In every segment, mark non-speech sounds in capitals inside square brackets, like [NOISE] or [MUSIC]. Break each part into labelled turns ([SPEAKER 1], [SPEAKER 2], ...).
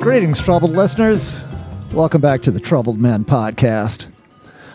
[SPEAKER 1] Greetings, troubled listeners. Welcome back to the Troubled Men Podcast.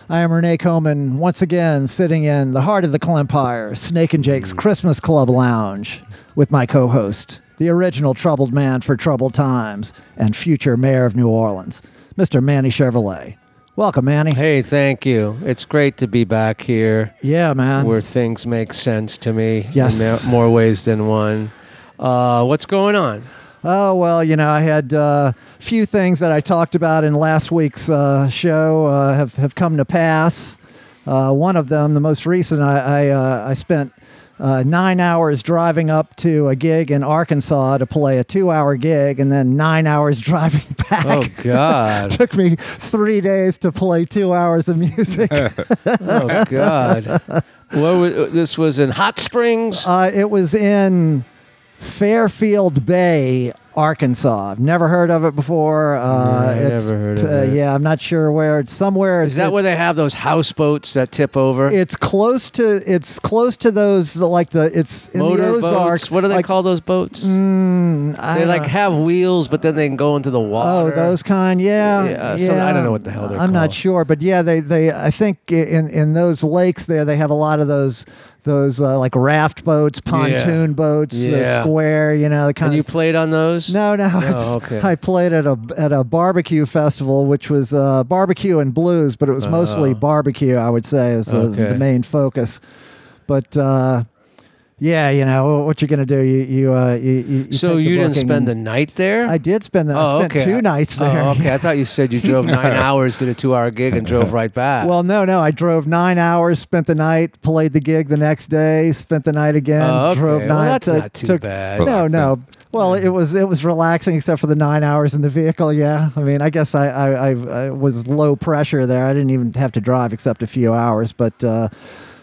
[SPEAKER 1] I am Renee Coman, once again sitting in the heart of the Empire, Snake and Jake's Christmas Club Lounge, with my co host, the original troubled man for troubled times and future mayor of New Orleans, Mr. Manny Chevrolet. Welcome, Manny.
[SPEAKER 2] Hey, thank you. It's great to be back here
[SPEAKER 1] Yeah, man.
[SPEAKER 2] where things make sense to me
[SPEAKER 1] Yes.
[SPEAKER 2] in mo- more ways than one. Uh, what's going on?
[SPEAKER 1] Oh well, you know, I had a uh, few things that I talked about in last week's uh, show uh, have have come to pass. Uh, one of them, the most recent, I I, uh, I spent uh, nine hours driving up to a gig in Arkansas to play a two-hour gig, and then nine hours [LAUGHS] driving back. [LAUGHS]
[SPEAKER 2] Oh, God.
[SPEAKER 1] Took me three days to play two hours of music.
[SPEAKER 2] oh, God. What was, this was in Hot Springs?
[SPEAKER 1] Uh, it was in Fairfield Bay, Arkansas. I've never heard of it before. Uh,
[SPEAKER 2] Yeah, I
[SPEAKER 1] it's,
[SPEAKER 2] never heard of
[SPEAKER 1] uh,
[SPEAKER 2] it.
[SPEAKER 1] Yeah, I'm not sure where. It's somewhere.
[SPEAKER 2] Is that where they have those houseboats that tip over?
[SPEAKER 1] It's close to. It's close to those like the. It's in the
[SPEAKER 2] Motor
[SPEAKER 1] Ozarks.
[SPEAKER 2] boats? What do they
[SPEAKER 1] like, mm,
[SPEAKER 2] call those boats?
[SPEAKER 1] I
[SPEAKER 2] they
[SPEAKER 1] don't-
[SPEAKER 2] like have wheels, but then they can go into the
[SPEAKER 1] Oh,
[SPEAKER 2] water.
[SPEAKER 1] those kind, yeah,
[SPEAKER 2] Yeah, some- I don't know what the hell they're
[SPEAKER 1] I'm not
[SPEAKER 2] called.
[SPEAKER 1] sure, but yeah, they, they I think i- in in those lakes there they have a lot of those those uh, like raft boats, pontoon boats,
[SPEAKER 2] Yeah.
[SPEAKER 1] the square, you know, the kind
[SPEAKER 2] And
[SPEAKER 1] of
[SPEAKER 2] you played on those?
[SPEAKER 1] No, no. I, was-
[SPEAKER 2] Oh, okay.
[SPEAKER 1] I played at a at a barbecue festival, which was uh, barbecue and blues, but it was mostly
[SPEAKER 2] Oh.
[SPEAKER 1] barbecue. I would say is the,
[SPEAKER 2] Okay.
[SPEAKER 1] the main focus. But uh, yeah, you know what you're gonna do. You you uh, you, you, you
[SPEAKER 2] So
[SPEAKER 1] take
[SPEAKER 2] you
[SPEAKER 1] the
[SPEAKER 2] didn't
[SPEAKER 1] booking
[SPEAKER 2] spend the
[SPEAKER 1] and-
[SPEAKER 2] night there?
[SPEAKER 1] I did spend the. I spent two nights
[SPEAKER 2] Oh,
[SPEAKER 1] there.
[SPEAKER 2] okay. I thought you said you drove nine hours, did a two-hour gig, and drove right back.
[SPEAKER 1] [LAUGHS] Well, no, no. I drove nine hours, spent the night, played the gig the next day, spent the night again,
[SPEAKER 2] Oh, okay.
[SPEAKER 1] drove
[SPEAKER 2] Well,
[SPEAKER 1] nine.
[SPEAKER 2] that's
[SPEAKER 1] took-
[SPEAKER 2] not too
[SPEAKER 1] took-
[SPEAKER 2] bad.
[SPEAKER 1] No,
[SPEAKER 3] Relaxing.
[SPEAKER 1] no. Well, it was it was relaxing except for the nine hours in the vehicle. Yeah, I mean, I guess I I, I, I was low pressure there. I didn't even have to drive except a few hours, but uh,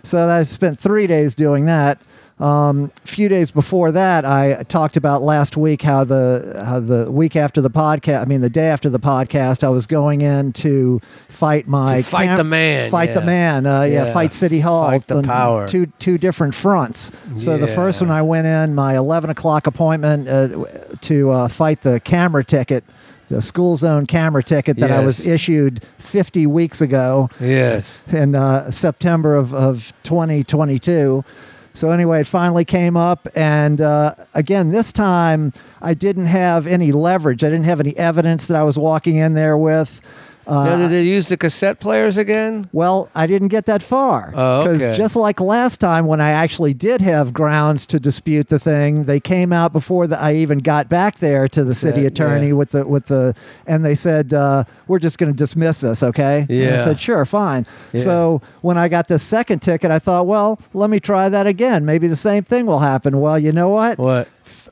[SPEAKER 1] so I spent three days doing that. Um, a few days before that, I talked about last week how the how the week after the podcast, I mean the day after the podcast, I was going in to fight my
[SPEAKER 2] To fight the man,
[SPEAKER 1] fight the
[SPEAKER 2] yeah.
[SPEAKER 1] man, uh, yeah.
[SPEAKER 2] Yeah.
[SPEAKER 1] fight City Hall,
[SPEAKER 2] Fight the
[SPEAKER 1] on
[SPEAKER 2] power.
[SPEAKER 1] two two different fronts. So the first
[SPEAKER 2] Yeah.
[SPEAKER 1] one I went in my eleven o'clock appointment uh, w- to uh, fight the camera ticket. The school zone camera ticket that I was
[SPEAKER 2] Yes.
[SPEAKER 1] issued 50 weeks ago
[SPEAKER 2] yes.
[SPEAKER 1] in uh, September of, of 2022. So, anyway, it finally came up. And uh, again, this time I didn't have any leverage. I didn't have any evidence that I was walking in there with. Uh,
[SPEAKER 2] now, did they use the cassette players again?
[SPEAKER 1] well, I didn't get that far.
[SPEAKER 2] Oh,
[SPEAKER 1] Because
[SPEAKER 2] okay.
[SPEAKER 1] just like last time when I actually did have grounds to dispute the thing, they came out before the, I even got back there to the city
[SPEAKER 2] Yeah,
[SPEAKER 1] attorney
[SPEAKER 2] yeah.
[SPEAKER 1] with the with the and they said, uh, we're just gonna dismiss this, okay? And I
[SPEAKER 2] Yeah.
[SPEAKER 1] said, sure, fine.
[SPEAKER 2] Yeah.
[SPEAKER 1] So when I got the second ticket, I thought, well, let me try that again. Maybe the same thing will happen. Well, you know what?
[SPEAKER 2] What?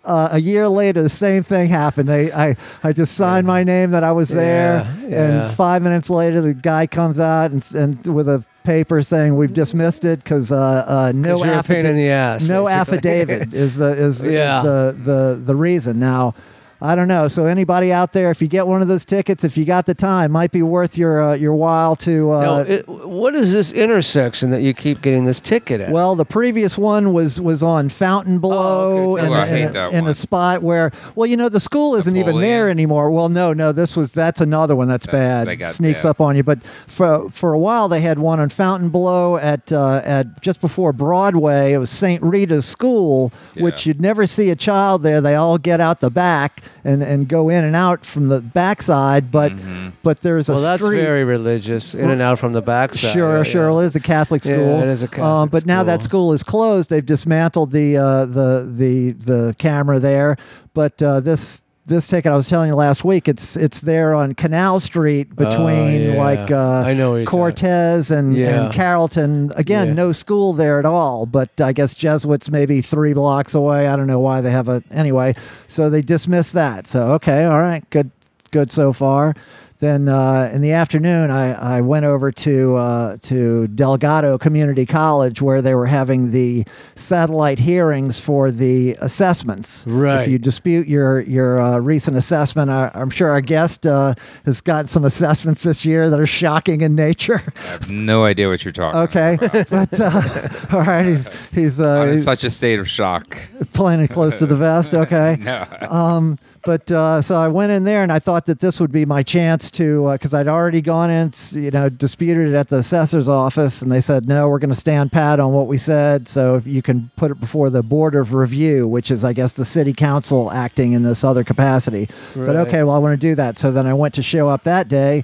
[SPEAKER 1] uh, a year later, the same thing happened. They, I, I just signed my name that I was there,
[SPEAKER 2] Yeah, yeah.
[SPEAKER 1] and five minutes later, the guy comes out and, s- and with a paper saying we've dismissed it because uh, uh, no
[SPEAKER 2] 'Cause you're a pain
[SPEAKER 1] affidavit,
[SPEAKER 2] in the ass,
[SPEAKER 1] no
[SPEAKER 2] basically. [LAUGHS]
[SPEAKER 1] affidavit is the is,
[SPEAKER 2] Yeah.
[SPEAKER 1] is the, the the reason now. I don't know. So anybody out there, if you get one of those tickets, if you got the time, might be worth your uh, your while to. Uh,
[SPEAKER 2] Now, it, what is this intersection that you keep getting this ticket at?
[SPEAKER 1] Well, the previous one was was on Fontainebleau
[SPEAKER 2] Oh, okay.
[SPEAKER 1] in,
[SPEAKER 2] Ooh, I
[SPEAKER 1] a- in
[SPEAKER 3] hate
[SPEAKER 1] a,
[SPEAKER 3] that
[SPEAKER 1] in a
[SPEAKER 3] one.
[SPEAKER 1] spot where, well, you know, the school isn't even
[SPEAKER 3] Napoleon.
[SPEAKER 1] there anymore. Well, no, no, this was that's another one that's,
[SPEAKER 3] That's-
[SPEAKER 1] bad.
[SPEAKER 3] they got
[SPEAKER 1] Sneaks
[SPEAKER 3] bad.
[SPEAKER 1] up on you. But for for a while, they had one on Fontainebleau at uh, at just before Broadway. It was St. Rita's School, which
[SPEAKER 3] Yeah.
[SPEAKER 1] you'd never see a child there. They all get out the back and and go in and out from the backside. But
[SPEAKER 3] Mm-hmm.
[SPEAKER 1] but there's a
[SPEAKER 2] Well, that's
[SPEAKER 1] street.
[SPEAKER 2] very religious, in and out from the backside.
[SPEAKER 1] Sure,
[SPEAKER 2] yeah,
[SPEAKER 1] sure. Well, it is a Catholic
[SPEAKER 2] Yeah,
[SPEAKER 1] school.
[SPEAKER 2] it is a
[SPEAKER 1] Um,
[SPEAKER 2] Catholic
[SPEAKER 1] but now that school is closed. They've dismantled the uh, the the the camera there. But uh, this this ticket I was telling you last week. It's it's there on Canal Street between
[SPEAKER 2] Oh, yeah.
[SPEAKER 1] like uh,
[SPEAKER 2] I know what you're talking-
[SPEAKER 1] Cortez and,
[SPEAKER 2] Yeah.
[SPEAKER 1] and Carrollton. Again,
[SPEAKER 2] Yeah.
[SPEAKER 1] no school there at all. But I guess Jesuits maybe three blocks away. I don't know why they have a anyway. So they dismissed that. So okay, all right, good good so far. Then uh, in the afternoon, I, I went over to uh, to Delgado Community College where they were having the satellite hearings for the assessments. If
[SPEAKER 2] Right.
[SPEAKER 1] you dispute your your uh, recent assessment, I, I'm sure our guest uh, has gotten some assessments this year that are shocking in nature. [LAUGHS]
[SPEAKER 3] I have no idea what you're talking
[SPEAKER 1] Okay,
[SPEAKER 3] about.
[SPEAKER 1] but uh, [LAUGHS] all right, he's he's, uh,
[SPEAKER 3] I'm in
[SPEAKER 1] he's
[SPEAKER 3] such a state of shock. [LAUGHS]
[SPEAKER 1] playing it close to the vest. Okay.
[SPEAKER 3] No.
[SPEAKER 1] Um, But uh, so I went in there and I thought that this would be my chance to, because I'd already gone in, s- you know, disputed it at the assessor's office, and they said, no, we're going to stand pat on what we said. So if you can put it before the Board of Review, which is, I guess, the city council acting in this other capacity. Said,
[SPEAKER 2] Right.
[SPEAKER 1] okay, well, I want to do that. So then I went to show up that day,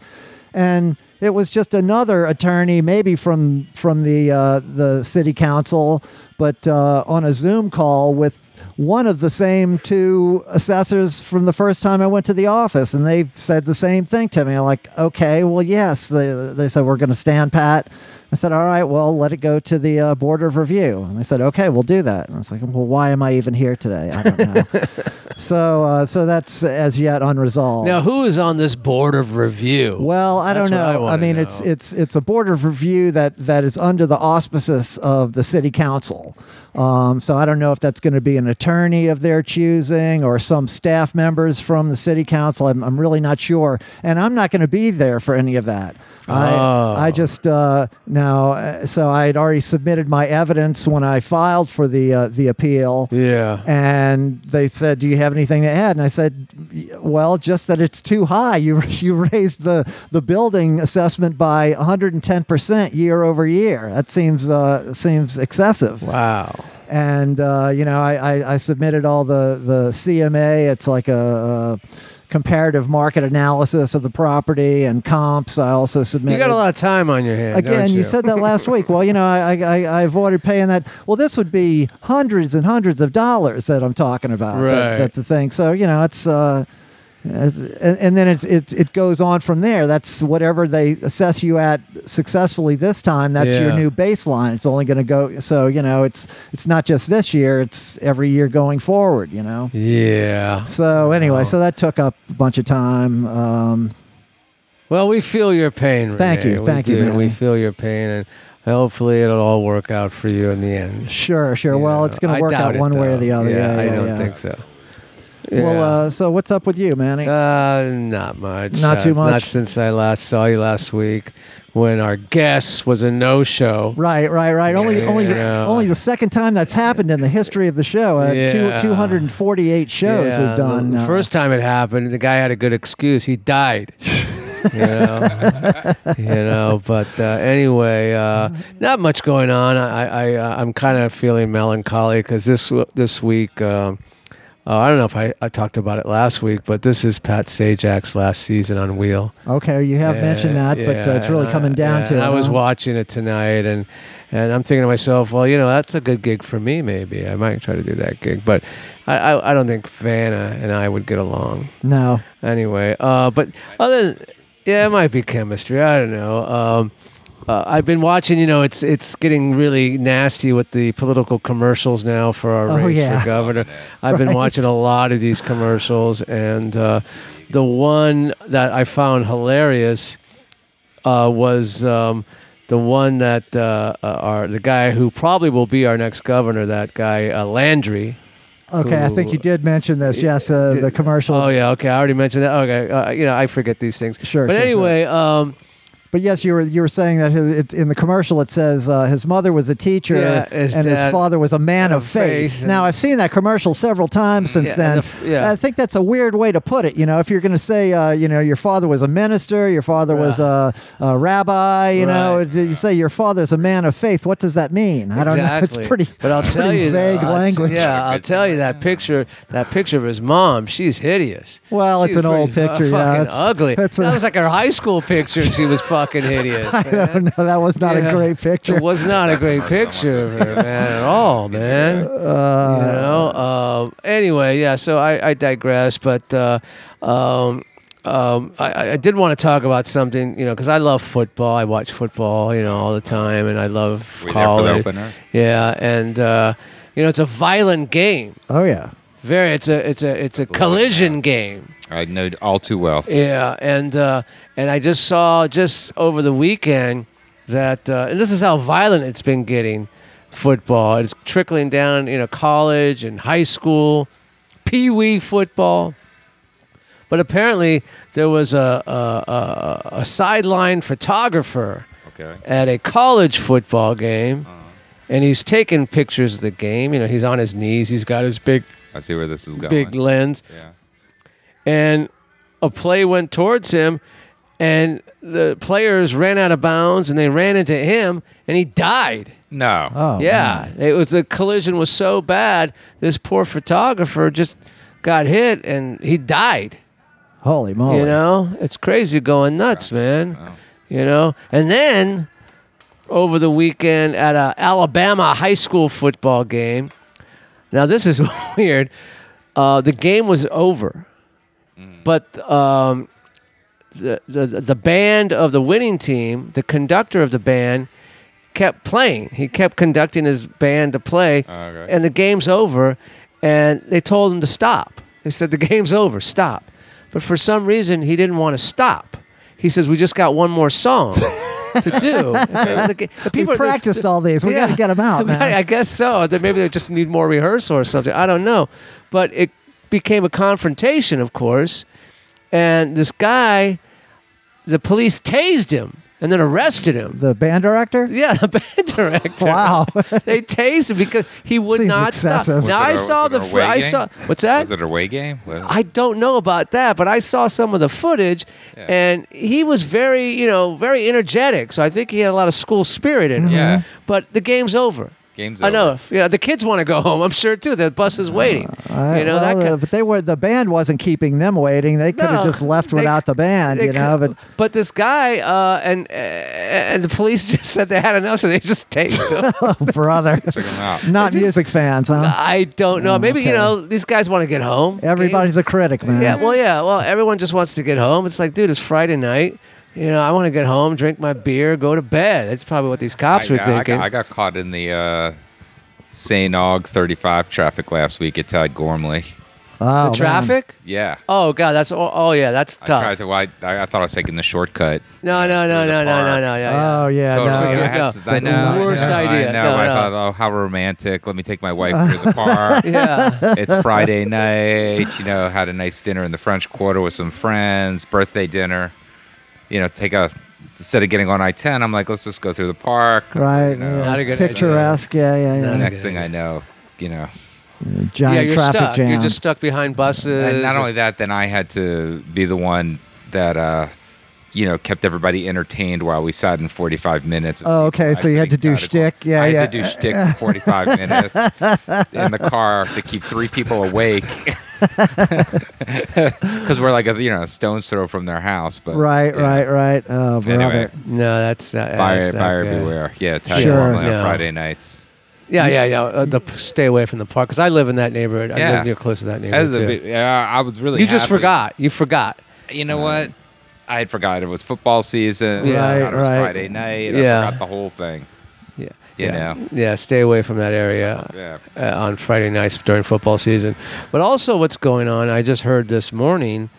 [SPEAKER 1] and it was just another attorney, maybe from from the uh, the city council, but uh, on a Zoom call with one of the same two assessors from the first time I went to the office, and they said the same thing to me. I'm like, okay, well, yes. They, they said we're going to stand pat. I said, all right, well, let it go to the uh, board of review. And they said, okay, we'll do that. And I was like, well, why am I even here today? I don't know. so, uh, so that's as yet unresolved.
[SPEAKER 2] Now, who is on this board of review?
[SPEAKER 1] Well, I
[SPEAKER 2] That's
[SPEAKER 1] don't
[SPEAKER 2] what I
[SPEAKER 1] know. I,
[SPEAKER 2] wanna
[SPEAKER 1] mean, it's
[SPEAKER 2] know.
[SPEAKER 1] it's it's a board of review that that is under the auspices of the city council. Um, so I don't know if that's going to be an attorney of their choosing or some staff members from the city council. I'm, I'm really not sure, and I'm not going to be there for any of that.
[SPEAKER 2] Oh.
[SPEAKER 1] I I just uh, now uh, so I had already submitted my evidence when I filed for the uh, the appeal.
[SPEAKER 2] yeah.
[SPEAKER 1] And they said, "Do you have anything to add?" And I said, "Well, just that it's too high. You [LAUGHS] you raised the the building assessment by 110 percent year over year. That seems uh, seems excessive."
[SPEAKER 2] Wow.
[SPEAKER 1] And uh, you know, I, I I submitted all the the CMA. It's like a, uh comparative market analysis of the property and comps. I also submitted
[SPEAKER 2] You got a lot of time on your hands.
[SPEAKER 1] again you? said that last week well you know I, I I- i avoided paying that well this would be hundreds and hundreds of dollars that i'm talking about that-
[SPEAKER 2] Right.
[SPEAKER 1] that, the thing so you know it's uh it's- and and then it's, it's it goes on from there. That's whatever they assess you at successfully this time. That's your
[SPEAKER 2] Yeah.
[SPEAKER 1] new baseline. It's only going to go. So you know, it's it's not just this year. It's every year going forward. You know.
[SPEAKER 2] Yeah.
[SPEAKER 1] So anyway,
[SPEAKER 2] Wow.
[SPEAKER 1] so that took up a bunch of time. Um,
[SPEAKER 2] Well, we feel your pain. Renee.
[SPEAKER 1] Thank you,
[SPEAKER 2] We
[SPEAKER 1] thank you,
[SPEAKER 2] do.
[SPEAKER 1] Manny.
[SPEAKER 2] We feel your pain, and hopefully it'll all work out for you in the end.
[SPEAKER 1] sure, sure.
[SPEAKER 2] You
[SPEAKER 1] well,
[SPEAKER 2] know,
[SPEAKER 1] it's going
[SPEAKER 2] I
[SPEAKER 1] to work
[SPEAKER 2] doubt
[SPEAKER 1] out
[SPEAKER 2] it,
[SPEAKER 1] one way or
[SPEAKER 2] though.
[SPEAKER 1] the other. Yeah,
[SPEAKER 2] I
[SPEAKER 1] yeah,
[SPEAKER 2] don't
[SPEAKER 1] yeah.
[SPEAKER 2] think so.
[SPEAKER 1] Well, uh, so what's up with you, Manny?
[SPEAKER 2] Yeah. uh, not much.
[SPEAKER 1] not
[SPEAKER 2] Uh,
[SPEAKER 1] too
[SPEAKER 2] Not
[SPEAKER 1] much?
[SPEAKER 2] since I last saw you last week, when our guest was a no-show.
[SPEAKER 1] right, right, right. Only,
[SPEAKER 2] yeah,
[SPEAKER 1] only,
[SPEAKER 2] yeah.
[SPEAKER 1] only the second time that's happened in the history of the show. Uh,
[SPEAKER 2] Yeah.
[SPEAKER 1] two, 248 shows
[SPEAKER 2] Yeah,
[SPEAKER 1] we've done.
[SPEAKER 2] The
[SPEAKER 1] now.
[SPEAKER 2] first time it happened, the guy had a good excuse.
[SPEAKER 1] [LAUGHS]
[SPEAKER 2] He died. you know, you know. But uh, anyway, uh, not much going on. I, I, uh, I'm kind of feeling melancholy because this w- this week. Um, uh, I don't know if I, I talked about it last week, but this is Pat Sajak's last season on Wheel.
[SPEAKER 1] okay, you have mentioned
[SPEAKER 2] Yeah,
[SPEAKER 1] that, but uh,
[SPEAKER 2] yeah,
[SPEAKER 1] it's really
[SPEAKER 2] and I-
[SPEAKER 1] coming down
[SPEAKER 2] yeah,
[SPEAKER 1] to.
[SPEAKER 2] and
[SPEAKER 1] it,
[SPEAKER 2] I was
[SPEAKER 1] huh?
[SPEAKER 2] watching it tonight, and and I'm thinking to myself, well, you know, that's a good gig for me. Maybe I might try to do that gig, but I I, I don't think Vanna and I would get along
[SPEAKER 1] No,
[SPEAKER 2] anyway. Uh, but other than, yeah, it might be chemistry. I don't know. Um, uh, I've been watching. You know, it's it's getting really nasty with the political commercials now for our
[SPEAKER 1] Oh,
[SPEAKER 2] race
[SPEAKER 1] yeah. [LAUGHS]
[SPEAKER 2] for governor. I've been
[SPEAKER 1] Right.
[SPEAKER 2] watching a lot of these commercials, and uh, the one that I found hilarious uh, was. Um, the one that uh, uh, our the guy who probably will be our next governor, that guy uh, Landry,
[SPEAKER 1] okay, I think you
[SPEAKER 2] Ooh.
[SPEAKER 1] did mention this. Yes, uh, the commercial.
[SPEAKER 2] Oh yeah, okay. I already mentioned that. Okay, uh, you know I forget these things.
[SPEAKER 1] Sure,
[SPEAKER 2] But
[SPEAKER 1] sure, sure.
[SPEAKER 2] anyway, um,
[SPEAKER 1] But yes, you were you were saying that his, it's in the commercial it says uh, his mother was a teacher
[SPEAKER 2] Yeah, his
[SPEAKER 1] and his
[SPEAKER 2] dad-
[SPEAKER 1] father was a man of faith.
[SPEAKER 2] faith,
[SPEAKER 1] now
[SPEAKER 2] and-
[SPEAKER 1] I've seen that commercial several times since
[SPEAKER 2] Yeah, and
[SPEAKER 1] then.
[SPEAKER 2] the f- yeah.
[SPEAKER 1] I think that's a weird way to put it. You know, if you're going to say, uh, you know, your father was a minister, your father was a, a rabbi, you know,
[SPEAKER 2] Right.
[SPEAKER 1] it's- you say your father's a man of faith. What does that mean? I don't know.
[SPEAKER 2] exactly.
[SPEAKER 1] It's pretty.
[SPEAKER 2] But I'll
[SPEAKER 1] pretty
[SPEAKER 2] tell you,
[SPEAKER 1] vague
[SPEAKER 2] I'll t-
[SPEAKER 1] language.
[SPEAKER 2] yeah, I'll tell you that picture. That picture of his mom. She's hideous.
[SPEAKER 1] Well, it's
[SPEAKER 2] She's
[SPEAKER 1] an old
[SPEAKER 2] pretty fu-
[SPEAKER 1] picture, yeah,
[SPEAKER 2] Fucking
[SPEAKER 1] it's-
[SPEAKER 2] ugly.
[SPEAKER 1] it's
[SPEAKER 2] that
[SPEAKER 1] a- [LAUGHS]
[SPEAKER 2] was like her high school picture. and She was fucking hideous.
[SPEAKER 1] I don't know. That was not
[SPEAKER 2] Yeah.
[SPEAKER 1] a great picture.
[SPEAKER 2] It was not a great picture of her, man, at all, man.
[SPEAKER 1] Uh,
[SPEAKER 2] you
[SPEAKER 3] Uh,
[SPEAKER 2] know. Um, anyway, yeah. So I, I digress, but uh, um, um, I- I, I did want to talk about something, you know, because I love football. I watch football, you know, all the time, and I love
[SPEAKER 3] Were you there for
[SPEAKER 2] college.
[SPEAKER 3] the opener?
[SPEAKER 2] Yeah, and uh, you know, it's a violent game.
[SPEAKER 1] Oh yeah.
[SPEAKER 2] Very. It's a it's a it's a collision game.
[SPEAKER 3] I know all too well.
[SPEAKER 2] Yeah, and uh, and I just saw just over the weekend that uh, and this is how violent it's been getting. Football, it's trickling down, you know, college and high school, pee wee football. But apparently, there was a a, a, a sideline photographer
[SPEAKER 3] Okay.
[SPEAKER 2] at a college football game, and he's taking pictures of the game. You know, he's on his knees, he's got his big
[SPEAKER 3] I see where this is going.
[SPEAKER 2] big lens,
[SPEAKER 3] yeah.
[SPEAKER 2] and a play went towards him, and the players ran out of bounds, and they ran into him, and he died.
[SPEAKER 3] No.
[SPEAKER 1] Oh,
[SPEAKER 2] yeah, it was the collision was so bad. This poor photographer just got hit, and he died.
[SPEAKER 1] Holy moly.
[SPEAKER 2] You know, it's crazy going nuts, man. You know, and then over the weekend at a Alabama high school football game. Now this is [LAUGHS] weird. Uh, the game was over, but um, the, the the band of the winning team, the conductor of the band, kept playing. He kept conducting his band to play,
[SPEAKER 3] Okay.
[SPEAKER 2] and the game's over. And they told him to stop. They said the game's over, stop. But for some reason, he didn't want to stop. He says, "We just got one more song
[SPEAKER 1] [LAUGHS]
[SPEAKER 2] to do." I said, "Well, the ga- the
[SPEAKER 1] We
[SPEAKER 2] people are-
[SPEAKER 1] practiced all these.
[SPEAKER 2] [LAUGHS]
[SPEAKER 1] We got to get them out, man.
[SPEAKER 2] I guess so. Then maybe they just need more rehearsal or something. I don't know. But it became a confrontation, of course. And this guy, the police tased him and then arrested him.
[SPEAKER 1] the band director?
[SPEAKER 2] Yeah, the band [LAUGHS] director.
[SPEAKER 1] Wow. [LAUGHS]
[SPEAKER 2] They tased him because he would
[SPEAKER 1] Seems
[SPEAKER 2] not
[SPEAKER 1] excessive.
[SPEAKER 2] stop.
[SPEAKER 1] Was
[SPEAKER 2] Now
[SPEAKER 3] it a-
[SPEAKER 2] I
[SPEAKER 3] was
[SPEAKER 2] saw
[SPEAKER 3] it an
[SPEAKER 2] the fr-
[SPEAKER 3] away
[SPEAKER 2] I
[SPEAKER 3] game?
[SPEAKER 2] saw what's that?
[SPEAKER 3] Was it a away game? Was it-
[SPEAKER 2] I don't know about that, but I saw some of the footage, and he was very, you know, very energetic. So I think he had a lot of school spirit in him.
[SPEAKER 3] Yeah.
[SPEAKER 2] But the game's over.
[SPEAKER 3] Game's
[SPEAKER 2] I know.
[SPEAKER 3] over.
[SPEAKER 2] if- You know, the kids want to go home. I'm sure too. The bus is waiting.
[SPEAKER 1] Alright,
[SPEAKER 2] you know
[SPEAKER 1] well,
[SPEAKER 2] that.
[SPEAKER 1] uh,
[SPEAKER 2] Kind
[SPEAKER 1] but they were the band wasn't keeping them waiting. They could have
[SPEAKER 2] No,
[SPEAKER 1] just left
[SPEAKER 2] they-
[SPEAKER 1] without the band,
[SPEAKER 2] they
[SPEAKER 1] you know.
[SPEAKER 2] cou-
[SPEAKER 1] But
[SPEAKER 2] but this guy uh, and uh, and the police [LAUGHS] just said they had enough, so they just tased
[SPEAKER 1] [LAUGHS]
[SPEAKER 2] him.
[SPEAKER 1] oh,
[SPEAKER 2] [LAUGHS]
[SPEAKER 1] brother,
[SPEAKER 3] Check
[SPEAKER 1] [LAUGHS]
[SPEAKER 3] 'em out.
[SPEAKER 1] not music fans, huh?
[SPEAKER 2] I don't know. Maybe you
[SPEAKER 1] okay.
[SPEAKER 2] know these guys want to get home.
[SPEAKER 1] Everybody's a critic, man.
[SPEAKER 2] Yeah, well, yeah, well, everyone just wants to get home. It's like, dude, it's Friday night. You know, I want to get home, drink my beer, go to bed. That's probably what these cops
[SPEAKER 3] I,
[SPEAKER 2] were
[SPEAKER 3] got- I
[SPEAKER 2] thinking.
[SPEAKER 3] got, I got caught in the uh, St. Aug 35 traffic last week at Todd Gormley.
[SPEAKER 1] oh,
[SPEAKER 2] the traffic?
[SPEAKER 3] Yeah.
[SPEAKER 2] Oh god, that's oh, oh yeah, that's
[SPEAKER 3] I
[SPEAKER 2] tough.
[SPEAKER 3] tried to. I, I thought I was taking the shortcut.
[SPEAKER 2] no, no, no,
[SPEAKER 3] through
[SPEAKER 2] no, no, no,
[SPEAKER 3] the
[SPEAKER 2] no, no,
[SPEAKER 3] park.
[SPEAKER 1] man.
[SPEAKER 2] yeah.
[SPEAKER 1] Oh yeah,
[SPEAKER 3] Totally.
[SPEAKER 1] no,
[SPEAKER 2] forget
[SPEAKER 3] I,
[SPEAKER 1] yeah.
[SPEAKER 2] about
[SPEAKER 3] had-
[SPEAKER 2] that.
[SPEAKER 3] I
[SPEAKER 1] That's
[SPEAKER 3] know.
[SPEAKER 1] the worst
[SPEAKER 3] I know,
[SPEAKER 2] idea.
[SPEAKER 3] I, know.
[SPEAKER 2] No,
[SPEAKER 3] I
[SPEAKER 2] no.
[SPEAKER 3] thought, oh, how romantic. Let me take my wife through the park.
[SPEAKER 2] Yeah.
[SPEAKER 1] [LAUGHS]
[SPEAKER 3] it's Friday night. You know, had a nice dinner in the French Quarter with some friends, birthday dinner. You know, take a instead of getting on I-10, I'm like, let's just go through the park.
[SPEAKER 1] right.
[SPEAKER 3] You know,
[SPEAKER 1] yeah.
[SPEAKER 2] Not a good idea.
[SPEAKER 1] Picturesque, yeah, yeah,
[SPEAKER 2] Not
[SPEAKER 1] yeah.
[SPEAKER 3] The
[SPEAKER 2] a
[SPEAKER 3] next
[SPEAKER 2] good
[SPEAKER 3] thing I know, you know,
[SPEAKER 1] Giant
[SPEAKER 2] yeah, you're
[SPEAKER 1] traffic
[SPEAKER 2] stuck.
[SPEAKER 1] jam.
[SPEAKER 2] You're just stuck behind buses.
[SPEAKER 3] and not only that, then I had to be the one that. uh you know, kept everybody entertained while we sat in 45 minutes. of
[SPEAKER 1] Oh,
[SPEAKER 3] people
[SPEAKER 1] okay, so you had to
[SPEAKER 3] actually
[SPEAKER 1] do
[SPEAKER 3] sat at-
[SPEAKER 1] shtick, yeah,
[SPEAKER 3] I had
[SPEAKER 1] yeah.
[SPEAKER 3] to do shtick
[SPEAKER 1] [LAUGHS]
[SPEAKER 3] for 45 minutes in the car to keep three people awake. [LAUGHS] Because we're like, a, you know, a stone's throw from their house. But
[SPEAKER 1] right,
[SPEAKER 3] yeah.
[SPEAKER 1] right, right. Oh brother.
[SPEAKER 3] Anyway,
[SPEAKER 2] no, that's not,
[SPEAKER 3] buyer,
[SPEAKER 2] that's not
[SPEAKER 3] buyer
[SPEAKER 2] good.
[SPEAKER 3] beware. Yeah, tell
[SPEAKER 1] Sure.
[SPEAKER 3] you normally
[SPEAKER 2] Yeah.
[SPEAKER 3] on Friday nights.
[SPEAKER 2] Yeah, yeah, yeah. Uh, the, stay away from the park because I live in that neighborhood. I
[SPEAKER 3] Yeah.
[SPEAKER 2] live near close to that
[SPEAKER 3] That
[SPEAKER 2] neighborhood
[SPEAKER 3] was a
[SPEAKER 2] too.
[SPEAKER 3] bit- yeah, I was really.
[SPEAKER 2] you just
[SPEAKER 3] happy.
[SPEAKER 2] forgot. You forgot.
[SPEAKER 3] You know what? I had forgot it was football season.
[SPEAKER 2] Yeah.
[SPEAKER 3] I forgot it was
[SPEAKER 1] Right, right.
[SPEAKER 3] Friday night.
[SPEAKER 2] Yeah.
[SPEAKER 3] I forgot the whole thing.
[SPEAKER 2] Yeah.
[SPEAKER 3] You
[SPEAKER 2] yeah.
[SPEAKER 3] know.
[SPEAKER 2] Yeah, stay away from that area
[SPEAKER 3] Yeah.
[SPEAKER 2] uh, on Friday nights during football season. But also, what's going on? I just heard this morning.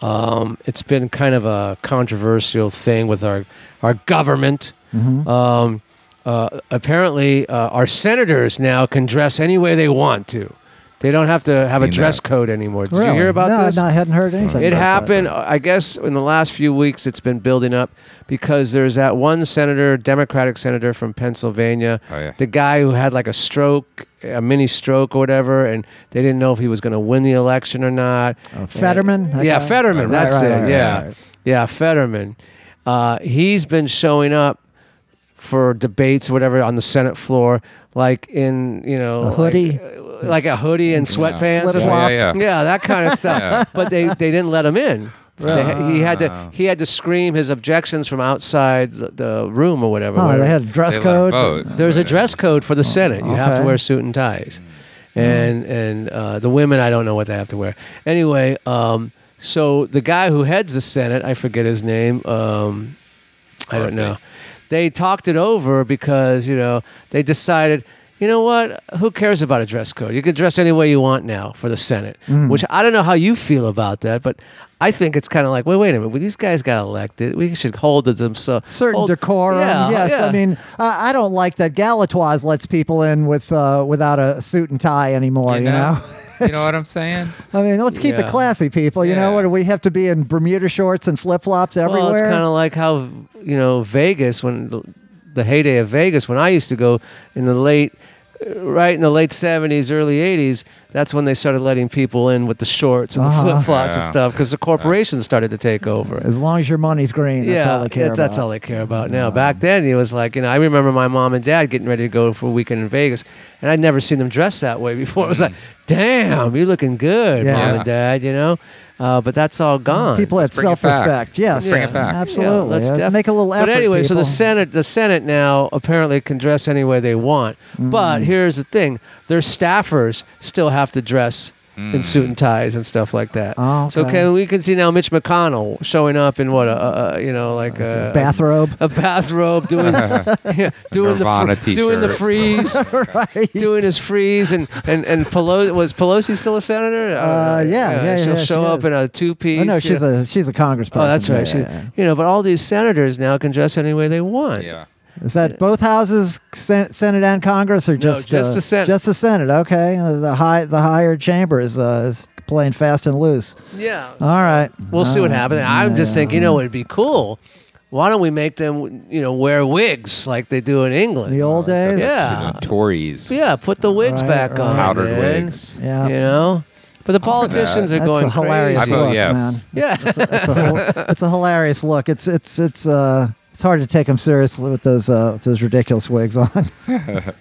[SPEAKER 2] Um, it's been kind of a controversial thing with our our government.
[SPEAKER 1] Mm-hmm.
[SPEAKER 2] Um, uh, apparently, uh, our senators now can dress any way they want to. They don't have to have a
[SPEAKER 3] Seen that.
[SPEAKER 2] dress code anymore. Did
[SPEAKER 1] Really?
[SPEAKER 2] you hear about
[SPEAKER 1] no,
[SPEAKER 2] this?
[SPEAKER 1] No, I hadn't heard anything.
[SPEAKER 2] It
[SPEAKER 1] about that.
[SPEAKER 2] happened, I guess, in the last few weeks. It's been building up because there's that one senator, Democratic senator from Pennsylvania,
[SPEAKER 3] Oh, yeah.
[SPEAKER 2] the guy who had like a stroke, a mini stroke or whatever, and they didn't know if he was going to win the election or not.
[SPEAKER 1] Oh, Fetterman. that
[SPEAKER 2] yeah,
[SPEAKER 1] guy?
[SPEAKER 2] Fetterman.
[SPEAKER 1] Right,
[SPEAKER 2] that's
[SPEAKER 1] right,
[SPEAKER 2] it.
[SPEAKER 1] right,
[SPEAKER 2] yeah,
[SPEAKER 1] right, right.
[SPEAKER 2] yeah, Fetterman. Uh, he's been showing up for debates, or whatever, on the Senate floor, like in you know
[SPEAKER 1] A
[SPEAKER 2] like- uh,
[SPEAKER 1] hoodie?
[SPEAKER 2] like, a hoodie and sweatpants, or
[SPEAKER 1] Flip-flops.
[SPEAKER 2] something.
[SPEAKER 3] Yeah, yeah, yeah.
[SPEAKER 2] Yeah, that kind of stuff.
[SPEAKER 3] Yeah.
[SPEAKER 2] But they, they didn't let him in. They- he had to
[SPEAKER 3] Ah.
[SPEAKER 2] he had to scream his objections from outside the, the room or whatever.
[SPEAKER 1] Oh,
[SPEAKER 2] whatever.
[SPEAKER 1] they had a dress
[SPEAKER 3] They let 'em
[SPEAKER 1] code.
[SPEAKER 3] vote.
[SPEAKER 2] There's a
[SPEAKER 3] Right.
[SPEAKER 2] dress code for the Senate. You have to
[SPEAKER 1] Okay.
[SPEAKER 2] wear suit and ties, and and uh, the women I don't know what they have to wear. Anyway, um, so the guy who heads the Senate, I forget his name. Um, I don't know. They talked it over because you know they decided. You know what? Who cares about a dress code? You can dress any way you want now for the Senate,
[SPEAKER 1] Mm.
[SPEAKER 2] which I don't know how you feel about that, but I think it's kind of like, wait, wait a minute. Well, these guys got elected. We should hold to them. So
[SPEAKER 1] certain
[SPEAKER 2] hold-
[SPEAKER 1] decorum.
[SPEAKER 2] Yeah,
[SPEAKER 1] yes,
[SPEAKER 2] yeah.
[SPEAKER 1] I mean, I, I don't like that Galatois lets people in with uh, without a suit and tie anymore. You know,
[SPEAKER 3] you know what I'm saying?
[SPEAKER 2] [LAUGHS]
[SPEAKER 1] I mean, let's keep
[SPEAKER 2] Yeah.
[SPEAKER 1] it classy, people. You know
[SPEAKER 3] Yeah.
[SPEAKER 1] what? do We have to be in Bermuda shorts and flip flops everywhere.
[SPEAKER 2] Well, it's kind of like how you know Vegas when the, the heyday of Vegas when I used to go in the late uh, right in the late 70s, early 80s, that's when they started letting people in with the shorts and the
[SPEAKER 1] Uh-huh.
[SPEAKER 2] flip flops and
[SPEAKER 3] Yeah.
[SPEAKER 2] stuff because the corporations started to take over.
[SPEAKER 1] As long as your money's green, that's all I care
[SPEAKER 2] that- that's
[SPEAKER 1] about.
[SPEAKER 2] all they care about now. Back then, it was like you know, I remember my mom and dad getting ready to go for a weekend in Vegas, and I'd never seen them dressed that way before. It
[SPEAKER 3] Mm.
[SPEAKER 2] was like, damn, you're looking good,
[SPEAKER 1] Yeah.
[SPEAKER 2] mom
[SPEAKER 3] Yeah.
[SPEAKER 2] and dad, you know. Uh, but that's all gone.
[SPEAKER 1] People had
[SPEAKER 3] Let's bring it back.
[SPEAKER 1] self-respect. Yes,
[SPEAKER 3] Let's bring it back.
[SPEAKER 1] Absolutely.
[SPEAKER 2] Yeah, let's
[SPEAKER 1] Let's
[SPEAKER 2] def-
[SPEAKER 1] make a little effort.
[SPEAKER 2] But anyway, so the
[SPEAKER 1] people.
[SPEAKER 2] Senate, the Senate now apparently can dress any way they want. But
[SPEAKER 1] Mm.
[SPEAKER 2] here's the thing: their staffers still have to dress in
[SPEAKER 3] Mm.
[SPEAKER 2] suit and ties and stuff like that.
[SPEAKER 1] Oh,
[SPEAKER 2] So
[SPEAKER 1] okay.
[SPEAKER 2] can we can see now Mitch McConnell showing up in what a, a, a you know like a
[SPEAKER 1] bathrobe. [LAUGHS]
[SPEAKER 2] a bathrobe doing
[SPEAKER 3] [LAUGHS]
[SPEAKER 2] [LAUGHS] yeah, doing
[SPEAKER 3] Nirvana
[SPEAKER 2] the fr- doing the
[SPEAKER 3] t-shirt.
[SPEAKER 2] freeze
[SPEAKER 1] [LAUGHS] right.
[SPEAKER 2] doing his freeze and and and Pelosi was Pelosi still a senator? I don't know.
[SPEAKER 1] Uh, yeah, yeah,
[SPEAKER 2] she'll
[SPEAKER 1] yeah,
[SPEAKER 2] show
[SPEAKER 1] she
[SPEAKER 2] up
[SPEAKER 1] is.
[SPEAKER 2] in a two piece.
[SPEAKER 1] I know she's a she's a congressperson.
[SPEAKER 2] Oh, that's
[SPEAKER 1] Yeah,
[SPEAKER 2] right. She,
[SPEAKER 1] yeah, yeah.
[SPEAKER 2] You know, but all these senators now can dress any way they want.
[SPEAKER 3] Yeah.
[SPEAKER 1] Is that both houses, Sen- Senate and Congress, or just
[SPEAKER 2] just
[SPEAKER 1] uh,
[SPEAKER 2] the Senate.
[SPEAKER 1] Just the Senate. Okay, Uh, the high the higher chamber is, uh, is playing fast and loose.
[SPEAKER 2] Yeah.
[SPEAKER 1] All right,
[SPEAKER 2] We'll see what happens. I'm just
[SPEAKER 1] yeah.
[SPEAKER 2] thinking, you know, it'd be cool. Why don't we make them, you know, wear wigs like they do in England?
[SPEAKER 1] Mm-hmm. The old days.
[SPEAKER 2] Yeah.
[SPEAKER 3] The Tories.
[SPEAKER 2] yeah, put the wigs
[SPEAKER 1] Right,
[SPEAKER 2] back
[SPEAKER 1] right.
[SPEAKER 2] on.
[SPEAKER 3] Powdered
[SPEAKER 2] man.
[SPEAKER 3] wigs.
[SPEAKER 1] Yeah.
[SPEAKER 2] You know? But the politicians are
[SPEAKER 1] That's
[SPEAKER 2] going
[SPEAKER 1] a hilarious
[SPEAKER 3] I
[SPEAKER 2] crazy.
[SPEAKER 3] vote
[SPEAKER 1] look,
[SPEAKER 3] yes.
[SPEAKER 1] man.
[SPEAKER 2] Yeah.
[SPEAKER 1] It's a,
[SPEAKER 2] [LAUGHS]
[SPEAKER 1] hil- it's a hilarious look. It's it's it's uh it's hard to take them seriously with those uh with those ridiculous wigs on, [LAUGHS]
[SPEAKER 2] [LAUGHS] Yeah.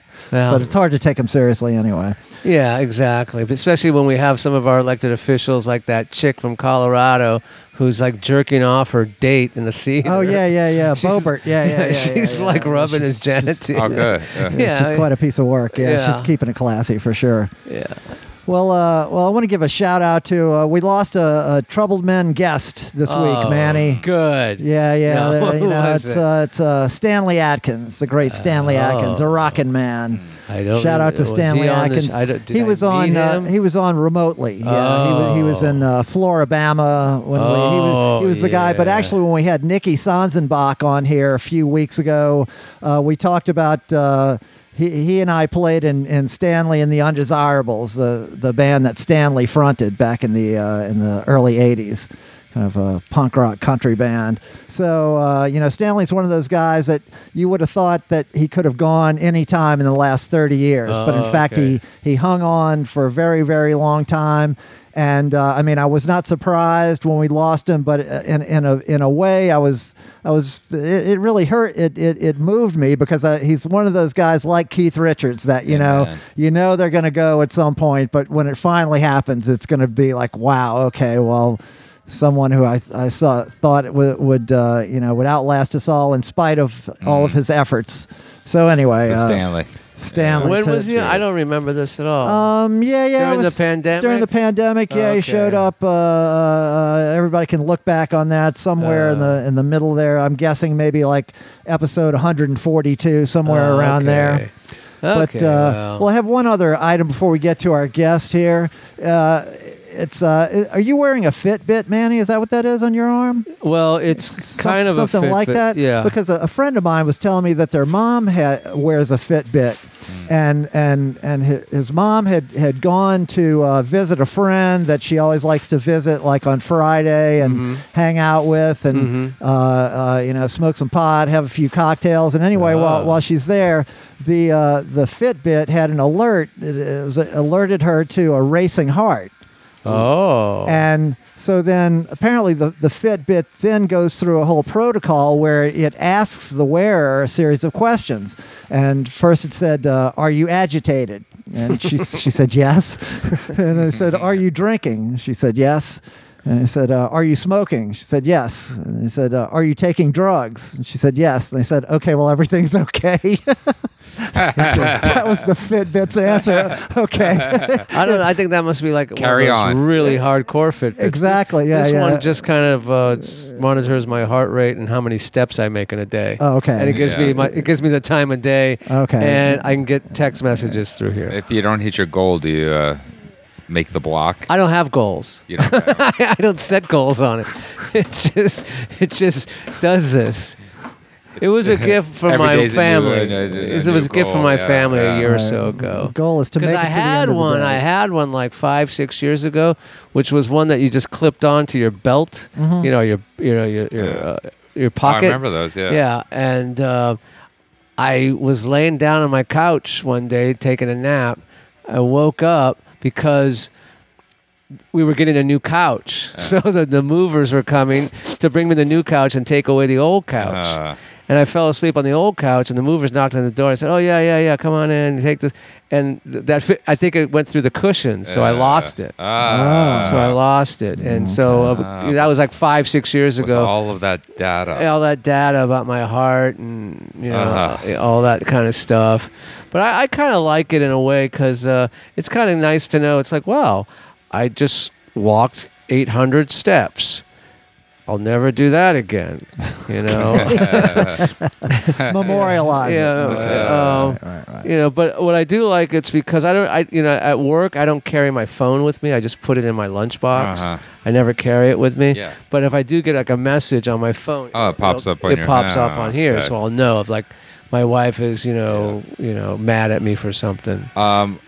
[SPEAKER 1] but it's hard to take them seriously anyway.
[SPEAKER 2] Yeah, exactly. But especially when we have some of our elected officials, like that chick from Colorado, who's like jerking off her date in the theater.
[SPEAKER 1] Oh yeah, yeah, yeah.
[SPEAKER 2] [LAUGHS] She's-
[SPEAKER 1] Bobert. Yeah, yeah. yeah,
[SPEAKER 2] she's
[SPEAKER 1] yeah, yeah.
[SPEAKER 2] like rubbing
[SPEAKER 1] She's-
[SPEAKER 2] his genitalia.
[SPEAKER 3] Oh, good.
[SPEAKER 2] [LAUGHS]
[SPEAKER 1] [LAUGHS]
[SPEAKER 3] Yeah.
[SPEAKER 1] Yeah,
[SPEAKER 2] Yeah.
[SPEAKER 1] she's quite a piece of work. Yeah,
[SPEAKER 2] Yeah.
[SPEAKER 1] she's keeping it classy for sure.
[SPEAKER 2] Yeah.
[SPEAKER 1] Well, uh, well, I want to give a shout out to uh, we lost a, a troubled men guest this
[SPEAKER 2] Oh,
[SPEAKER 1] week, Manny.
[SPEAKER 2] Good.
[SPEAKER 1] Yeah, yeah,
[SPEAKER 2] No,
[SPEAKER 1] there- you
[SPEAKER 2] [LAUGHS] who
[SPEAKER 1] know,
[SPEAKER 2] was
[SPEAKER 1] it's
[SPEAKER 2] it?
[SPEAKER 1] uh, it's uh, Stanley Atkins, the great Stanley Atkins,
[SPEAKER 2] Oh.
[SPEAKER 1] a rockin' man.
[SPEAKER 2] I don't.
[SPEAKER 1] Shout out to
[SPEAKER 2] was he
[SPEAKER 1] Stanley
[SPEAKER 2] on the sh-
[SPEAKER 1] Atkins.
[SPEAKER 2] I don't, did
[SPEAKER 1] he
[SPEAKER 2] I
[SPEAKER 1] was
[SPEAKER 2] meet
[SPEAKER 1] on. Uh,
[SPEAKER 2] him?
[SPEAKER 1] he was on remotely. Yeah, he, was, he was in uh, Floribama when we, he
[SPEAKER 2] Oh,
[SPEAKER 1] was, he was the guy. But
[SPEAKER 2] yeah.
[SPEAKER 1] actually, when we had Nikki Sonzenbach on here a few weeks ago, uh, we talked about. Uh, he, he and I played in, in Stanley and the Undesirables, the the band that Stanley fronted back in the uh, in the early '80s, kind of a punk rock country band. So uh, you know, Stanley's one of those guys that you would have thought that he could have gone any time in the last 30 years, but
[SPEAKER 2] Oh,
[SPEAKER 1] in fact,
[SPEAKER 2] okay.
[SPEAKER 1] he he hung on for a very very long time and uh, I mean I was not surprised when we lost him but uh, in, in a in a way I was I was it, it really hurt it, it it moved me because I, he's one of those guys like Keith Richards that you know
[SPEAKER 3] Amen.
[SPEAKER 1] you know they're going to go at some point but when it finally happens it's going to be like wow okay well someone who I, I saw thought it would, would uh, you know would outlast us all in spite of all of his efforts so anyway
[SPEAKER 3] To
[SPEAKER 1] uh,
[SPEAKER 3] Stanley.
[SPEAKER 1] Stanley
[SPEAKER 2] When
[SPEAKER 1] to-
[SPEAKER 2] was he? I don't remember this at all.
[SPEAKER 1] um. Yeah. Yeah. it
[SPEAKER 2] During the
[SPEAKER 1] was
[SPEAKER 2] pandemic?
[SPEAKER 1] During the pandemic. Yeah. He showed
[SPEAKER 2] Okay.
[SPEAKER 1] up. Uh, uh, everybody can look back on that somewhere in
[SPEAKER 2] Uh.
[SPEAKER 1] the in the middle there. I'm guessing maybe like episode 142 somewhere
[SPEAKER 2] Oh,
[SPEAKER 1] around
[SPEAKER 2] okay.
[SPEAKER 1] there.
[SPEAKER 2] Okay,
[SPEAKER 1] but uh,
[SPEAKER 2] well.
[SPEAKER 1] well, I have one other item before we get to our guest here. Uh, it's uh, are you wearing a Fitbit, Manny? Is that what that is on your arm?
[SPEAKER 2] Well, it's
[SPEAKER 1] Some-
[SPEAKER 2] kind of a
[SPEAKER 1] something
[SPEAKER 2] fit,
[SPEAKER 1] like
[SPEAKER 2] but-
[SPEAKER 1] that.
[SPEAKER 2] Yeah.
[SPEAKER 1] Because a, a friend of mine was telling me that their mom had wears a Fitbit,
[SPEAKER 2] Mm.
[SPEAKER 1] and and and hi- his mom had had gone to uh, visit a friend that she always likes to visit, like on Friday, and
[SPEAKER 2] Mm-hmm.
[SPEAKER 1] hang out with, and uh, uh, you know, smoke some pot, have a few cocktails, and anyway, while
[SPEAKER 2] Oh.
[SPEAKER 1] while she's there. The, uh, the Fitbit had an alert. It, it was alerted her to a racing heart.
[SPEAKER 2] oh.
[SPEAKER 1] And so then apparently the, the Fitbit then goes through a whole protocol where it asks the wearer a series of questions. And first it said, uh, Are you agitated? And she, she said, Yes. [LAUGHS] And I said, Are you drinking? She said, Yes. And I said, uh, Are you smoking? She said, Yes. And I said, uh, Are you taking drugs? And she said, Yes. And I said, Okay, well, everything's [LAUGHS] okay. that was the Fitbit's answer. [LAUGHS] Okay.
[SPEAKER 2] [LAUGHS] I don't. know. I think that must be like
[SPEAKER 3] Carry
[SPEAKER 2] one of those
[SPEAKER 3] on.
[SPEAKER 2] Really hardcore Fitbits. This-
[SPEAKER 1] Exactly, yeah,
[SPEAKER 2] This
[SPEAKER 1] yeah.
[SPEAKER 2] one just kind of uh, s- monitors my heart rate and how many steps I make in a day.
[SPEAKER 1] Oh, okay.
[SPEAKER 2] And it gives me
[SPEAKER 3] Yeah.
[SPEAKER 2] my. It gives me the time of day.
[SPEAKER 1] Okay.
[SPEAKER 2] And I can get text messages through here.
[SPEAKER 3] If you don't hit your goal, do you uh, make
[SPEAKER 2] [LAUGHS]
[SPEAKER 3] the block?
[SPEAKER 2] I don't have goals.
[SPEAKER 3] You don't know. Oh,
[SPEAKER 2] I don't set goals on it. [LAUGHS] It just it just does this. It was a
[SPEAKER 3] [LAUGHS]
[SPEAKER 2] gift from
[SPEAKER 3] Every
[SPEAKER 2] my
[SPEAKER 3] day's a new-
[SPEAKER 2] family.
[SPEAKER 3] a- a- a
[SPEAKER 2] it
[SPEAKER 3] new
[SPEAKER 2] was a gift from
[SPEAKER 3] goal,
[SPEAKER 2] my
[SPEAKER 3] yeah,
[SPEAKER 2] family a
[SPEAKER 3] yeah.
[SPEAKER 2] year or
[SPEAKER 1] Right.
[SPEAKER 2] so
[SPEAKER 1] Uh, The
[SPEAKER 2] ago.
[SPEAKER 1] goal is to make
[SPEAKER 2] Because
[SPEAKER 1] it
[SPEAKER 2] I
[SPEAKER 1] to the end of
[SPEAKER 2] had
[SPEAKER 1] the
[SPEAKER 2] one,
[SPEAKER 1] day.
[SPEAKER 2] I had one like five, six years ago, which was one that you just clipped onto your belt,
[SPEAKER 1] Mm-hmm.
[SPEAKER 2] you know, your you know your your,
[SPEAKER 3] Yeah.
[SPEAKER 2] uh, your
[SPEAKER 3] Oh,
[SPEAKER 2] pocket.
[SPEAKER 3] I remember those. Yeah.
[SPEAKER 2] Yeah, and uh, I was laying down on my couch one day taking a nap. I woke up because we were getting a new couch. [LAUGHS] So the, the movers were coming to bring me the new couch and take away the old couch.
[SPEAKER 3] Uh.
[SPEAKER 2] and I fell asleep on the old couch, and the movers knocked on the door. I said, "Oh yeah, yeah, yeah, come on in, take this." And th- that fit, I think it went through the cushions, so I
[SPEAKER 3] Uh,
[SPEAKER 2] lost it.
[SPEAKER 3] Ah.
[SPEAKER 2] so I lost it, and so uh, that was like five, six years
[SPEAKER 3] Uh-huh. With
[SPEAKER 2] ago.
[SPEAKER 3] all of that data.
[SPEAKER 2] all that data about my heart and you know eh,
[SPEAKER 3] Uh-huh.
[SPEAKER 2] all that kind of stuff. But I, I kind of like it in a way because uh, it's kind of nice to know. It's like, wow, I just walked 800 steps. I'll never do that again. You
[SPEAKER 3] [LAUGHS]
[SPEAKER 2] know.
[SPEAKER 1] Memorialize.
[SPEAKER 2] yeah.
[SPEAKER 1] It.
[SPEAKER 2] um,
[SPEAKER 1] Right, right.
[SPEAKER 2] you know but what i do like it's because i don't i you know at work i don't carry my phone with me i just put it in my lunchbox
[SPEAKER 3] Uh-huh.
[SPEAKER 2] i never carry it with me
[SPEAKER 3] Yeah.
[SPEAKER 2] but if i do get like a message on my phone
[SPEAKER 3] Oh, it pops
[SPEAKER 2] it'll-
[SPEAKER 3] up on
[SPEAKER 2] it
[SPEAKER 3] your-
[SPEAKER 2] pops up
[SPEAKER 3] oh,
[SPEAKER 2] on here
[SPEAKER 3] okay.
[SPEAKER 2] so i'll know if like my wife is you know you know mad at me for something
[SPEAKER 3] Um,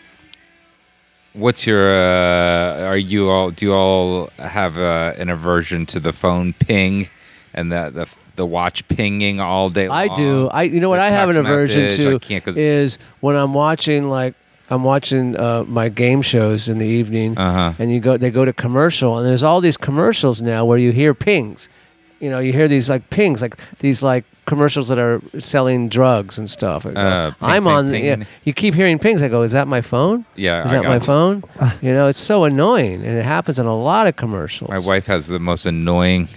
[SPEAKER 3] what's your? Uh, are you all? Do you all have uh, an aversion to the phone ping and the the the watch pinging all day?
[SPEAKER 2] I
[SPEAKER 3] long?
[SPEAKER 2] do. I you know what
[SPEAKER 3] The
[SPEAKER 2] I have an
[SPEAKER 3] text
[SPEAKER 2] aversion
[SPEAKER 3] message, I
[SPEAKER 2] to
[SPEAKER 3] can't 'cause-
[SPEAKER 2] is when I'm watching like I'm watching uh, my game shows in the evening,
[SPEAKER 3] Uh-huh.
[SPEAKER 2] and you go they go to commercial, and there's all these commercials now where you hear pings. You know, you hear these like pings, like these like commercials that are selling drugs and stuff. I go,
[SPEAKER 3] Uh, ping,
[SPEAKER 2] I'm
[SPEAKER 3] ping,
[SPEAKER 2] on.
[SPEAKER 3] ping.
[SPEAKER 2] Yeah, you keep hearing pings. I go, is that my phone?
[SPEAKER 3] Yeah,
[SPEAKER 2] is
[SPEAKER 3] I
[SPEAKER 2] that
[SPEAKER 3] got
[SPEAKER 2] my
[SPEAKER 3] you.
[SPEAKER 2] phone?
[SPEAKER 3] [LAUGHS]
[SPEAKER 2] you know, it's so annoying, and it happens in a lot of commercials.
[SPEAKER 3] My wife has the most annoying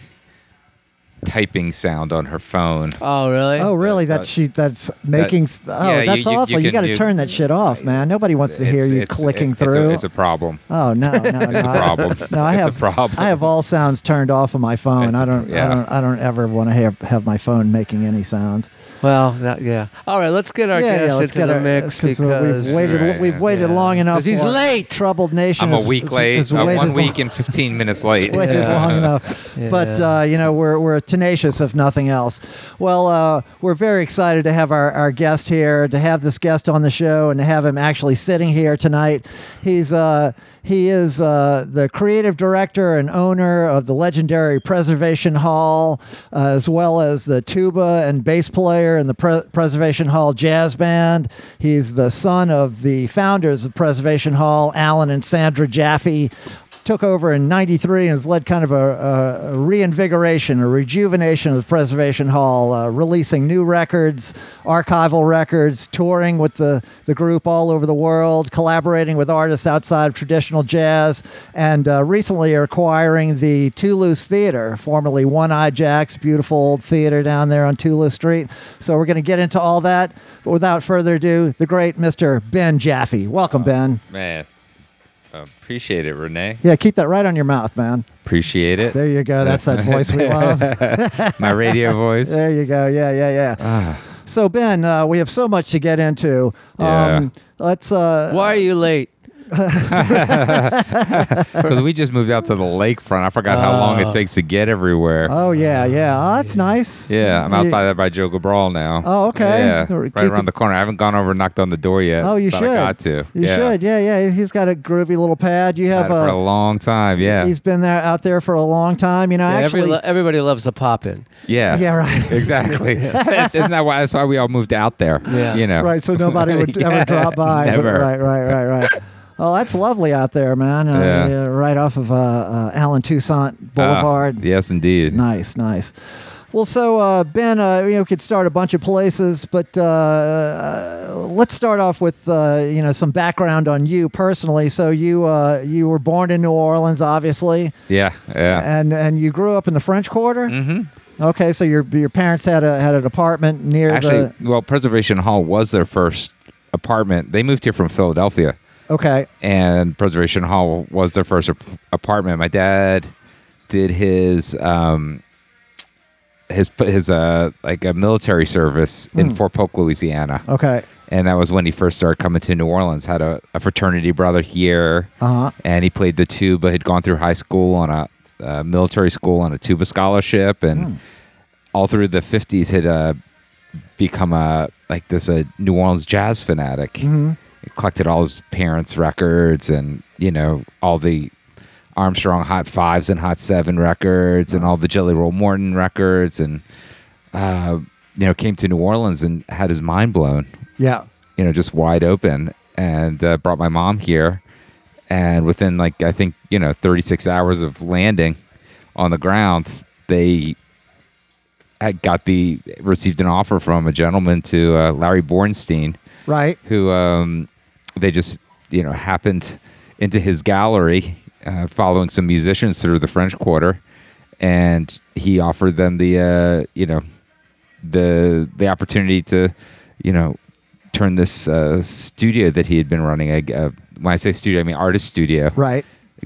[SPEAKER 3] typing sound on her phone.
[SPEAKER 2] Oh really?
[SPEAKER 1] Oh, really? That she that's making. s oh,
[SPEAKER 3] yeah, you-
[SPEAKER 1] that's
[SPEAKER 3] you- you
[SPEAKER 1] awful. You,
[SPEAKER 3] can-
[SPEAKER 1] got to
[SPEAKER 3] you-
[SPEAKER 1] turn that shit off, man. Nobody wants to hear
[SPEAKER 3] It's-
[SPEAKER 1] you
[SPEAKER 3] it's-
[SPEAKER 1] clicking
[SPEAKER 3] it's a-
[SPEAKER 1] through.
[SPEAKER 3] It's a problem.
[SPEAKER 1] oh
[SPEAKER 3] [LAUGHS]
[SPEAKER 1] no, no, [LAUGHS] no! It's
[SPEAKER 3] a problem.
[SPEAKER 1] No, I
[SPEAKER 3] It's a
[SPEAKER 1] have
[SPEAKER 3] problem.
[SPEAKER 1] I have all sounds turned off on my phone.
[SPEAKER 3] It's a
[SPEAKER 1] I
[SPEAKER 3] pr-
[SPEAKER 1] don't,
[SPEAKER 3] yeah.
[SPEAKER 1] I don't, I don't ever want to have, have my phone making any sounds.
[SPEAKER 2] Well, that, yeah. All right, let's get our guest into the mix
[SPEAKER 1] because
[SPEAKER 2] because
[SPEAKER 1] uh, we've waited,
[SPEAKER 3] Right,
[SPEAKER 1] we've
[SPEAKER 3] yeah.
[SPEAKER 1] waited
[SPEAKER 2] Yeah.
[SPEAKER 1] long enough.
[SPEAKER 2] 'Cause he's
[SPEAKER 1] for
[SPEAKER 2] late.
[SPEAKER 1] Troubled nation.
[SPEAKER 3] I'm a
[SPEAKER 1] is-
[SPEAKER 3] week
[SPEAKER 1] is-
[SPEAKER 3] late.
[SPEAKER 1] is
[SPEAKER 3] I'm
[SPEAKER 1] waited
[SPEAKER 3] one
[SPEAKER 1] long-
[SPEAKER 3] week and 15 minutes late.
[SPEAKER 1] it's waited
[SPEAKER 2] Yeah.
[SPEAKER 1] long enough. But
[SPEAKER 2] [LAUGHS] Yeah.
[SPEAKER 1] uh, you know, we're we're tenacious if nothing else. Well, uh, we're very excited to have our, our guest here, to have this guest on the show, and to have him actually sitting here tonight. He's uh, he is uh, the creative director and owner of the legendary Preservation Hall, uh, as well as the tuba and bass player in the Pre- Preservation Hall Jazz Band. He's the son of the founders of Preservation Hall, Alan and Sandra Jaffe took over in 93 and has led kind of a, a, a reinvigoration, a rejuvenation of the Preservation Hall, uh, releasing new records, archival records, touring with the, the group all over the world, collaborating with artists outside of traditional jazz, and uh, recently are acquiring the Toulouse Theater, formerly One Eye Jack's beautiful old theater down there on Toulouse Street. So we're going to get into all that. But without further ado, the great Mr. Ben Jaffe. Welcome, Ben.
[SPEAKER 3] [LAUGHS] Man, appreciate it, Renee.
[SPEAKER 1] Yeah, keep that right on your mouth, man.
[SPEAKER 3] Appreciate it.
[SPEAKER 1] There you go. That's that voice
[SPEAKER 3] [LAUGHS]
[SPEAKER 1] we love.
[SPEAKER 3] My radio voice. Ah.
[SPEAKER 1] There you go. Yeah, yeah, yeah. so Ben, uh, we have so much to get into. Um,
[SPEAKER 3] Yeah.
[SPEAKER 1] let's. Uh,
[SPEAKER 2] why are you late?
[SPEAKER 1] [LAUGHS]
[SPEAKER 3] Because we just moved out to the lakefront. I forgot how long it
[SPEAKER 2] Oh.
[SPEAKER 3] takes to get everywhere.
[SPEAKER 1] Oh yeah, yeah. Oh, that's nice.
[SPEAKER 3] yeah, I'm out by that by Joe Cabral now.
[SPEAKER 1] Oh, okay.
[SPEAKER 3] Yeah,
[SPEAKER 1] Or
[SPEAKER 3] right
[SPEAKER 1] you
[SPEAKER 3] around
[SPEAKER 1] could-
[SPEAKER 3] the corner. I haven't gone over and knocked on the door yet.
[SPEAKER 1] Oh, you
[SPEAKER 3] but
[SPEAKER 1] should.
[SPEAKER 3] I got to.
[SPEAKER 1] You
[SPEAKER 3] yeah.
[SPEAKER 1] should. Yeah, yeah. He's got a groovy little pad. You
[SPEAKER 3] Had
[SPEAKER 1] have uh,
[SPEAKER 3] it for a long time. Yeah.
[SPEAKER 1] He's been there out there for a long time. You know,
[SPEAKER 2] Yeah,
[SPEAKER 1] actually.
[SPEAKER 2] every, lo- everybody loves the pop in.
[SPEAKER 3] yeah.
[SPEAKER 1] yeah, right. [LAUGHS]
[SPEAKER 3] [LAUGHS] Exactly. Isn't that why? That's why we all moved out there.
[SPEAKER 2] Yeah.
[SPEAKER 3] You know.
[SPEAKER 1] Right. So nobody would ever
[SPEAKER 3] [LAUGHS] Yeah,
[SPEAKER 1] drop by. but-
[SPEAKER 3] Never.
[SPEAKER 1] Right. Right. Right. Right. Oh, that's lovely out there, man. Uh,
[SPEAKER 3] Yeah.
[SPEAKER 1] right off of uh, uh, Allen Toussaint
[SPEAKER 3] Ah,
[SPEAKER 1] Boulevard.
[SPEAKER 3] yes, indeed.
[SPEAKER 1] Nice, nice. Well, so uh, Ben, uh, you know, could start a bunch of places, but uh, uh, let's start off with uh, you know some background on you personally. So you uh, you were born in New Orleans, obviously,
[SPEAKER 3] Yeah. Yeah.
[SPEAKER 1] and and you grew up in the French Quarter. Mm-hmm. Okay, so your your parents had a had an apartment near
[SPEAKER 3] Actually,
[SPEAKER 1] the.
[SPEAKER 3] well, Preservation Hall was their first apartment. They moved here from Philadelphia.
[SPEAKER 1] Okay,
[SPEAKER 3] and Preservation Hall was their first ap- apartment. My dad did his um his his uh like a military service in Fort Polk, Louisiana,
[SPEAKER 1] okay,
[SPEAKER 3] and that was when he first started coming to New Orleans. Had a, a fraternity brother here,
[SPEAKER 1] uh huh,
[SPEAKER 3] and he played the tuba. Had gone through high school on a uh, military school on a tuba scholarship, and all through the fifties had uh, become a like this a New Orleans jazz fanatic. He collected all his parents' records, and you know all the Armstrong Hot Fives and Hot Seven records, and all the Jelly Roll Morton records, and uh, you know, came to New Orleans and had his mind blown,
[SPEAKER 1] Yeah.
[SPEAKER 3] you know, just wide open, and uh, brought my mom here. And within like I think you know 36 hours of landing on the ground, they had got the received an offer from a gentleman to uh, Larry Bornstein,
[SPEAKER 1] Right.
[SPEAKER 3] who um, they just you know happened into his gallery uh, following some musicians through the French Quarter, and he offered them the uh, you know the the opportunity to you know turn this uh, studio that he had been running. I, uh, when I say studio, I mean artist studio
[SPEAKER 1] Right.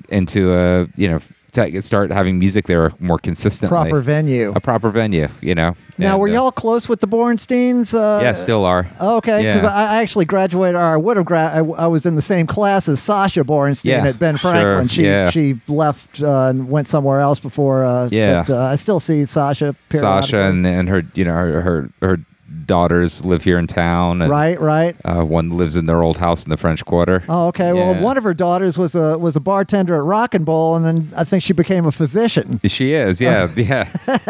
[SPEAKER 3] into a you know ta- start having music there more consistently.
[SPEAKER 1] Proper venue.
[SPEAKER 3] a proper venue, you know.
[SPEAKER 1] Now,
[SPEAKER 3] And,
[SPEAKER 1] were
[SPEAKER 3] uh,
[SPEAKER 1] y'all close with the Bornsteins? Uh,
[SPEAKER 3] yeah, still are.
[SPEAKER 1] Oh, okay, because
[SPEAKER 3] Yeah.
[SPEAKER 1] I I actually graduated, or I would have. Gra- I, w- I was in the same class as Sasha Borenstein
[SPEAKER 3] Yeah,
[SPEAKER 1] at Ben
[SPEAKER 3] sure,
[SPEAKER 1] Franklin. She
[SPEAKER 3] yeah.
[SPEAKER 1] she left uh, and went somewhere else before. Uh,
[SPEAKER 3] Yeah.
[SPEAKER 1] but, uh, I still see Sasha.
[SPEAKER 3] Sasha
[SPEAKER 1] periodically.
[SPEAKER 3] and, and her, you know, her, her her daughters live here in town. And,
[SPEAKER 1] right, right.
[SPEAKER 3] Uh, one lives in their old house in the French Quarter.
[SPEAKER 1] Oh, okay. Well,
[SPEAKER 3] Yeah.
[SPEAKER 1] one of her daughters was a was a bartender at Rock and Bowl, and then I think she became a physician.
[SPEAKER 3] She is, yeah,
[SPEAKER 1] Oh. [LAUGHS]
[SPEAKER 3] yeah,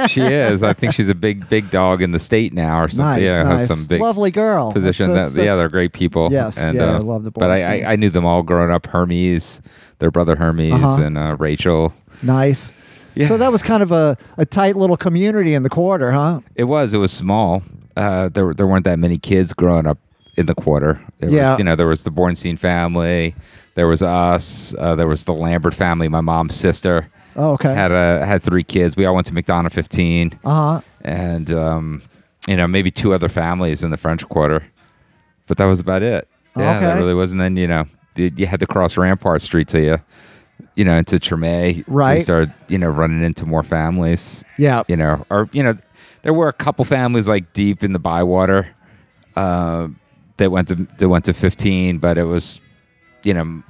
[SPEAKER 3] she is. I think she's a big, big dog in the state now, or
[SPEAKER 1] Nice,
[SPEAKER 3] something. yeah,
[SPEAKER 1] nice,
[SPEAKER 3] has some big
[SPEAKER 1] lovely girl.
[SPEAKER 3] position.
[SPEAKER 1] That's-
[SPEAKER 3] that,
[SPEAKER 1] that's-
[SPEAKER 3] yeah, they're great people.
[SPEAKER 1] Yes,
[SPEAKER 3] and,
[SPEAKER 1] yeah,
[SPEAKER 3] uh,
[SPEAKER 1] I love the
[SPEAKER 3] But I,
[SPEAKER 1] Bornstein's.
[SPEAKER 3] I, I knew them all growing up. Hermes, their brother Hermes,
[SPEAKER 1] Uh-huh.
[SPEAKER 3] and uh, Rachel.
[SPEAKER 1] nice.
[SPEAKER 3] Yeah.
[SPEAKER 1] So that was kind of a, a tight little community in the quarter, huh?
[SPEAKER 3] It was. It was small. Uh, there there weren't that many kids growing up in the quarter. There
[SPEAKER 1] Yeah.
[SPEAKER 3] was, you know, there was the Bornstein family. There was us. Uh, there was the Lambert family. My mom's sister
[SPEAKER 1] Oh, okay.
[SPEAKER 3] had uh, had three kids. We all went to McDonough 15,
[SPEAKER 1] uh huh.
[SPEAKER 3] and um, you know, maybe two other families in the French Quarter. But that was about it. Yeah, that
[SPEAKER 1] Okay.
[SPEAKER 3] really was. And then you know, you, you had to cross Rampart Street to you, you know, into Tremay. So you
[SPEAKER 1] Right.
[SPEAKER 3] started, you know, running into more families
[SPEAKER 1] Yeah.
[SPEAKER 3] you know, or you know, there were a couple families like deep in the Bywater uh, that went to that went to fifteen, but it was, you know,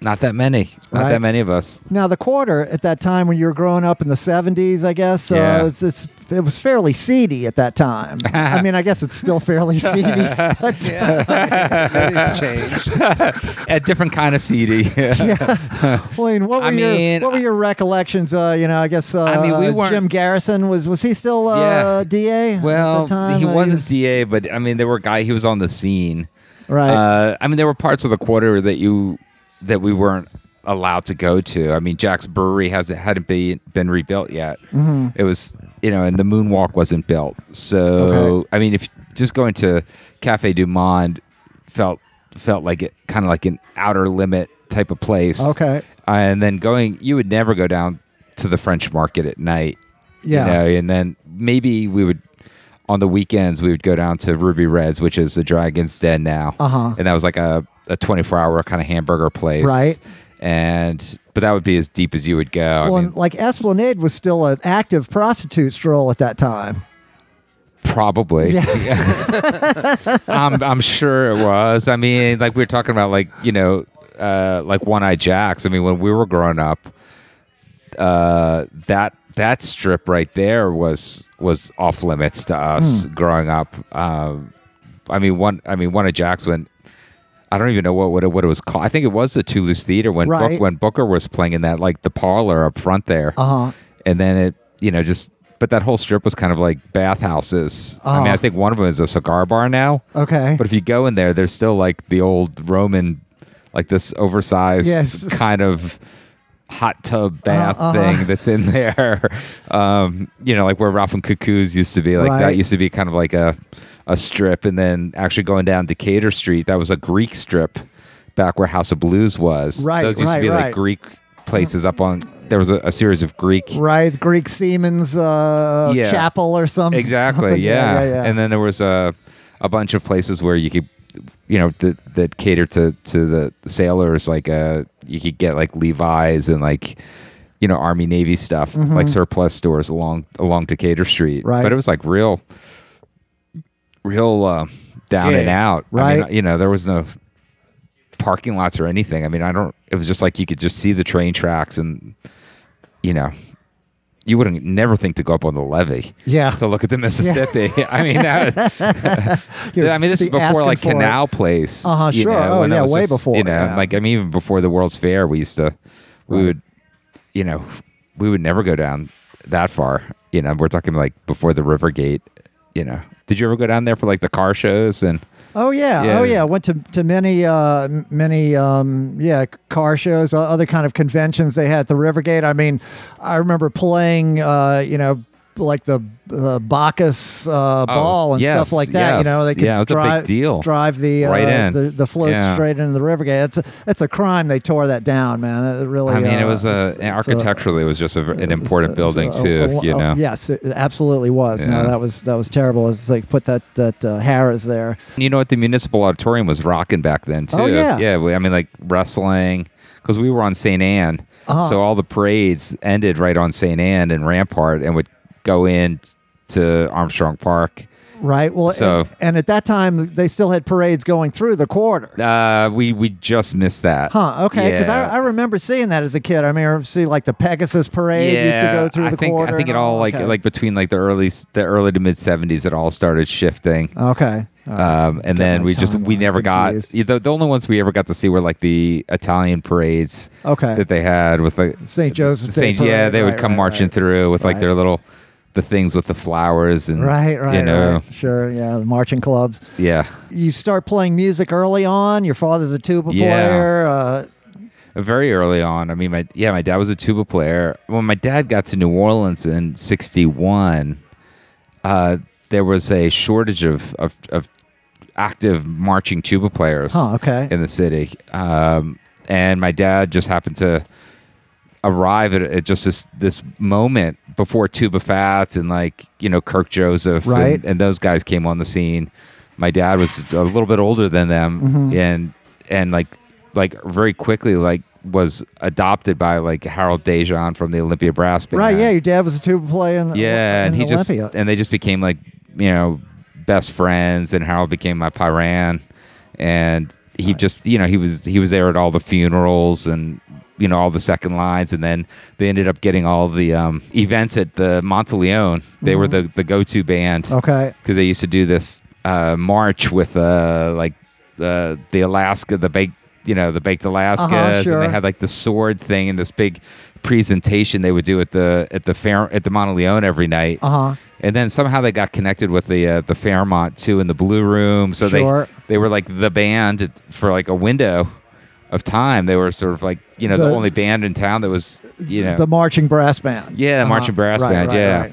[SPEAKER 3] not that many, not
[SPEAKER 1] Right.
[SPEAKER 3] that many of us.
[SPEAKER 1] Now the quarter at that time when you were growing up in the '70s, I guess, uh,
[SPEAKER 3] Yeah.
[SPEAKER 1] it's, it's it was fairly seedy at that
[SPEAKER 3] [LAUGHS]
[SPEAKER 1] time. I mean, I guess it's still fairly seedy. but-
[SPEAKER 2] [LAUGHS] Yeah, it's changed.
[SPEAKER 3] A different kind of seedy.
[SPEAKER 1] Blaine, what were
[SPEAKER 3] I
[SPEAKER 1] your
[SPEAKER 3] mean,
[SPEAKER 1] what were your recollections? Uh, you know, I guess uh,
[SPEAKER 3] mean, we weren't-
[SPEAKER 1] Jim Garrison was was he still uh,
[SPEAKER 3] Yeah.
[SPEAKER 1] DA? at
[SPEAKER 3] well,
[SPEAKER 1] the time?
[SPEAKER 3] he
[SPEAKER 1] Uh,
[SPEAKER 3] wasn't
[SPEAKER 1] was-
[SPEAKER 3] DA, but I mean, there were guy. He was on the scene.
[SPEAKER 1] right.
[SPEAKER 3] Uh, I mean, there were parts of the quarter that you that we weren't allowed to go to. I mean, Jack's Brewery hasn't hadn't been been rebuilt yet.
[SPEAKER 1] Mm-hmm.
[SPEAKER 3] It was you know, and the Moonwalk wasn't built. So
[SPEAKER 1] Okay.
[SPEAKER 3] I mean, if just going to Cafe Du Monde felt felt like it kind of like an outer limit type of place.
[SPEAKER 1] Okay.
[SPEAKER 3] Uh, and then going, you would never go down to the French Market at night.
[SPEAKER 1] Yeah.
[SPEAKER 3] You know, and then maybe we would on the weekends we would go down to Ruby Reds, which is the Dragon's Den now.
[SPEAKER 1] Uh-huh.
[SPEAKER 3] And that was like a, a 24 hour kind of hamburger place.
[SPEAKER 1] Right.
[SPEAKER 3] And but that would be as deep as you would go. I
[SPEAKER 1] well,
[SPEAKER 3] mean,
[SPEAKER 1] and, like Esplanade was still an active prostitute stroll at that time.
[SPEAKER 3] probably. [LAUGHS] I'm I'm sure it was. I mean, like we were talking about like, you know, uh, like one eye jacks. I mean, when we were growing up, uh, that that strip right there was was off limits to us growing up. Um, I mean one I mean one of Jack's when I don't even know what what it, what it was called. I think it was the Toulouse Theater when
[SPEAKER 1] Right.
[SPEAKER 3] Book, when Booker was playing in that like the parlor up front there.
[SPEAKER 1] Uh huh.
[SPEAKER 3] And then it you know just but that whole strip was kind of like bathhouses. I mean
[SPEAKER 1] Oh.
[SPEAKER 3] I think one of them is a cigar bar now.
[SPEAKER 1] Okay.
[SPEAKER 3] But if you go in there, there's still like the old Roman, like this oversized
[SPEAKER 1] Yes.
[SPEAKER 3] kind of hot tub bath
[SPEAKER 1] Uh-huh, uh-huh.
[SPEAKER 3] thing that's in there. [LAUGHS] um, you know, like where Ralph and Cuckoo's used to be. Like
[SPEAKER 1] Right.
[SPEAKER 3] that used to be kind of like a a strip, and then actually going down Decatur Street, that was a Greek strip back where House of Blues was.
[SPEAKER 1] Right,
[SPEAKER 3] Those used
[SPEAKER 1] right,
[SPEAKER 3] to be
[SPEAKER 1] right.
[SPEAKER 3] like Greek places up on. There was a, a series of Greek.
[SPEAKER 1] right, Greek Seaman's uh,
[SPEAKER 3] Yeah.
[SPEAKER 1] chapel or something.
[SPEAKER 3] Exactly.
[SPEAKER 1] something. [LAUGHS]
[SPEAKER 3] Yeah.
[SPEAKER 1] yeah, yeah.
[SPEAKER 3] And then there was a a bunch of places where you could, you know, that that cater to to the sailors. Like, uh, you could get like Levi's and like, you know, Army Navy stuff, like surplus stores along along Decatur Street.
[SPEAKER 1] Mm-hmm. Right.
[SPEAKER 3] But it was like real, real uh, down and
[SPEAKER 2] Gig.
[SPEAKER 3] out. I
[SPEAKER 1] Right.
[SPEAKER 3] mean, you know, there was no parking lots or anything. I mean, I don't. It was just like you could just see the train tracks and, you know. You wouldn't never think to go up on the levee
[SPEAKER 1] yeah.
[SPEAKER 3] to look at the Mississippi. [LAUGHS] I mean, that
[SPEAKER 1] [LAUGHS]
[SPEAKER 3] was, I mean, this is
[SPEAKER 1] You'd be
[SPEAKER 3] before like
[SPEAKER 1] asking for it.
[SPEAKER 3] Canal Place.
[SPEAKER 1] Uh-huh,
[SPEAKER 3] you
[SPEAKER 1] sure.
[SPEAKER 3] know,
[SPEAKER 1] Oh,
[SPEAKER 3] when that
[SPEAKER 1] yeah,
[SPEAKER 3] was
[SPEAKER 1] way before,
[SPEAKER 3] You know,
[SPEAKER 1] yeah.
[SPEAKER 3] like I mean, even before the World's Fair, we used to, we
[SPEAKER 1] Right.
[SPEAKER 3] would, you know, we would never go down that far. You know, we're talking like before the River Gate. You know, Did you ever go down there for like the car shows and?
[SPEAKER 1] Oh yeah.
[SPEAKER 3] Yeah.
[SPEAKER 1] oh yeah. Went to to many uh, m- many um, yeah c- car shows, o- other kind of conventions they had at the Rivergate. I mean, I remember playing uh, you know like the uh, Bacchus uh, ball and
[SPEAKER 3] Oh, yes,
[SPEAKER 1] stuff like that. You know,
[SPEAKER 3] yes.
[SPEAKER 1] they could
[SPEAKER 3] Yeah, it's a big
[SPEAKER 1] drive,
[SPEAKER 3] deal.
[SPEAKER 1] drive the uh,
[SPEAKER 3] Right in.
[SPEAKER 1] the, the float
[SPEAKER 3] Yeah.
[SPEAKER 1] straight into the Rivergate. It's a, it's a crime they tore that down, man. It really.
[SPEAKER 3] I mean, it
[SPEAKER 1] uh,
[SPEAKER 3] was
[SPEAKER 1] it's-
[SPEAKER 3] a
[SPEAKER 1] it's
[SPEAKER 3] architecturally, it was just a, ver- an
[SPEAKER 1] it was-
[SPEAKER 3] important
[SPEAKER 1] it was
[SPEAKER 3] building
[SPEAKER 1] a-
[SPEAKER 3] too.
[SPEAKER 1] a-
[SPEAKER 3] you
[SPEAKER 1] a-
[SPEAKER 3] know,
[SPEAKER 1] oh, Yes, it absolutely was.
[SPEAKER 3] Yeah.
[SPEAKER 1] No, that was that was terrible. It's like put that that uh, Harris there.
[SPEAKER 3] You know what? The municipal auditorium was rocking back then too.
[SPEAKER 1] Oh, yeah.
[SPEAKER 3] we, I mean, like wrestling, because we were on St. Anne,
[SPEAKER 1] Uh-huh.
[SPEAKER 3] so all the parades ended right on St. Anne and Rampart, and would go in t- to Armstrong Park.
[SPEAKER 1] Right. Well,
[SPEAKER 3] So-
[SPEAKER 1] and, and at that time they still had parades going through the quarter.
[SPEAKER 3] Uh, we we just missed that.
[SPEAKER 1] Huh. Okay. Because
[SPEAKER 3] Yeah.
[SPEAKER 1] I, I remember seeing that as a kid. I remember see like the Pegasus parade used to go through
[SPEAKER 3] I
[SPEAKER 1] the
[SPEAKER 3] think,
[SPEAKER 1] quarter.
[SPEAKER 3] I think it
[SPEAKER 1] and
[SPEAKER 3] all like
[SPEAKER 1] okay.
[SPEAKER 3] like between like the early s- the early to mid seventies, it all started shifting.
[SPEAKER 1] Okay. All right.
[SPEAKER 3] Um, and then
[SPEAKER 1] Uh, my
[SPEAKER 3] we just we
[SPEAKER 1] timelines
[SPEAKER 3] never got
[SPEAKER 1] confused.
[SPEAKER 3] the, the only ones we ever got to see were like the Italian parades
[SPEAKER 1] Okay.
[SPEAKER 3] uh, that they had with like
[SPEAKER 1] St. Joseph's Day
[SPEAKER 3] Saint, yeah,
[SPEAKER 1] parade,
[SPEAKER 3] they would
[SPEAKER 1] right,
[SPEAKER 3] come
[SPEAKER 1] right,
[SPEAKER 3] marching
[SPEAKER 1] right.
[SPEAKER 3] through with like
[SPEAKER 1] Right.
[SPEAKER 3] their little the things with the flowers and
[SPEAKER 1] Right. Right.
[SPEAKER 3] you know
[SPEAKER 1] Right. Sure. Yeah. The marching clubs.
[SPEAKER 3] yeah
[SPEAKER 1] You start playing music early on. Your father's a tuba
[SPEAKER 3] Yeah.
[SPEAKER 1] player. Uh,
[SPEAKER 3] very early on. I mean my yeah my dad was a tuba player. When my dad got to New Orleans in '61, uh, there was a shortage of of, of active marching tuba players.
[SPEAKER 1] huh. Okay.
[SPEAKER 3] in the city. Um, and my dad just happened to arrive at, at just this this moment before Tuba Fats and like you know Kirk Joseph and-
[SPEAKER 1] Right.
[SPEAKER 3] and, those guys came on the scene. My dad was a little bit older than them,
[SPEAKER 1] Mm-hmm.
[SPEAKER 3] and and like like very quickly like was adopted by like Harold Dejan from the Olympia Brass Band.
[SPEAKER 1] Right. Yeah. Your dad was a tuba player. In,
[SPEAKER 3] Yeah,
[SPEAKER 1] In
[SPEAKER 3] and he just
[SPEAKER 1] Olympia.
[SPEAKER 3] and they just became like you know best friends, and Harold became my pyran, and he just you know he was he was there at all the funerals and you know all the second lines, and then they ended up getting all the um, events at the Monteleone. They were the the go to band because
[SPEAKER 1] okay.
[SPEAKER 3] they used to do this uh, march with uh, like the the Alaska the big you know the baked Alaskas, and
[SPEAKER 1] Uh-huh, sure.
[SPEAKER 3] they had like the sword thing and this big presentation they would do at the at the fair at the Monteleone every night.
[SPEAKER 1] Uh huh.
[SPEAKER 3] And then somehow they got connected with the uh, the Fairmont too in the Blue Room, so
[SPEAKER 1] Sure.
[SPEAKER 3] they they were like the band for like a window of time. They were sort of like you know the,
[SPEAKER 1] The-
[SPEAKER 3] only band in town that was you know
[SPEAKER 1] the marching brass band. Uh-huh.
[SPEAKER 3] Yeah, the marching brass band, yeah.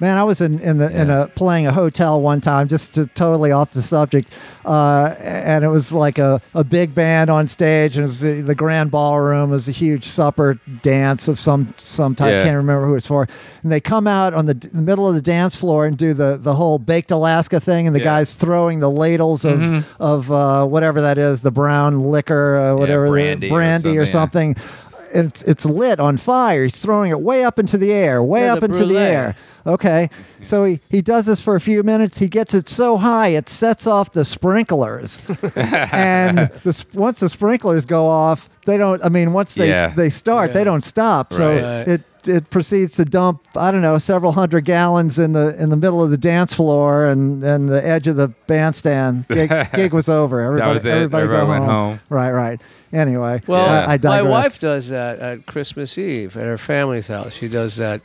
[SPEAKER 1] Man, I was in in, the, in
[SPEAKER 3] Yeah.
[SPEAKER 1] a playing a hotel one time, just to, totally off the subject, uh, and it was like a, a big band on stage, and it was the, the grand ballroom it was a huge supper dance of some some type.
[SPEAKER 3] Yeah.
[SPEAKER 1] Can't remember who it's for. And they come out on the, d- the middle of the dance floor and do the, the whole baked Alaska thing, and the
[SPEAKER 3] Yeah. Mm-hmm.
[SPEAKER 1] guys throwing the ladles of of uh, whatever that is, the brown liquor, uh, whatever the-
[SPEAKER 3] brandy or
[SPEAKER 1] brandy or something
[SPEAKER 3] something, yeah.
[SPEAKER 1] thing. It's it's lit on fire. He's throwing it way up into the air, way
[SPEAKER 2] Yeah,
[SPEAKER 1] up
[SPEAKER 2] the
[SPEAKER 1] into the
[SPEAKER 2] brulee.
[SPEAKER 1] air. Okay, so he, he does this for a few minutes. He gets it so high it sets off the
[SPEAKER 3] [LAUGHS]
[SPEAKER 1] sprinklers, and the, sp- once the sprinklers go off, they don't. I mean, once they
[SPEAKER 3] Yeah.
[SPEAKER 1] they start, they
[SPEAKER 2] Yeah.
[SPEAKER 1] don't stop. So
[SPEAKER 2] Right.
[SPEAKER 1] it it proceeds to dump I don't know several hundred gallons in the in the middle of the dance floor and and the edge of the bandstand.
[SPEAKER 3] [LAUGHS]
[SPEAKER 1] Gig, gig was over. Everybody,
[SPEAKER 3] was it.
[SPEAKER 1] Everybody, go
[SPEAKER 3] Everybody went
[SPEAKER 1] home.
[SPEAKER 3] home.
[SPEAKER 1] Right, right. Anyway,
[SPEAKER 2] Well,
[SPEAKER 3] Yeah.
[SPEAKER 1] I, I
[SPEAKER 2] my
[SPEAKER 1] digress.
[SPEAKER 2] wife does that at Christmas Eve at her family's house. She does that.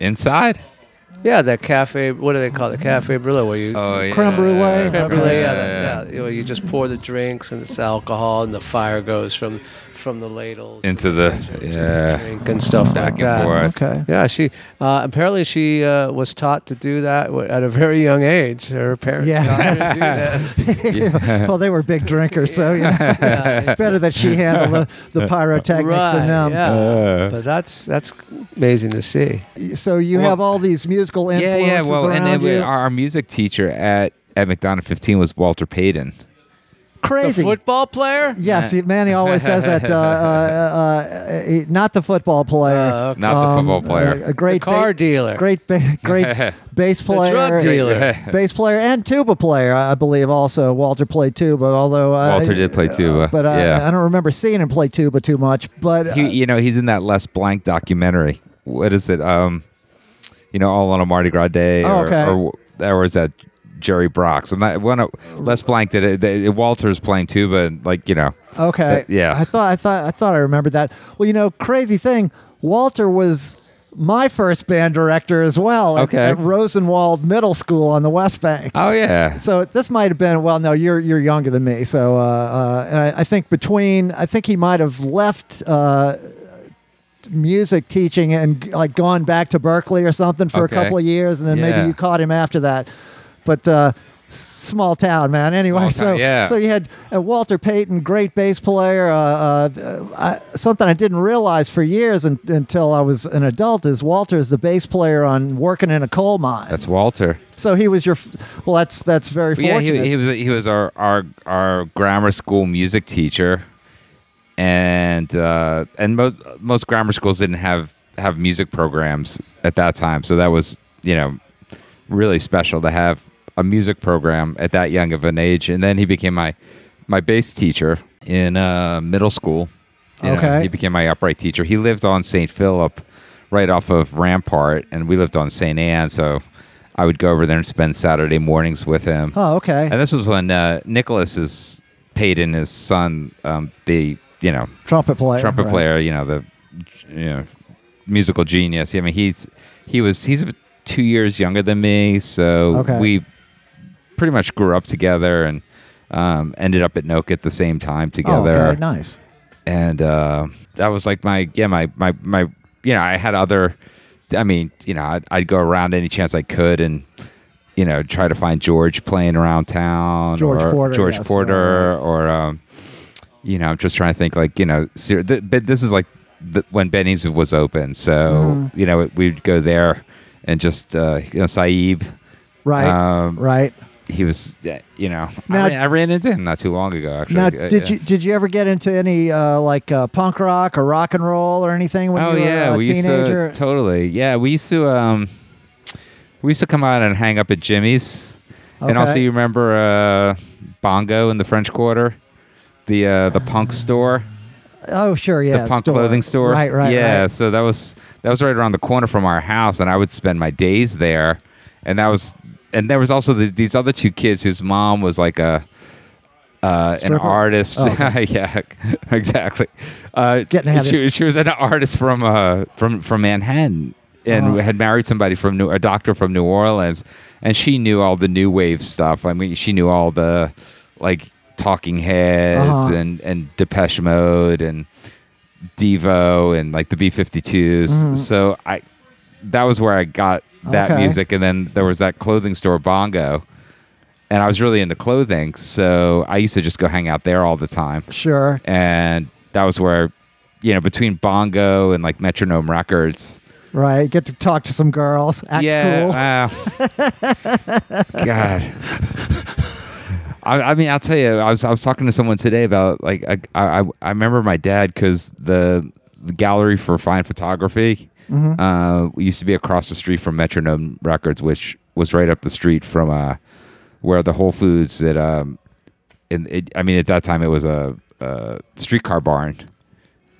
[SPEAKER 3] inside.
[SPEAKER 2] Yeah, that cafe. What do they call it? The cafe brulee where you
[SPEAKER 3] yeah,
[SPEAKER 1] Creme brulee.
[SPEAKER 2] Oh, Creme
[SPEAKER 1] Okay.
[SPEAKER 2] brulee, yeah, that- yeah. You, know, you just pour the drinks and it's alcohol and the fire goes from from the ladles
[SPEAKER 3] into the yeah
[SPEAKER 2] drink and stuff
[SPEAKER 3] back
[SPEAKER 2] like
[SPEAKER 3] and
[SPEAKER 2] that.
[SPEAKER 3] forth.
[SPEAKER 1] [LAUGHS] Okay.
[SPEAKER 2] Yeah, she uh, apparently she uh, was taught to do that w- at a very young age. Her parents
[SPEAKER 1] Yeah.
[SPEAKER 2] taught her to do
[SPEAKER 3] [LAUGHS]
[SPEAKER 2] that.
[SPEAKER 1] well, they were big drinkers, so you know,
[SPEAKER 2] Yeah.
[SPEAKER 1] it's better that she handled the,
[SPEAKER 3] [LAUGHS]
[SPEAKER 1] the pyrotechnics
[SPEAKER 2] Right,
[SPEAKER 1] than them.
[SPEAKER 2] yeah.
[SPEAKER 3] Uh.
[SPEAKER 2] But that's that's amazing to see.
[SPEAKER 1] So you
[SPEAKER 3] Well-
[SPEAKER 1] have all these musical
[SPEAKER 3] yeah,
[SPEAKER 1] influences
[SPEAKER 3] yeah. Well,
[SPEAKER 1] around
[SPEAKER 3] and then we,
[SPEAKER 1] you.
[SPEAKER 3] our, our music teacher at at McDonough 15 was Walter Payton.
[SPEAKER 2] The
[SPEAKER 1] Crazy.
[SPEAKER 2] football player?
[SPEAKER 1] Yes, he, Manny always says that.
[SPEAKER 2] [LAUGHS]
[SPEAKER 1] Uh, uh, uh, uh, he- not the football player.
[SPEAKER 2] Uh, okay.
[SPEAKER 3] Not the
[SPEAKER 1] Um,
[SPEAKER 3] football player.
[SPEAKER 1] A, a great
[SPEAKER 2] The car
[SPEAKER 1] ba-
[SPEAKER 2] dealer.
[SPEAKER 1] Great,
[SPEAKER 2] [LAUGHS]
[SPEAKER 1] ba- great bass
[SPEAKER 2] The
[SPEAKER 1] player.
[SPEAKER 2] drug dealer. [LAUGHS]
[SPEAKER 1] Bass player and tuba player, I I believe. Also, Walter played tuba, although uh,
[SPEAKER 3] Walter did play tuba.
[SPEAKER 1] But I,
[SPEAKER 3] yeah.
[SPEAKER 1] I don't remember seeing him play tuba too much. But uh,
[SPEAKER 3] he, you know, he's in that Les Blank documentary. What is it? Um, you know, all on a Mardi Gras day,
[SPEAKER 1] Oh,
[SPEAKER 3] or,
[SPEAKER 1] okay.
[SPEAKER 3] or or is that Jerry Brock's? I'm not one of Les Blank did it. they- Walter's playing tuba, and like you know,
[SPEAKER 1] Okay.
[SPEAKER 3] That- yeah.
[SPEAKER 1] I thought I thought I thought I remembered that. Well, you know, crazy thing. Walter was my first band director as well at-
[SPEAKER 3] Okay.
[SPEAKER 1] at, Rosenwald Middle School on the West Bank.
[SPEAKER 3] Oh yeah.
[SPEAKER 1] So this might have been well. No, you're you're younger than me. So uh, uh, and I, I think between I think he might have left uh, music teaching and like gone back to Berkeley or something for
[SPEAKER 3] Okay.
[SPEAKER 1] a couple of years, and then
[SPEAKER 3] Yeah.
[SPEAKER 1] maybe you caught him after that. But uh, s- small town man. Anyway,
[SPEAKER 3] Small
[SPEAKER 1] so
[SPEAKER 3] town, yeah.
[SPEAKER 1] so you had uh, Walter Payton, great bass player. Uh, uh, uh, I, something I didn't realize for years un until I was an adult is Walter is the bass player on Working in a Coal Mine.
[SPEAKER 3] That's Walter.
[SPEAKER 1] So he was your. f- Well, that's that's very
[SPEAKER 3] Well, yeah,
[SPEAKER 1] fortunate.
[SPEAKER 3] he, he was he was our our our grammar school music teacher, and uh, and most most grammar schools didn't have have music programs at that time, so that was you know really special to have a music program at that young of an age. And then he became my my bass teacher in uh, middle school. You know,
[SPEAKER 1] Okay.
[SPEAKER 3] he became my upright teacher. He lived on St. Philip, right off of Rampart, and we lived on St. Anne, so. I would go over there and spend Saturday mornings with him.
[SPEAKER 1] oh, okay.
[SPEAKER 3] [LAUGHS] And this was when uh, Nicholas is Payton, his son, um, the you know
[SPEAKER 1] trumpet player.
[SPEAKER 3] trumpet
[SPEAKER 1] Oh, right.
[SPEAKER 3] player, you know the you know musical genius. I mean, he's he was he's two years younger than me, so
[SPEAKER 1] Okay.
[SPEAKER 3] we pretty much grew up together and um, ended up at Nook at the same time
[SPEAKER 1] Oh,
[SPEAKER 3] together
[SPEAKER 1] okay, nice.
[SPEAKER 3] and uh, that was like my yeah my my my you know I had other I mean you know I'd, I'd go around any chance I could and you know try to find George playing around town
[SPEAKER 1] George
[SPEAKER 3] or
[SPEAKER 1] Porter,
[SPEAKER 3] George
[SPEAKER 1] yes,
[SPEAKER 3] Porter or um, you know I'm just trying to think like you know ser- th- but this is like the, when Benny's was open so
[SPEAKER 1] Mm-hmm.
[SPEAKER 3] you know we'd go there and just uh, you know Saeed
[SPEAKER 1] Right.
[SPEAKER 3] Um,
[SPEAKER 1] right.
[SPEAKER 3] he was yeah, you know
[SPEAKER 1] Now-
[SPEAKER 3] I, ran, I ran into him not too long ago actually
[SPEAKER 1] Now,
[SPEAKER 3] Uh,
[SPEAKER 1] did
[SPEAKER 3] yeah.
[SPEAKER 1] you did you ever get into any uh, like uh, punk rock or rock and roll or anything when
[SPEAKER 3] oh
[SPEAKER 1] you were
[SPEAKER 3] yeah,
[SPEAKER 1] a
[SPEAKER 3] we
[SPEAKER 1] teenager?
[SPEAKER 3] used to totally. Yeah, we used to um, we used to come out and hang up at Jimmy's, and also
[SPEAKER 1] Okay.
[SPEAKER 3] you remember uh, Bongo in the French Quarter, the uh, the punk store,
[SPEAKER 1] oh, sure, yeah.
[SPEAKER 3] the punk
[SPEAKER 1] store.
[SPEAKER 3] clothing store.
[SPEAKER 1] Right, right.
[SPEAKER 3] Yeah,
[SPEAKER 1] right.
[SPEAKER 3] so that was that was right around the corner from our house, and I would spend my days there, and that was, and there was also the, these other two kids whose mom was like a. Uh, an
[SPEAKER 1] Stripper?
[SPEAKER 3] artist,
[SPEAKER 1] Oh, okay.
[SPEAKER 3] [LAUGHS] yeah, exactly. Uh,
[SPEAKER 1] Getting ahead of-
[SPEAKER 3] she, she was an artist from uh from from Manhattan and
[SPEAKER 1] Oh.
[SPEAKER 3] had married somebody from New, a doctor from New Orleans, and she knew all the new wave stuff. I mean, she knew all the like Talking Heads
[SPEAKER 1] Uh-huh.
[SPEAKER 3] and and Depeche Mode and Devo and like the B 52s. So I that was where I got that
[SPEAKER 1] Mm-hmm. Okay.
[SPEAKER 3] music, and then there was that clothing store Bongo. And I was really into clothing, so I used to just go hang out there all the time
[SPEAKER 1] Sure.
[SPEAKER 3] and that was where you know between bongo and like metronome records
[SPEAKER 1] Right. Get to talk to some girls. Act cool.
[SPEAKER 3] yeah uh, god I, I mean i'll tell you I was, I was talking to someone today about like I, I, I remember my dad because the, the gallery for fine photography
[SPEAKER 1] Mm-hmm.
[SPEAKER 3] uh, used to be across the street from metronome records which was right up the street from uh, where the whole foods that um, and it, i mean at that time it was a, a streetcar barn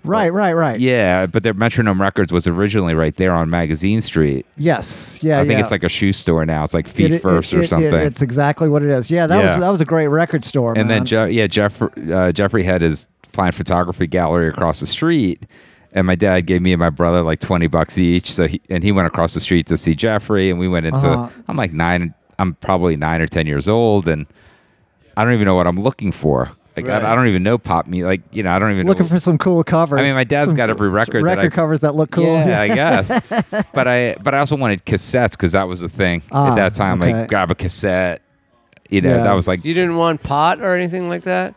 [SPEAKER 1] right. Right. Right.
[SPEAKER 3] Yeah, but their Metronome Records was originally right there on Magazine Street.
[SPEAKER 1] Yes. Yeah.
[SPEAKER 3] I think
[SPEAKER 1] yeah.
[SPEAKER 3] it's like a shoe store now. It's like Feet
[SPEAKER 1] It- it-
[SPEAKER 3] First
[SPEAKER 1] it-
[SPEAKER 3] or
[SPEAKER 1] it-
[SPEAKER 3] something.
[SPEAKER 1] it's exactly what it is. Yeah. That
[SPEAKER 3] Yeah.
[SPEAKER 1] was that was a great record store.
[SPEAKER 3] and
[SPEAKER 1] man.
[SPEAKER 3] then Je- yeah, Jeff uh, Jeffrey had his fine photography gallery across the street, and my dad gave me and my brother like twenty bucks each. So he and he went across the street to see Jeffrey, and we went into.
[SPEAKER 1] Uh-huh.
[SPEAKER 3] I'm like nine. I'm probably nine or ten years old, and I don't even know what I'm looking for. Like
[SPEAKER 2] Right.
[SPEAKER 3] I, I don't even know pop me. Like you know, I don't even
[SPEAKER 1] looking
[SPEAKER 3] know.
[SPEAKER 1] for some cool covers.
[SPEAKER 3] I mean, my dad's
[SPEAKER 1] Some
[SPEAKER 3] got every record that I-
[SPEAKER 1] record covers that look cool.
[SPEAKER 3] [LAUGHS] Yeah, I guess.
[SPEAKER 1] [LAUGHS]
[SPEAKER 3] but I but I also wanted cassettes because that was the thing
[SPEAKER 1] Ah,
[SPEAKER 3] at that time.
[SPEAKER 1] okay.
[SPEAKER 3] Like grab a cassette. You know,
[SPEAKER 1] Yeah.
[SPEAKER 3] that was like
[SPEAKER 2] You didn't want pot or anything like that?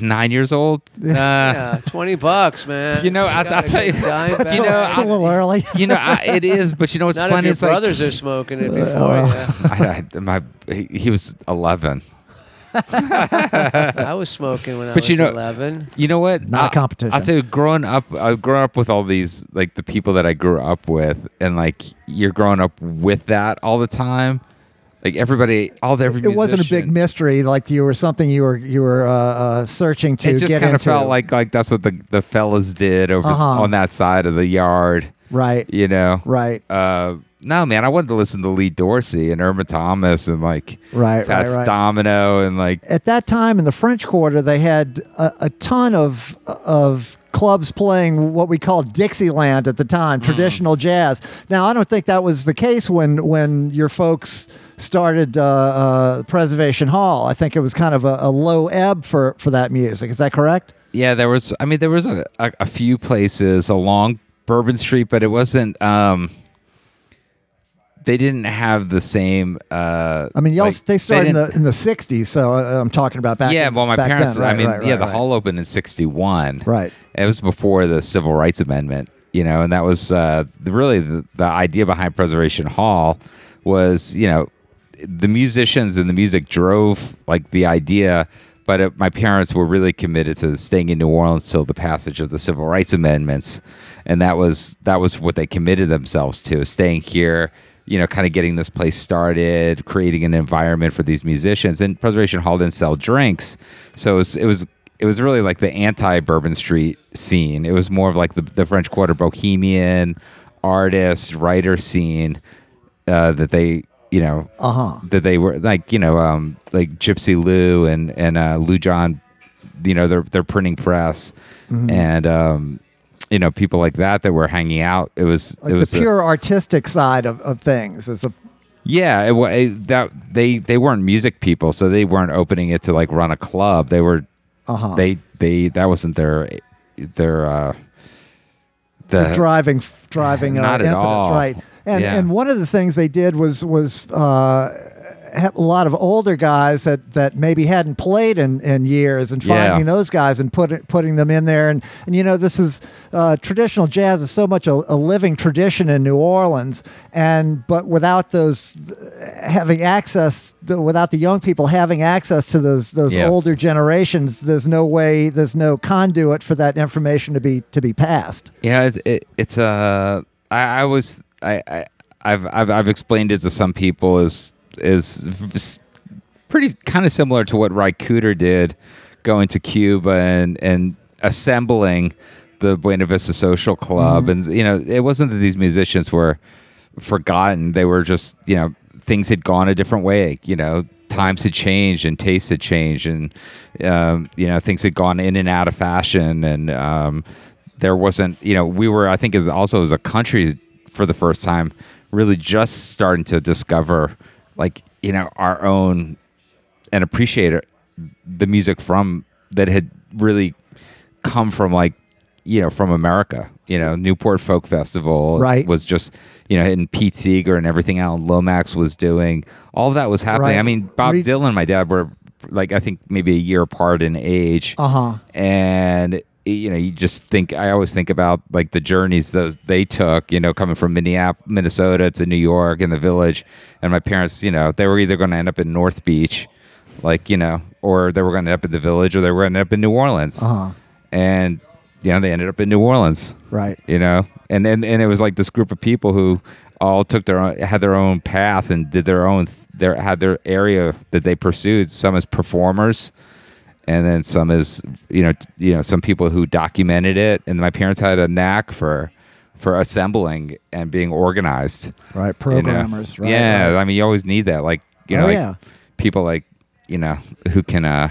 [SPEAKER 3] nine
[SPEAKER 1] [LAUGHS]
[SPEAKER 3] years old.
[SPEAKER 2] [LAUGHS]
[SPEAKER 3] Uh,
[SPEAKER 2] Yeah, 20 bucks, man.
[SPEAKER 3] You know, I- I'll
[SPEAKER 2] gotta
[SPEAKER 3] tell you-
[SPEAKER 2] get a dime
[SPEAKER 3] [LAUGHS] you
[SPEAKER 2] back.
[SPEAKER 3] know,
[SPEAKER 1] it's a
[SPEAKER 3] I-
[SPEAKER 1] little early.
[SPEAKER 3] you know, I, it is. But you know what's
[SPEAKER 2] not
[SPEAKER 3] funny
[SPEAKER 2] if
[SPEAKER 3] is
[SPEAKER 2] your
[SPEAKER 3] like
[SPEAKER 2] brothers are smoking it before. yeah.
[SPEAKER 3] [LAUGHS] I, I, my he he was eleven.
[SPEAKER 2] I was smoking when I
[SPEAKER 3] But
[SPEAKER 2] was
[SPEAKER 3] you know-
[SPEAKER 2] 11.
[SPEAKER 3] You know what?
[SPEAKER 1] Not a competition.
[SPEAKER 3] I'll tell you, growing up, I've grown up with all these, like the people that I grew up with, and like you're growing up with that all the time. Like everybody, all the every
[SPEAKER 1] it wasn't a big
[SPEAKER 3] musician-
[SPEAKER 1] mystery like you were something you were you were uh, uh, searching to
[SPEAKER 3] it just
[SPEAKER 1] get
[SPEAKER 3] kind of
[SPEAKER 1] into.
[SPEAKER 3] felt like like that's what the the fellas did over
[SPEAKER 1] Uh-huh.
[SPEAKER 3] on that side of the yard,
[SPEAKER 1] right
[SPEAKER 3] you know.
[SPEAKER 1] right
[SPEAKER 3] Uh, no, man, I wanted to listen to Lee Dorsey and Irma Thomas and like
[SPEAKER 1] right right
[SPEAKER 3] Fats
[SPEAKER 1] right
[SPEAKER 3] Domino and like
[SPEAKER 1] at that time in the french quarter they had a, a ton of of clubs playing what we called Dixieland at the time,
[SPEAKER 3] Mm.
[SPEAKER 1] traditional jazz. Now, I don't think that was the case when when your folks started uh, uh, Preservation Hall. I think it was kind of a, a low ebb for for that music. Is that correct?
[SPEAKER 3] Yeah, there was. I mean, there was a, a, a few places along Bourbon Street, but it wasn't. Um, they didn't have the same. Uh,
[SPEAKER 1] I mean, y'all
[SPEAKER 3] like,
[SPEAKER 1] they started in the
[SPEAKER 3] didn't-
[SPEAKER 1] in the '60s, so uh, I'm talking about back.
[SPEAKER 3] yeah,
[SPEAKER 1] in-
[SPEAKER 3] well, my
[SPEAKER 1] back
[SPEAKER 3] parents.
[SPEAKER 1] then.
[SPEAKER 3] I
[SPEAKER 1] Right,
[SPEAKER 3] mean,
[SPEAKER 1] right,
[SPEAKER 3] yeah,
[SPEAKER 1] right,
[SPEAKER 3] the
[SPEAKER 1] right.
[SPEAKER 3] hall opened in '61.
[SPEAKER 1] Right.
[SPEAKER 3] It was before the Civil Rights Amendment, you know, and that was uh, the- really the, the idea behind Preservation Hall was, you know, the musicians and the music drove like the idea, but it, my parents were really committed to staying in New Orleans till the passage of the Civil Rights Amendments, and that was that was what they committed themselves to, staying here. You know, kind of getting this place started, creating an environment for these musicians. And Preservation Hall didn't sell drinks, so it was, it was it was really like the anti Bourbon Street scene. It was more of like the, the French Quarter bohemian artist writer scene uh, that they you know
[SPEAKER 1] Uh-huh.
[SPEAKER 3] that they were like you know um, like Gypsy Lou and and uh, Lou John, you know their their printing press
[SPEAKER 1] Mm-hmm.
[SPEAKER 3] and um, you know people like that that were hanging out. It was
[SPEAKER 1] Like
[SPEAKER 3] it was
[SPEAKER 1] the
[SPEAKER 3] a-
[SPEAKER 1] pure artistic side of, of things is a
[SPEAKER 3] yeah, it, wa- it, that they they weren't music people, so they weren't opening it to like run a club. They were
[SPEAKER 1] Uh-huh.
[SPEAKER 3] they they that wasn't their their uh the
[SPEAKER 1] driving driving uh,
[SPEAKER 3] Not at
[SPEAKER 1] impetus,
[SPEAKER 3] all.
[SPEAKER 1] right? And
[SPEAKER 3] Yeah.
[SPEAKER 1] and one of the things they did was was uh, have a lot of older guys that, that maybe hadn't played in, in years and
[SPEAKER 3] Yeah.
[SPEAKER 1] finding those guys and put, putting them in there. And, and you know, this is uh, traditional jazz is so much a, a living tradition in New Orleans. And but without those having access, without the young people having access to those those
[SPEAKER 3] Yes.
[SPEAKER 1] older generations, there's no way, there's no conduit for that information to be to be passed.
[SPEAKER 3] you know it, it, it's uh I, I was I, I I've, I've I've explained it to some people is is pretty kind of similar to what Ry Cooter did going to Cuba and and assembling the Buena Vista Social Club and you know it wasn't that these musicians were forgotten they were just you know things had gone a different way you know times had changed and tastes had changed and um, you know things had gone in and out of fashion and um, there wasn't you know we were I think as also as a country for the first time really just starting to discover like you know our own and appreciate it, the music from that had really come from like you know from America. You know, Newport Folk Festival
[SPEAKER 1] Right.
[SPEAKER 3] was just you know, and Pete Seeger and everything Alan Lomax was doing. All of that was happening.
[SPEAKER 1] Right.
[SPEAKER 3] I mean, Bob
[SPEAKER 1] Read-
[SPEAKER 3] Dylan and my dad were like I think maybe a year apart in age.
[SPEAKER 1] Uh-huh.
[SPEAKER 3] And you know, you just think I always think about like the journeys those they took, you know, coming from Minneapolis, Minnesota to New York and the village. And my parents, you know, they were either going to end up in North Beach, like, you know, or they were going to end up in the village or they were going to end up in New Orleans.
[SPEAKER 1] Uh-huh.
[SPEAKER 3] And you know, they ended up in New Orleans
[SPEAKER 1] Right.
[SPEAKER 3] you know and, and and it was like this group of people who all took their own had their own path and did their own their had their area that they pursued some as performers and then some as you know t- you know some people who documented it and my parents had a knack for for assembling and being organized
[SPEAKER 1] Right,
[SPEAKER 3] you know?
[SPEAKER 1] programmers. Right,
[SPEAKER 3] yeah
[SPEAKER 1] right.
[SPEAKER 3] i mean you always need that like you know
[SPEAKER 1] Oh,
[SPEAKER 3] like
[SPEAKER 1] yeah.
[SPEAKER 3] people like you know who can uh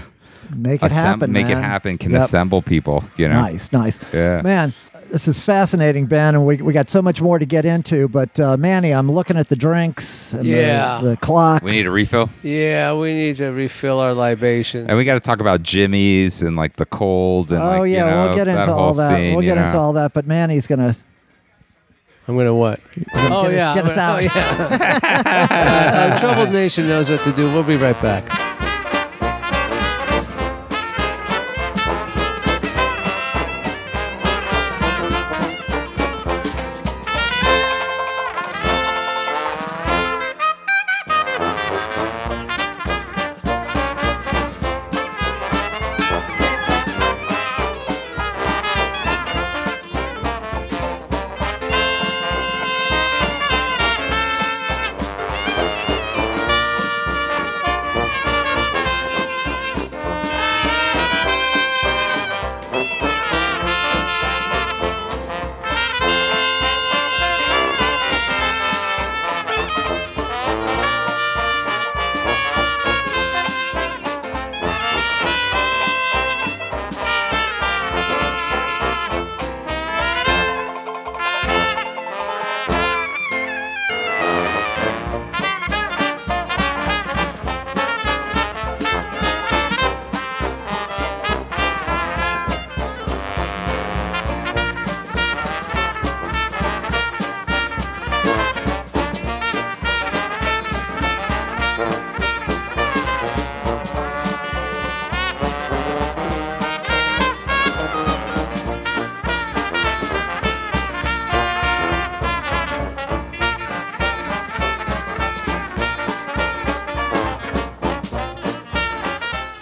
[SPEAKER 1] make it
[SPEAKER 3] assemb-
[SPEAKER 1] happen.
[SPEAKER 3] make it
[SPEAKER 1] man.
[SPEAKER 3] happen can
[SPEAKER 1] Yep.
[SPEAKER 3] assemble people you know
[SPEAKER 1] Nice, nice.
[SPEAKER 3] Yeah.
[SPEAKER 1] Man, this is fascinating, Ben, and we, we got so much more to get into. But uh, Manny, I'm looking at the drinks and the-
[SPEAKER 2] Yeah.
[SPEAKER 1] the, clock.
[SPEAKER 3] we need a refill
[SPEAKER 2] Yeah, we need to refill our libations.
[SPEAKER 3] And we got to talk about Jimmy's and like the cold and
[SPEAKER 1] oh
[SPEAKER 3] like,
[SPEAKER 1] yeah,
[SPEAKER 3] you know,
[SPEAKER 1] we'll get
[SPEAKER 3] that
[SPEAKER 1] into
[SPEAKER 3] whole
[SPEAKER 1] all that.
[SPEAKER 3] Scene,
[SPEAKER 1] we'll
[SPEAKER 3] you
[SPEAKER 1] get
[SPEAKER 3] know.
[SPEAKER 1] into all that. But Manny's gonna,
[SPEAKER 2] I'm gonna what?
[SPEAKER 1] gonna
[SPEAKER 2] oh
[SPEAKER 1] get us-
[SPEAKER 2] yeah,
[SPEAKER 1] get
[SPEAKER 2] I'm
[SPEAKER 1] us
[SPEAKER 2] gonna-
[SPEAKER 1] out.
[SPEAKER 2] Oh, yeah.
[SPEAKER 3] [LAUGHS]
[SPEAKER 2] Our Uh, troubled nation knows what to do. We'll be right back.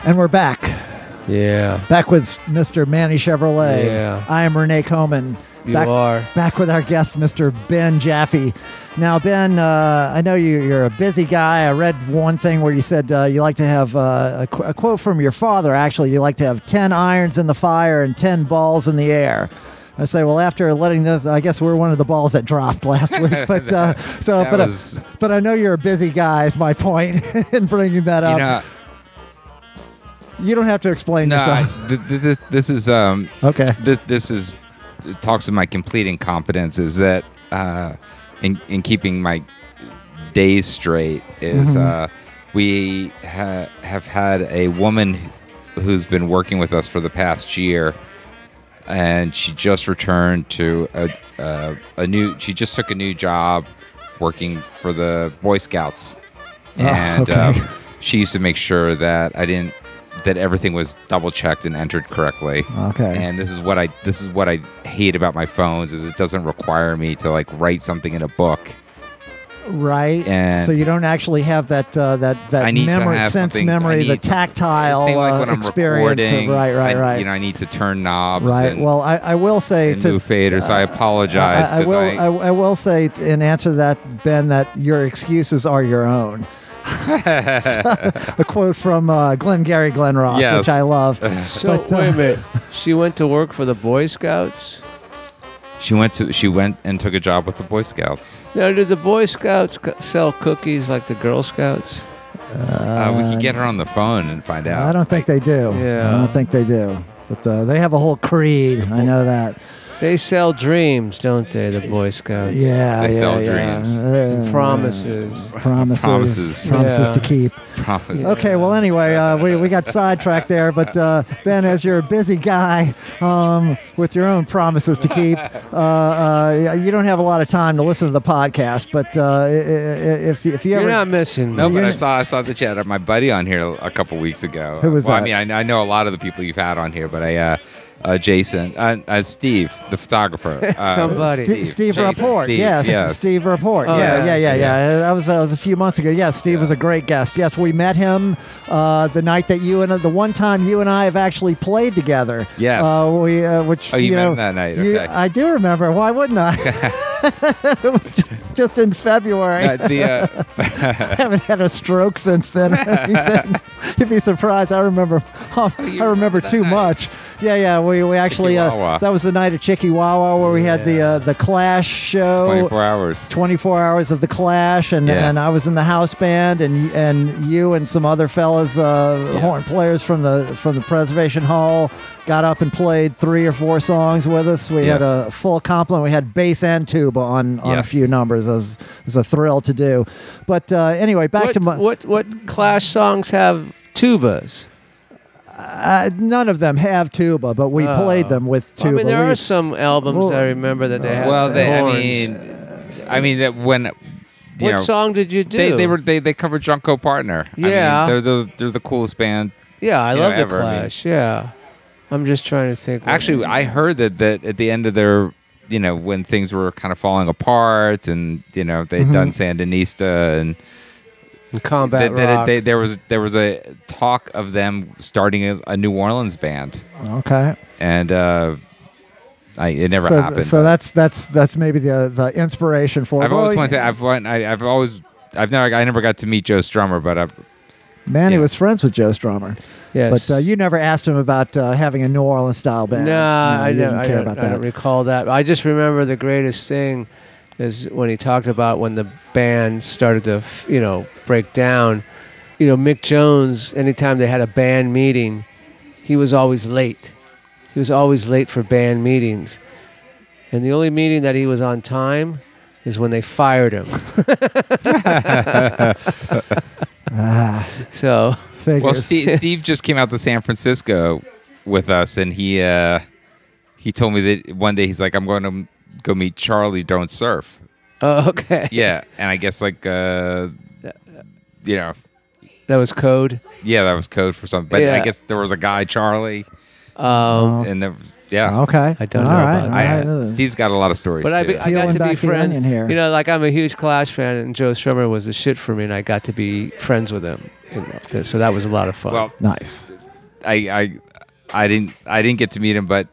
[SPEAKER 1] And we're back.
[SPEAKER 2] Yeah.
[SPEAKER 1] Back with Mr. Manny Chevrolet.
[SPEAKER 2] Yeah.
[SPEAKER 1] I am Renee Coman.
[SPEAKER 2] You
[SPEAKER 1] back,
[SPEAKER 2] are.
[SPEAKER 1] Back with our guest, Mr. Ben Jaffe. Now, Ben, uh, I know you, you're a busy guy. I read one thing where you said uh, you like to have uh, a, qu- a quote from your father, actually. You like to have 10 irons in the fire and 10 balls in the air. I say, well, after letting this, I guess we're one of the balls that dropped [LAUGHS] last week. But
[SPEAKER 3] [LAUGHS]
[SPEAKER 1] uh, so,
[SPEAKER 3] That
[SPEAKER 1] but, I-
[SPEAKER 3] was-
[SPEAKER 1] but I know you're a busy guy. Is my point [LAUGHS] in bringing that
[SPEAKER 3] You
[SPEAKER 1] up. [LAUGHS]
[SPEAKER 3] know,
[SPEAKER 1] you don't have to explain
[SPEAKER 3] no, I,
[SPEAKER 1] yourself.
[SPEAKER 3] th- th- this, this is um,
[SPEAKER 1] Okay.
[SPEAKER 3] this this is it talks of my complete incompetence is that uh, in in keeping my days straight is
[SPEAKER 1] Mm-hmm.
[SPEAKER 3] uh, we ha- have had a woman who's been working with us for the past year and she just returned to a, a, a new she just took a new job working for the boy scouts and
[SPEAKER 1] Oh, okay.
[SPEAKER 3] um, she used to make sure that i didn't that everything was double checked and entered correctly
[SPEAKER 1] Okay.
[SPEAKER 3] and this is what i this is what i hate about my phones is it doesn't require me to like write something in a book
[SPEAKER 1] Right.
[SPEAKER 3] And-
[SPEAKER 1] so you don't actually have that uh, that that
[SPEAKER 3] I need to
[SPEAKER 1] memory
[SPEAKER 3] have
[SPEAKER 1] sense
[SPEAKER 3] something- I
[SPEAKER 1] memory, the
[SPEAKER 3] need-
[SPEAKER 1] tactile
[SPEAKER 3] Same
[SPEAKER 1] uh,
[SPEAKER 3] like when i'm
[SPEAKER 1] experience. of-
[SPEAKER 3] recording
[SPEAKER 1] right, right,
[SPEAKER 3] I-
[SPEAKER 1] right.
[SPEAKER 3] you know i need to turn knobs
[SPEAKER 1] right.
[SPEAKER 3] and,
[SPEAKER 1] Well, I, I will say
[SPEAKER 3] and
[SPEAKER 1] to uh,
[SPEAKER 3] move faders so i apologize
[SPEAKER 1] I, I
[SPEAKER 3] 'cause
[SPEAKER 1] will
[SPEAKER 3] I-
[SPEAKER 1] I, I will say t- in answer to that, Ben, that your excuses are your
[SPEAKER 3] [LAUGHS]
[SPEAKER 1] own. So, a quote from uh, Glenn Gary Glenn Ross,
[SPEAKER 3] Yes.
[SPEAKER 1] which I
[SPEAKER 3] [LAUGHS]
[SPEAKER 1] love.
[SPEAKER 2] So
[SPEAKER 1] But, uh,
[SPEAKER 2] wait a minute. She went to work for the Boy Scouts.
[SPEAKER 3] She went to she went and took a job with the Boy Scouts.
[SPEAKER 2] Now, did the Boy Scouts c- sell cookies like the Girl Scouts?
[SPEAKER 3] Uh, we could get her on the phone and find out.
[SPEAKER 1] I don't think they do. I
[SPEAKER 2] Yeah.
[SPEAKER 1] don't think they do. But uh, they have a whole creed. I know that.
[SPEAKER 2] They sell dreams, don't they? The Boy Scouts.
[SPEAKER 1] Yeah.
[SPEAKER 3] They
[SPEAKER 1] yeah,
[SPEAKER 3] sell
[SPEAKER 1] yeah.
[SPEAKER 3] dreams.
[SPEAKER 1] Uh,
[SPEAKER 2] Promises.
[SPEAKER 1] [LAUGHS] promises promises,
[SPEAKER 3] Promises.
[SPEAKER 1] to
[SPEAKER 2] Yeah.
[SPEAKER 1] keep
[SPEAKER 3] [LAUGHS] promise.
[SPEAKER 1] okay well anyway uh, we, we got sidetracked there but uh, ben as you're a busy guy um, with your own promises to keep uh, uh, you don't have a lot of time to listen to the podcast but uh, i- i- if, if you
[SPEAKER 2] You're
[SPEAKER 1] ever
[SPEAKER 2] not missing.
[SPEAKER 3] No,
[SPEAKER 2] them.
[SPEAKER 3] but I
[SPEAKER 1] You're-
[SPEAKER 3] saw I saw that you had uh, my buddy on here a couple weeks ago.
[SPEAKER 1] Who was
[SPEAKER 3] well,
[SPEAKER 1] that?
[SPEAKER 3] I mean, I, kn- I know a lot of the people you've had on here, but I, uh, uh Jason, uh, uh, Steve,
[SPEAKER 1] [LAUGHS]
[SPEAKER 3] the photographer, uh,
[SPEAKER 2] Somebody.
[SPEAKER 1] Steve, Steve
[SPEAKER 3] Jason,
[SPEAKER 1] Rapport,
[SPEAKER 3] Steve,
[SPEAKER 1] yes,
[SPEAKER 3] yes.
[SPEAKER 1] Steve Rapport.
[SPEAKER 2] Oh,
[SPEAKER 1] yeah, yeah,
[SPEAKER 2] yes,
[SPEAKER 1] yeah, yeah,
[SPEAKER 2] yeah.
[SPEAKER 1] That was that was a few months ago. Yes, Steve was a great guest. Yes, we met him uh, the night that you and the one time you and I have actually played together.
[SPEAKER 3] Yes.
[SPEAKER 1] uh, we uh, which
[SPEAKER 3] Oh, you met
[SPEAKER 1] know
[SPEAKER 3] him that night,
[SPEAKER 1] you-
[SPEAKER 3] okay.
[SPEAKER 1] I do remember. Why wouldn't
[SPEAKER 3] [LAUGHS]
[SPEAKER 1] I? [LAUGHS] it was just, just in February.
[SPEAKER 3] Uh, the, uh,
[SPEAKER 1] I [LAUGHS] haven't had a stroke since
[SPEAKER 3] [LAUGHS]
[SPEAKER 1] then. or anything. You'd be surprised. I remember. [LAUGHS] I remember
[SPEAKER 3] Oh, remember that
[SPEAKER 1] too
[SPEAKER 3] night.
[SPEAKER 1] much. Yeah, yeah. We, we actually uh,
[SPEAKER 3] Chickawawa.
[SPEAKER 1] that was the night of Chickawawa where we had the
[SPEAKER 2] Yeah.
[SPEAKER 1] uh, the Clash show.
[SPEAKER 3] 24 hours.
[SPEAKER 1] 24 hours of the Clash, and,
[SPEAKER 3] Yeah.
[SPEAKER 1] and I was in the house band, and y- and you and some other fellas, uh,
[SPEAKER 3] Yeah.
[SPEAKER 1] horn players from the from the Preservation Hall, got up and played three or four songs with us. We had
[SPEAKER 3] Yes.
[SPEAKER 1] a full complement. We had bass and tuba on on a
[SPEAKER 3] Yes.
[SPEAKER 1] few numbers. It was, it was a thrill to do. But uh, anyway, back
[SPEAKER 2] what,
[SPEAKER 1] to my
[SPEAKER 2] what what Clash songs have tubas?
[SPEAKER 1] uh, none of them have tuba, but we
[SPEAKER 2] Oh.
[SPEAKER 1] played them with
[SPEAKER 2] I
[SPEAKER 1] tuba.
[SPEAKER 2] mean, there
[SPEAKER 1] We-
[SPEAKER 2] are some albums
[SPEAKER 1] Well,
[SPEAKER 2] I remember that they had.
[SPEAKER 3] well,
[SPEAKER 2] some
[SPEAKER 3] they, I
[SPEAKER 2] horns.
[SPEAKER 3] mean, I mean that when you
[SPEAKER 2] what
[SPEAKER 3] know,
[SPEAKER 2] song did you do?
[SPEAKER 3] They, they were they, they covered Junko Partner. I mean,
[SPEAKER 2] Yeah.
[SPEAKER 3] they're the they're the coolest band
[SPEAKER 2] Yeah, I
[SPEAKER 3] you know,
[SPEAKER 2] love the
[SPEAKER 3] ever, I mean.
[SPEAKER 2] Clash. Yeah, I'm just trying to think. what-
[SPEAKER 3] Actually, I heard that that at the end of their, you know, when things were kind of falling apart, and you know they had done Sandinista, and
[SPEAKER 2] combat
[SPEAKER 3] that, that it-
[SPEAKER 2] Mm-hmm. rock.
[SPEAKER 3] they, there was there was a talk of them starting a, a New Orleans band,
[SPEAKER 1] okay.
[SPEAKER 3] and uh, I it never
[SPEAKER 1] so,
[SPEAKER 3] happened.
[SPEAKER 1] so that's that's that's maybe the the inspiration for.
[SPEAKER 3] I've always
[SPEAKER 1] well,
[SPEAKER 3] wanted. To, I've want, I, I've always. I've never. I never got to meet Joe Strummer, but I've,
[SPEAKER 1] Manny
[SPEAKER 3] yeah.
[SPEAKER 1] was friends with Joe Strummer.
[SPEAKER 2] yes.
[SPEAKER 1] But uh, you never asked him about uh, having a New Orleans style
[SPEAKER 2] No,
[SPEAKER 1] band.
[SPEAKER 2] I
[SPEAKER 1] you
[SPEAKER 2] don't.
[SPEAKER 1] didn't
[SPEAKER 2] I
[SPEAKER 1] care
[SPEAKER 2] don't,
[SPEAKER 1] about
[SPEAKER 2] I don't
[SPEAKER 1] that.
[SPEAKER 2] recall that. I just remember the greatest thing is when he talked about when the band started to, f- you know, break down. You know, Mick Jones. Anytime they had a band meeting, he was always late. He was always late for band meetings, and the only meeting that he was on time is when they fired him. [LAUGHS]
[SPEAKER 1] Ah,
[SPEAKER 2] So [LAUGHS]
[SPEAKER 1] figures.
[SPEAKER 3] well, Steve, Steve just came out to San Francisco with us, and he uh, he told me that one day he's like, I'm going to go meet Charlie. Don't surf.
[SPEAKER 2] Oh, okay.
[SPEAKER 3] yeah and i guess like uh you know
[SPEAKER 2] That was code.
[SPEAKER 3] yeah that was code for something but
[SPEAKER 2] Yeah.
[SPEAKER 3] i guess there was a guy charlie
[SPEAKER 2] Um,
[SPEAKER 3] and there was- Yeah.
[SPEAKER 1] Okay.
[SPEAKER 2] I don't know
[SPEAKER 1] All right.
[SPEAKER 2] about
[SPEAKER 1] All
[SPEAKER 3] I,
[SPEAKER 1] right. Uh,
[SPEAKER 3] Steve's got a lot of stories.
[SPEAKER 2] But I,
[SPEAKER 3] too.
[SPEAKER 2] be, I got
[SPEAKER 1] Peeling
[SPEAKER 2] to be
[SPEAKER 1] back the
[SPEAKER 2] friends.
[SPEAKER 1] onion here.
[SPEAKER 2] You know, like I'm a huge Clash fan, and Joe Strummer was the shit for me, and I got to be friends with him. you know, So that was a lot of fun.
[SPEAKER 3] well,
[SPEAKER 1] Nice.
[SPEAKER 3] I, I I didn't I didn't get to meet him, but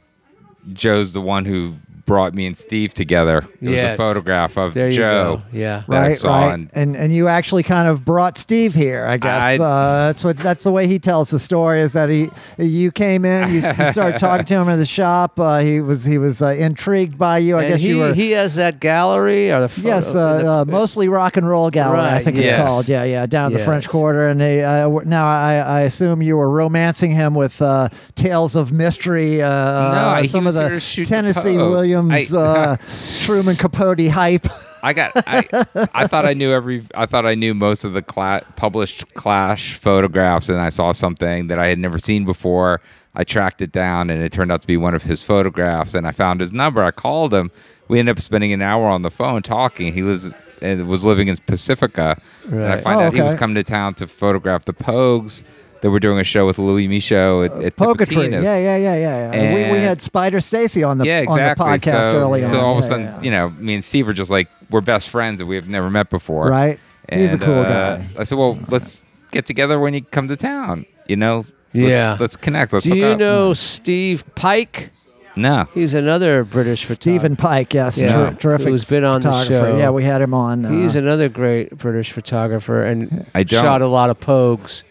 [SPEAKER 3] Joe's the one who brought me and Steve together. It was
[SPEAKER 2] Yes.
[SPEAKER 3] a photograph of
[SPEAKER 2] there you go.
[SPEAKER 3] Joe.
[SPEAKER 2] Yeah.
[SPEAKER 3] that I
[SPEAKER 1] Right,
[SPEAKER 3] saw
[SPEAKER 1] right,
[SPEAKER 3] and-
[SPEAKER 1] and and you actually kind of brought Steve here, I guess.
[SPEAKER 3] I-
[SPEAKER 1] uh, that's what that's the way he tells the story is that he you came in, you, s- you started talking to him in the shop. Uh, he was he was uh, intrigued by you. I
[SPEAKER 2] and
[SPEAKER 1] guess
[SPEAKER 2] he,
[SPEAKER 1] you were
[SPEAKER 2] he has that gallery or the photo,
[SPEAKER 1] Yes, uh, uh, mostly rock and roll gallery. I
[SPEAKER 2] Right,
[SPEAKER 1] think
[SPEAKER 3] yes.
[SPEAKER 1] it's called. Yeah, yeah, down in the French
[SPEAKER 2] Yes.
[SPEAKER 1] Quarter. And they uh, w- now I, I assume you were romancing him with uh, tales of mystery. Uh, uh,
[SPEAKER 3] he
[SPEAKER 1] some
[SPEAKER 3] was
[SPEAKER 1] of
[SPEAKER 3] here to
[SPEAKER 1] the
[SPEAKER 3] shoot the
[SPEAKER 1] Tennessee
[SPEAKER 3] pose.
[SPEAKER 1] Williams,
[SPEAKER 3] I- [LAUGHS]
[SPEAKER 1] uh, Truman Capote hype.
[SPEAKER 3] I got I, I thought I knew every I thought I knew most of the cla- published Clash photographs, and I saw something that I had never seen before. I tracked it down, and it turned out to be one of his photographs. And I found his number. I called him. We ended up spending an hour on the phone talking. He was and was living in Pacifica, and I
[SPEAKER 2] Right.
[SPEAKER 3] find
[SPEAKER 1] Oh,
[SPEAKER 3] out he
[SPEAKER 1] okay.
[SPEAKER 3] was coming to town to photograph the Pogues that were doing a show with Louis Michaud at, at
[SPEAKER 1] Poetry.
[SPEAKER 3] Tipitina's.
[SPEAKER 1] Yeah, yeah, yeah, yeah. yeah. We, we
[SPEAKER 3] And-
[SPEAKER 1] had Spider Stacy on the
[SPEAKER 3] yeah,
[SPEAKER 1] on
[SPEAKER 3] exactly.
[SPEAKER 1] the podcast
[SPEAKER 3] so,
[SPEAKER 1] earlier.
[SPEAKER 3] so
[SPEAKER 1] on.
[SPEAKER 3] all of
[SPEAKER 1] Yeah,
[SPEAKER 3] a sudden,
[SPEAKER 1] yeah.
[SPEAKER 3] you know, me and Steve are just like we're best friends that we have never met before.
[SPEAKER 1] Right. He's a
[SPEAKER 3] And,
[SPEAKER 1] cool
[SPEAKER 3] uh,
[SPEAKER 1] guy.
[SPEAKER 3] I said, well, let's get together when you come to town. You know.
[SPEAKER 2] Yeah.
[SPEAKER 3] Let's, let's connect. Let's
[SPEAKER 2] Do
[SPEAKER 3] hook
[SPEAKER 2] you
[SPEAKER 3] up.
[SPEAKER 2] know Steve Pike?
[SPEAKER 3] No.
[SPEAKER 2] He's another British
[SPEAKER 1] Stephen
[SPEAKER 2] photographer.
[SPEAKER 1] Pike, yes,
[SPEAKER 2] Yeah.
[SPEAKER 1] ter- terrific.
[SPEAKER 2] Who's been on the
[SPEAKER 1] photographer.
[SPEAKER 2] show.
[SPEAKER 1] Yeah, we had him on. uh,
[SPEAKER 2] He's another great British photographer and
[SPEAKER 3] I don't.
[SPEAKER 2] shot a lot of pogues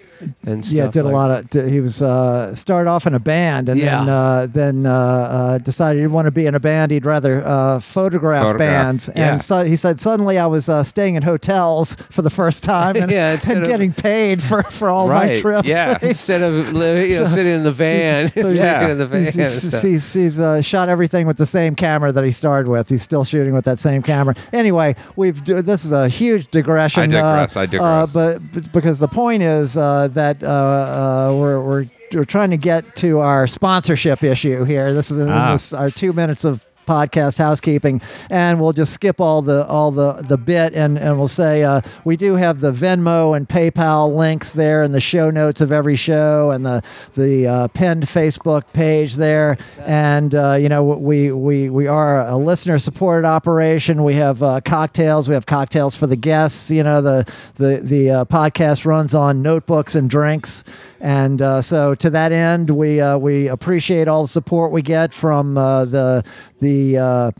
[SPEAKER 2] and stuff.
[SPEAKER 1] yeah did
[SPEAKER 2] like
[SPEAKER 1] a lot of d- he was uh started off in a band and then
[SPEAKER 2] Yeah.
[SPEAKER 1] uh then uh, uh decided he didn't want to be in a band he'd rather uh photograph,
[SPEAKER 3] Photograph,
[SPEAKER 1] bands
[SPEAKER 3] yeah.
[SPEAKER 1] and so he said suddenly i was uh, staying in hotels for the first time and,
[SPEAKER 2] [LAUGHS] Yeah,
[SPEAKER 1] and
[SPEAKER 2] instead of-
[SPEAKER 1] getting paid for for all my
[SPEAKER 3] Right,
[SPEAKER 1] trips
[SPEAKER 3] yeah.
[SPEAKER 1] He's-
[SPEAKER 2] [LAUGHS] Instead of
[SPEAKER 1] [LAUGHS]
[SPEAKER 2] living, you know, sitting in the van, [LAUGHS]
[SPEAKER 1] so
[SPEAKER 2] sleeping
[SPEAKER 3] yeah.
[SPEAKER 2] in the van.
[SPEAKER 1] He's,
[SPEAKER 2] and
[SPEAKER 1] he's,
[SPEAKER 2] stuff.
[SPEAKER 1] he's- he's, uh, shot everything with the same camera that he started with. He's still shooting with that same camera. Anyway, we've d- this is a huge digression.
[SPEAKER 3] I digress,
[SPEAKER 1] uh,
[SPEAKER 3] I digress.
[SPEAKER 1] Uh, but, but because the point is uh, that uh, uh, we're, we're we're trying to get to our sponsorship issue here. This is in
[SPEAKER 3] Ah.
[SPEAKER 1] this, our two minutes of podcast housekeeping and we'll just skip all the all the the bit and and we'll say uh, we do have the venmo and paypal links there in the show notes of every show and the the uh, pinned facebook page there and uh, you know we we we are a listener supported operation we have uh, cocktails we have cocktails for the guests you know the the the uh, podcast runs on notebooks and drinks and uh, so, to that end, we uh, we appreciate all the support we get from uh, the the uh,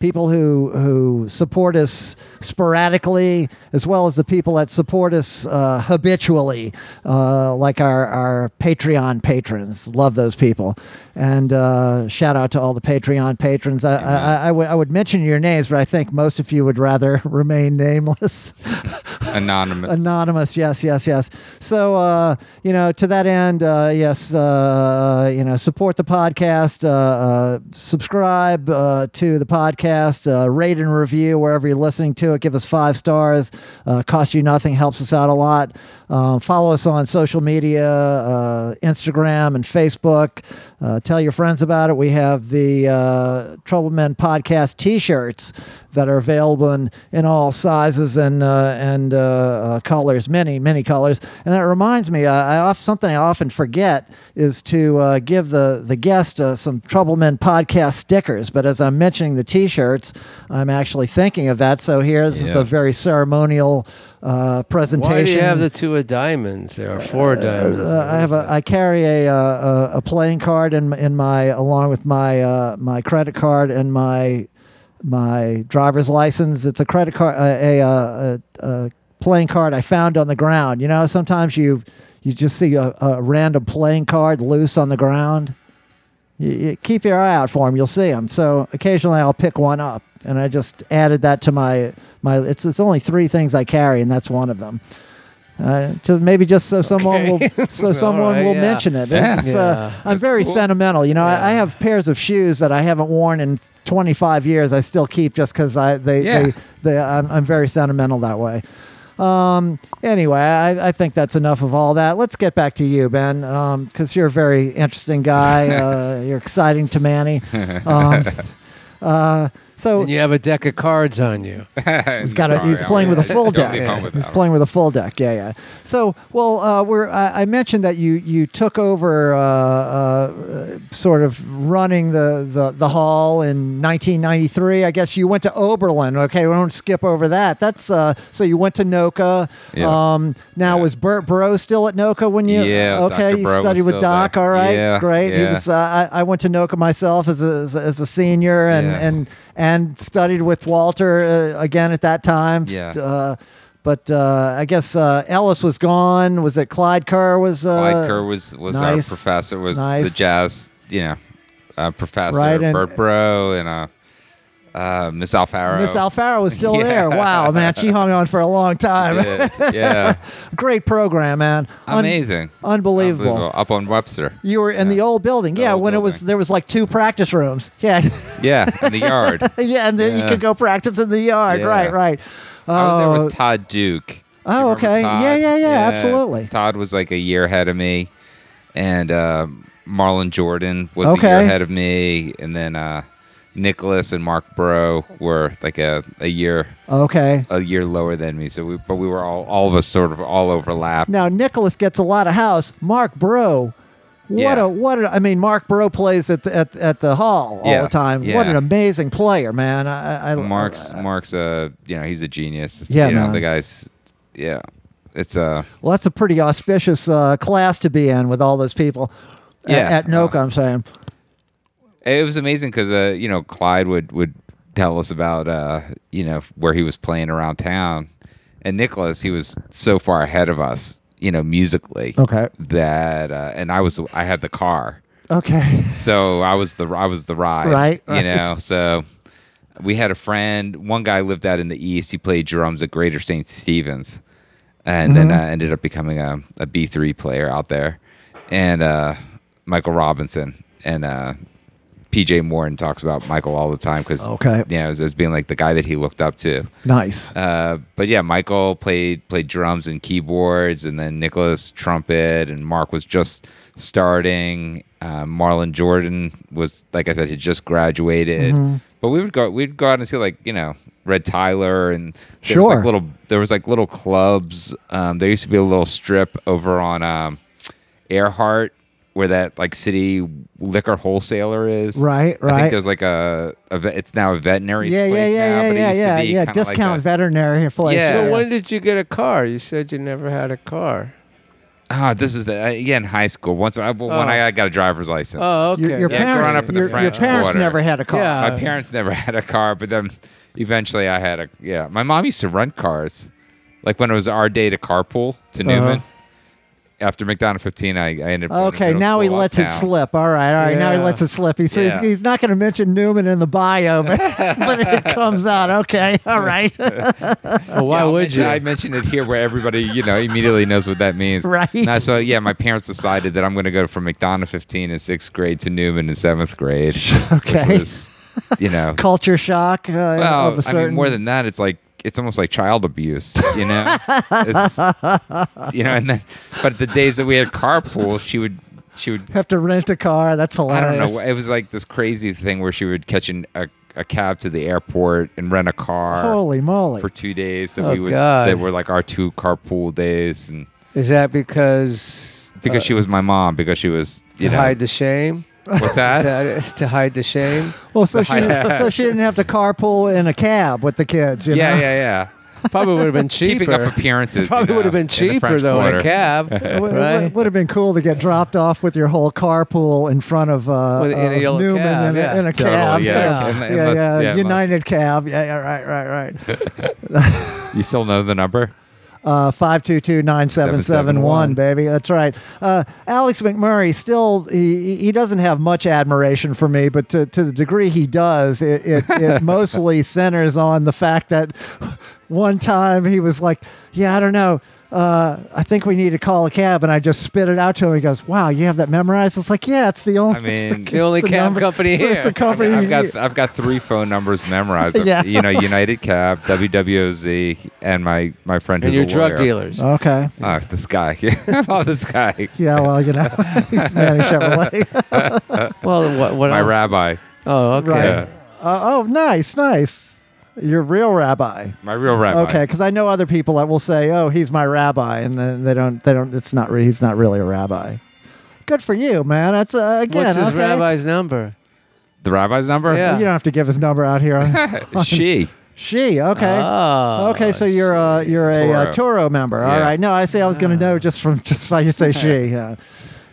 [SPEAKER 1] people who who support us sporadically, as well as the people that support us uh, habitually, uh, like our our Patreon patrons. Love those people, and uh, shout out to all the Patreon patrons. I I, I, I, w- I would mention your names, but I think most of you would rather [LAUGHS] remain nameless.
[SPEAKER 3] Anonymous.
[SPEAKER 1] Anonymous, yes, yes, yes. So, uh, you know, to that end, uh, yes, uh, you know, support the podcast, uh, uh, subscribe uh, to the podcast, uh, rate and review wherever you're listening to it. Give us five stars. Uh, cost you nothing, helps us out a lot. Um, follow us on social media uh, Instagram and Facebook. Uh, tell your friends about it. We have the uh, Trouble Men podcast t shirts that are available in, in all sizes and uh, and uh, uh, colors, many many colors. And that reminds me, I, I off, something I often forget is to uh, give the the guest uh, some Troublemen podcast stickers. But as I'm mentioning the T-shirts, I'm actually thinking of that. So here, this is a
[SPEAKER 3] Yes.
[SPEAKER 1] very ceremonial uh, presentation.
[SPEAKER 2] Why do you have the two of diamonds? There are four diamonds.
[SPEAKER 1] Uh, I have a. I carry a uh, a, a playing card in in my along with my uh, my credit card and my my driver's license. It's a credit card a a, a, a, a playing card I found on the ground. You know, sometimes you you just see a, a random playing card loose on the ground. You, you keep your eye out for them. You'll see them. So occasionally I'll pick one up, and I just added that to my my. It's it's only three things I carry, and that's one of them. Uh, to maybe just so someone
[SPEAKER 2] Okay.
[SPEAKER 1] will so
[SPEAKER 2] All
[SPEAKER 1] someone
[SPEAKER 2] right,
[SPEAKER 1] will
[SPEAKER 2] yeah.
[SPEAKER 1] mention it.
[SPEAKER 3] Yeah.
[SPEAKER 1] It's, uh,
[SPEAKER 2] Yeah.
[SPEAKER 1] I'm very
[SPEAKER 3] cool.
[SPEAKER 1] sentimental. You know,
[SPEAKER 2] Yeah.
[SPEAKER 1] I, I have pairs of shoes that I haven't worn in 25 years. I still keep just because I they,
[SPEAKER 3] Yeah.
[SPEAKER 1] they they I'm, I'm very sentimental that way. Um, anyway, I, I think that's enough of all that. Let's get back to you, Ben, because you're a
[SPEAKER 2] [LAUGHS]
[SPEAKER 1] very interesting guy. Um, uh, you're exciting to Manny. Um, uh, So
[SPEAKER 2] And you have a deck of cards on you.
[SPEAKER 1] He's got a, he's playing with a full deck. He's playing with a full deck. Yeah, yeah. So, well, uh, we're I, I mentioned that you you took over uh, uh, sort of running the, the the hall in 1993. I guess you went to Oberlin. Okay, we won't skip over that. That's uh, so you went to Noka.
[SPEAKER 3] Yes.
[SPEAKER 1] Um, now
[SPEAKER 3] Yeah.
[SPEAKER 1] was Bert Bro still at Noka when you?
[SPEAKER 3] Yeah,
[SPEAKER 1] Okay,
[SPEAKER 3] Dr.
[SPEAKER 1] you
[SPEAKER 3] Bro was
[SPEAKER 1] studied with
[SPEAKER 3] still
[SPEAKER 1] Doc.
[SPEAKER 3] there.
[SPEAKER 1] All right.
[SPEAKER 3] Yeah,
[SPEAKER 1] Great. He
[SPEAKER 3] yeah.
[SPEAKER 1] was. Uh, I, I went to Noka myself as a, as a, as a senior and
[SPEAKER 3] Yeah.
[SPEAKER 1] and and studied with Walter uh, again at that time.
[SPEAKER 3] Yeah.
[SPEAKER 1] Uh, but uh, I guess uh, Ellis was gone. Was it Clyde Kerr? Was uh,
[SPEAKER 3] Clyde Kerr was was
[SPEAKER 1] nice,
[SPEAKER 3] our professor. Was
[SPEAKER 1] nice.
[SPEAKER 3] the jazz, you know, uh, professor
[SPEAKER 1] Right, and-
[SPEAKER 3] Bert Bro and uh, uh, Miss Alfaro.
[SPEAKER 1] Miss Alfaro was still
[SPEAKER 3] [LAUGHS] Yeah.
[SPEAKER 1] there. Wow, man, she hung on for a long time.
[SPEAKER 3] Yeah, yeah.
[SPEAKER 1] Great program, man. [LAUGHS] Un-
[SPEAKER 3] amazing,
[SPEAKER 1] unbelievable.
[SPEAKER 3] Up on Webster.
[SPEAKER 1] You were in the old building. yeah,
[SPEAKER 3] old
[SPEAKER 1] when it was
[SPEAKER 3] building.
[SPEAKER 1] there was like two practice rooms. [LAUGHS] Yeah,
[SPEAKER 3] Yeah, in the yard.
[SPEAKER 1] yeah, and then you
[SPEAKER 3] Yeah.
[SPEAKER 1] could go practice in the yard.
[SPEAKER 3] Yeah.
[SPEAKER 1] Right, right.
[SPEAKER 3] I was there
[SPEAKER 1] Oh,
[SPEAKER 3] with Todd Duke. Do you
[SPEAKER 1] Oh,
[SPEAKER 3] remember
[SPEAKER 1] okay. Yeah, yeah, yeah, absolutely.
[SPEAKER 3] Todd was like a year ahead of me, and uh, Marlon Jordan was
[SPEAKER 1] Okay.
[SPEAKER 3] a year ahead of me, and then uh, Nicholas and Mark Bro were like a, a year
[SPEAKER 1] Oh, okay.
[SPEAKER 3] a year lower than me. So we, but we were all all of us sort of all overlapped.
[SPEAKER 1] Now Nicholas gets a lot of house. Mark Bro, what
[SPEAKER 3] Yeah.
[SPEAKER 1] a what a, I mean, Mark Bro plays at the, at, at the hall all
[SPEAKER 3] Yeah,
[SPEAKER 1] the time. What
[SPEAKER 3] yeah.
[SPEAKER 1] an amazing player, man. I, I, I
[SPEAKER 3] Mark's Mark's a you know he's a genius.
[SPEAKER 1] uh, Yeah,
[SPEAKER 3] you know,
[SPEAKER 1] man.
[SPEAKER 3] the guy's yeah. It's uh
[SPEAKER 1] Well, that's a pretty auspicious uh, class to be in with all those people. At-
[SPEAKER 3] Yeah.
[SPEAKER 1] At, Noka, I'm saying.
[SPEAKER 3] It was amazing because uh, you know Clyde would would tell us about uh, you know where he was playing around town, and Nicholas he was so far ahead of us you know musically
[SPEAKER 1] Okay.
[SPEAKER 3] that uh, and I was I had the car
[SPEAKER 1] Okay.
[SPEAKER 3] so I was the I was the ride
[SPEAKER 1] Right,
[SPEAKER 3] you
[SPEAKER 1] right.
[SPEAKER 3] know so we had a friend one guy lived out in the east he played drums at Greater St Stephen's and then
[SPEAKER 1] Mm-hmm.
[SPEAKER 3] uh, ended up becoming a, a B3 player out there and uh, Michael Robinson and uh, PJ Morton talks about Michael all the time because
[SPEAKER 1] Okay.
[SPEAKER 3] you know as, as being like the guy that he looked up to
[SPEAKER 1] Nice.
[SPEAKER 3] uh, but yeah, Michael played played drums and keyboards, and then Nicholas trumpet, and Mark was just starting. Uh, Marlon Jordan was, like I said, had just graduated.
[SPEAKER 1] Mm-hmm.
[SPEAKER 3] But we would go, we'd go out and see like you know Red Tyler, and there was
[SPEAKER 1] Sure.
[SPEAKER 3] like little there was like little clubs. Um, there used to be a little strip over on um, Earhart where that like city liquor wholesaler is.
[SPEAKER 1] Right,
[SPEAKER 3] I
[SPEAKER 1] right.
[SPEAKER 3] think there's like a, a ve- it's now a veterinary
[SPEAKER 1] yeah, yeah,
[SPEAKER 3] place now,
[SPEAKER 1] yeah, yeah,
[SPEAKER 3] but it
[SPEAKER 1] yeah,
[SPEAKER 3] used to
[SPEAKER 1] yeah,
[SPEAKER 3] be
[SPEAKER 1] yeah.
[SPEAKER 3] kinda like
[SPEAKER 1] Discount
[SPEAKER 3] a-
[SPEAKER 1] veterinary place.
[SPEAKER 3] Yeah.
[SPEAKER 2] So when did you get a car? You said you never had a car.
[SPEAKER 3] Ah, this is the uh, yeah in high school. Once I when
[SPEAKER 2] Oh.
[SPEAKER 3] I got a driver's license.
[SPEAKER 2] Oh, okay.
[SPEAKER 1] Your, your
[SPEAKER 3] Yeah, growing up
[SPEAKER 1] parents,
[SPEAKER 3] in the
[SPEAKER 1] your, your
[SPEAKER 3] French
[SPEAKER 1] parents
[SPEAKER 3] Quarter.
[SPEAKER 1] never had a car.
[SPEAKER 2] Yeah.
[SPEAKER 3] my parents never [LAUGHS] had a car, but then eventually I had a yeah. My mom used to rent cars, like when it was our day to carpool to Newman. After McDonough 15, I, I ended up. going to
[SPEAKER 1] Okay,
[SPEAKER 3] middle
[SPEAKER 1] now he
[SPEAKER 3] school
[SPEAKER 1] lets it
[SPEAKER 3] uptown.
[SPEAKER 1] slip. All right, all right. Now he
[SPEAKER 2] Yeah.
[SPEAKER 1] lets it slip. He says
[SPEAKER 3] Yeah.
[SPEAKER 1] he's not going to mention Newman in the bio,
[SPEAKER 3] [LAUGHS]
[SPEAKER 1] but, [LAUGHS] but it comes out. Okay, all right,
[SPEAKER 2] Well, why
[SPEAKER 3] Yeah, I'll
[SPEAKER 2] would
[SPEAKER 3] mention-
[SPEAKER 2] you?
[SPEAKER 3] I mentioned it here where everybody, you know, immediately knows what that
[SPEAKER 1] [LAUGHS]
[SPEAKER 3] means.
[SPEAKER 1] Right.
[SPEAKER 3] No, so, yeah, my parents decided that I'm going to go from McDonough 15 in sixth grade to Newman in seventh grade. which
[SPEAKER 1] [LAUGHS] Okay.
[SPEAKER 3] was, you know,
[SPEAKER 1] culture shock. Uh,
[SPEAKER 3] Well,
[SPEAKER 1] of a certain,
[SPEAKER 3] I mean, more than that, it's like it's almost like child abuse, you
[SPEAKER 2] [LAUGHS]
[SPEAKER 3] know. it's you know, and then but the days that we had carpool, she would she would
[SPEAKER 1] have to rent a car. That's
[SPEAKER 3] I
[SPEAKER 1] hilarious.
[SPEAKER 3] don't know. It was like this crazy thing where she would catch an, a a cab to the airport and rent a car
[SPEAKER 1] Holy moly!
[SPEAKER 3] for two days that
[SPEAKER 2] Oh,
[SPEAKER 3] we would
[SPEAKER 2] God.
[SPEAKER 3] that were like our two carpool days, and
[SPEAKER 2] Is that because
[SPEAKER 3] because
[SPEAKER 2] uh,
[SPEAKER 3] she was my mom, because she was you
[SPEAKER 2] to
[SPEAKER 3] know
[SPEAKER 2] hide the shame? [LAUGHS]
[SPEAKER 3] what's
[SPEAKER 2] Is
[SPEAKER 3] that?
[SPEAKER 2] that is to hide the shame?
[SPEAKER 1] well, so she
[SPEAKER 3] Yeah.
[SPEAKER 1] so she didn't have to carpool in a cab with the kids. You
[SPEAKER 3] yeah,
[SPEAKER 1] know?
[SPEAKER 3] yeah, yeah.
[SPEAKER 2] Probably would have been cheaper. [LAUGHS]
[SPEAKER 3] Keeping up appearances you
[SPEAKER 2] Probably
[SPEAKER 3] know,
[SPEAKER 2] would have been
[SPEAKER 3] in the French
[SPEAKER 2] cheaper though in
[SPEAKER 3] Quarter.
[SPEAKER 2] a
[SPEAKER 3] [LAUGHS]
[SPEAKER 2] cab,
[SPEAKER 1] It would,
[SPEAKER 2] right?
[SPEAKER 1] have been cool to get dropped off with your whole carpool in front of, uh,
[SPEAKER 2] With- in a
[SPEAKER 1] of
[SPEAKER 2] yellow
[SPEAKER 1] Newman
[SPEAKER 2] cab,
[SPEAKER 1] in, a-
[SPEAKER 2] yeah.
[SPEAKER 1] in a
[SPEAKER 3] Totally,
[SPEAKER 1] cab.
[SPEAKER 3] yeah.
[SPEAKER 1] yeah,
[SPEAKER 3] Unless- yeah,
[SPEAKER 1] yeah,
[SPEAKER 3] unless-
[SPEAKER 1] United cab. Yeah, yeah, right, right, right.
[SPEAKER 3] You still know the number?
[SPEAKER 1] Uh, 522-9771, baby. That's right. Uh, Alex McMurray still he, he doesn't have much admiration for me, but to, to the degree he does, it, it,
[SPEAKER 3] [LAUGHS]
[SPEAKER 1] it mostly centers on the fact that one time he was like, "Yeah, I don't know." Uh, I think we need to call a cab, and I just spit it out to him. He goes, "Wow, you have that memorized?" It's like, "Yeah, it's the only,
[SPEAKER 3] I
[SPEAKER 1] it's
[SPEAKER 3] mean- The
[SPEAKER 1] it's
[SPEAKER 2] only cab
[SPEAKER 1] number-
[SPEAKER 2] company
[SPEAKER 1] it's
[SPEAKER 2] here.
[SPEAKER 1] the company
[SPEAKER 3] I've
[SPEAKER 1] you-
[SPEAKER 3] got I've got three phone numbers memorized.
[SPEAKER 1] Yeah.
[SPEAKER 3] You know, United Cab, WWOZ, and my my friend
[SPEAKER 2] and
[SPEAKER 3] who's
[SPEAKER 2] your
[SPEAKER 3] a
[SPEAKER 2] drug
[SPEAKER 3] lawyer.
[SPEAKER 2] dealers.
[SPEAKER 1] okay,
[SPEAKER 3] Ah, this guy. [LAUGHS] oh, this guy.
[SPEAKER 1] yeah, well, you know, [LAUGHS]
[SPEAKER 3] [LAUGHS]
[SPEAKER 1] he's managed Chevrolet,
[SPEAKER 2] Well, what, what
[SPEAKER 3] My
[SPEAKER 2] else?
[SPEAKER 3] rabbi.
[SPEAKER 2] Oh, okay.
[SPEAKER 1] right?
[SPEAKER 3] Yeah.
[SPEAKER 1] Uh, oh, nice, nice. Your real rabbi.
[SPEAKER 3] My real rabbi.
[SPEAKER 1] Okay, because I know other people that will say, "Oh, he's my rabbi," and then they don't. They don't. It's not. Re- he's not really a rabbi. Good for you, man. That's uh, again.
[SPEAKER 2] What's his
[SPEAKER 1] okay.
[SPEAKER 2] rabbi's number?
[SPEAKER 3] The rabbi's number?
[SPEAKER 2] Yeah.
[SPEAKER 1] You don't have to give his number out here.
[SPEAKER 2] [LAUGHS]
[SPEAKER 3] [LAUGHS] she.
[SPEAKER 1] she. Okay.
[SPEAKER 2] Oh,
[SPEAKER 1] okay, so you're a you're a
[SPEAKER 3] Toro.
[SPEAKER 1] uh, Toro member. All
[SPEAKER 3] Yeah.
[SPEAKER 1] right. No, I say I was going to know just from just by you say
[SPEAKER 2] [LAUGHS]
[SPEAKER 1] she. Uh,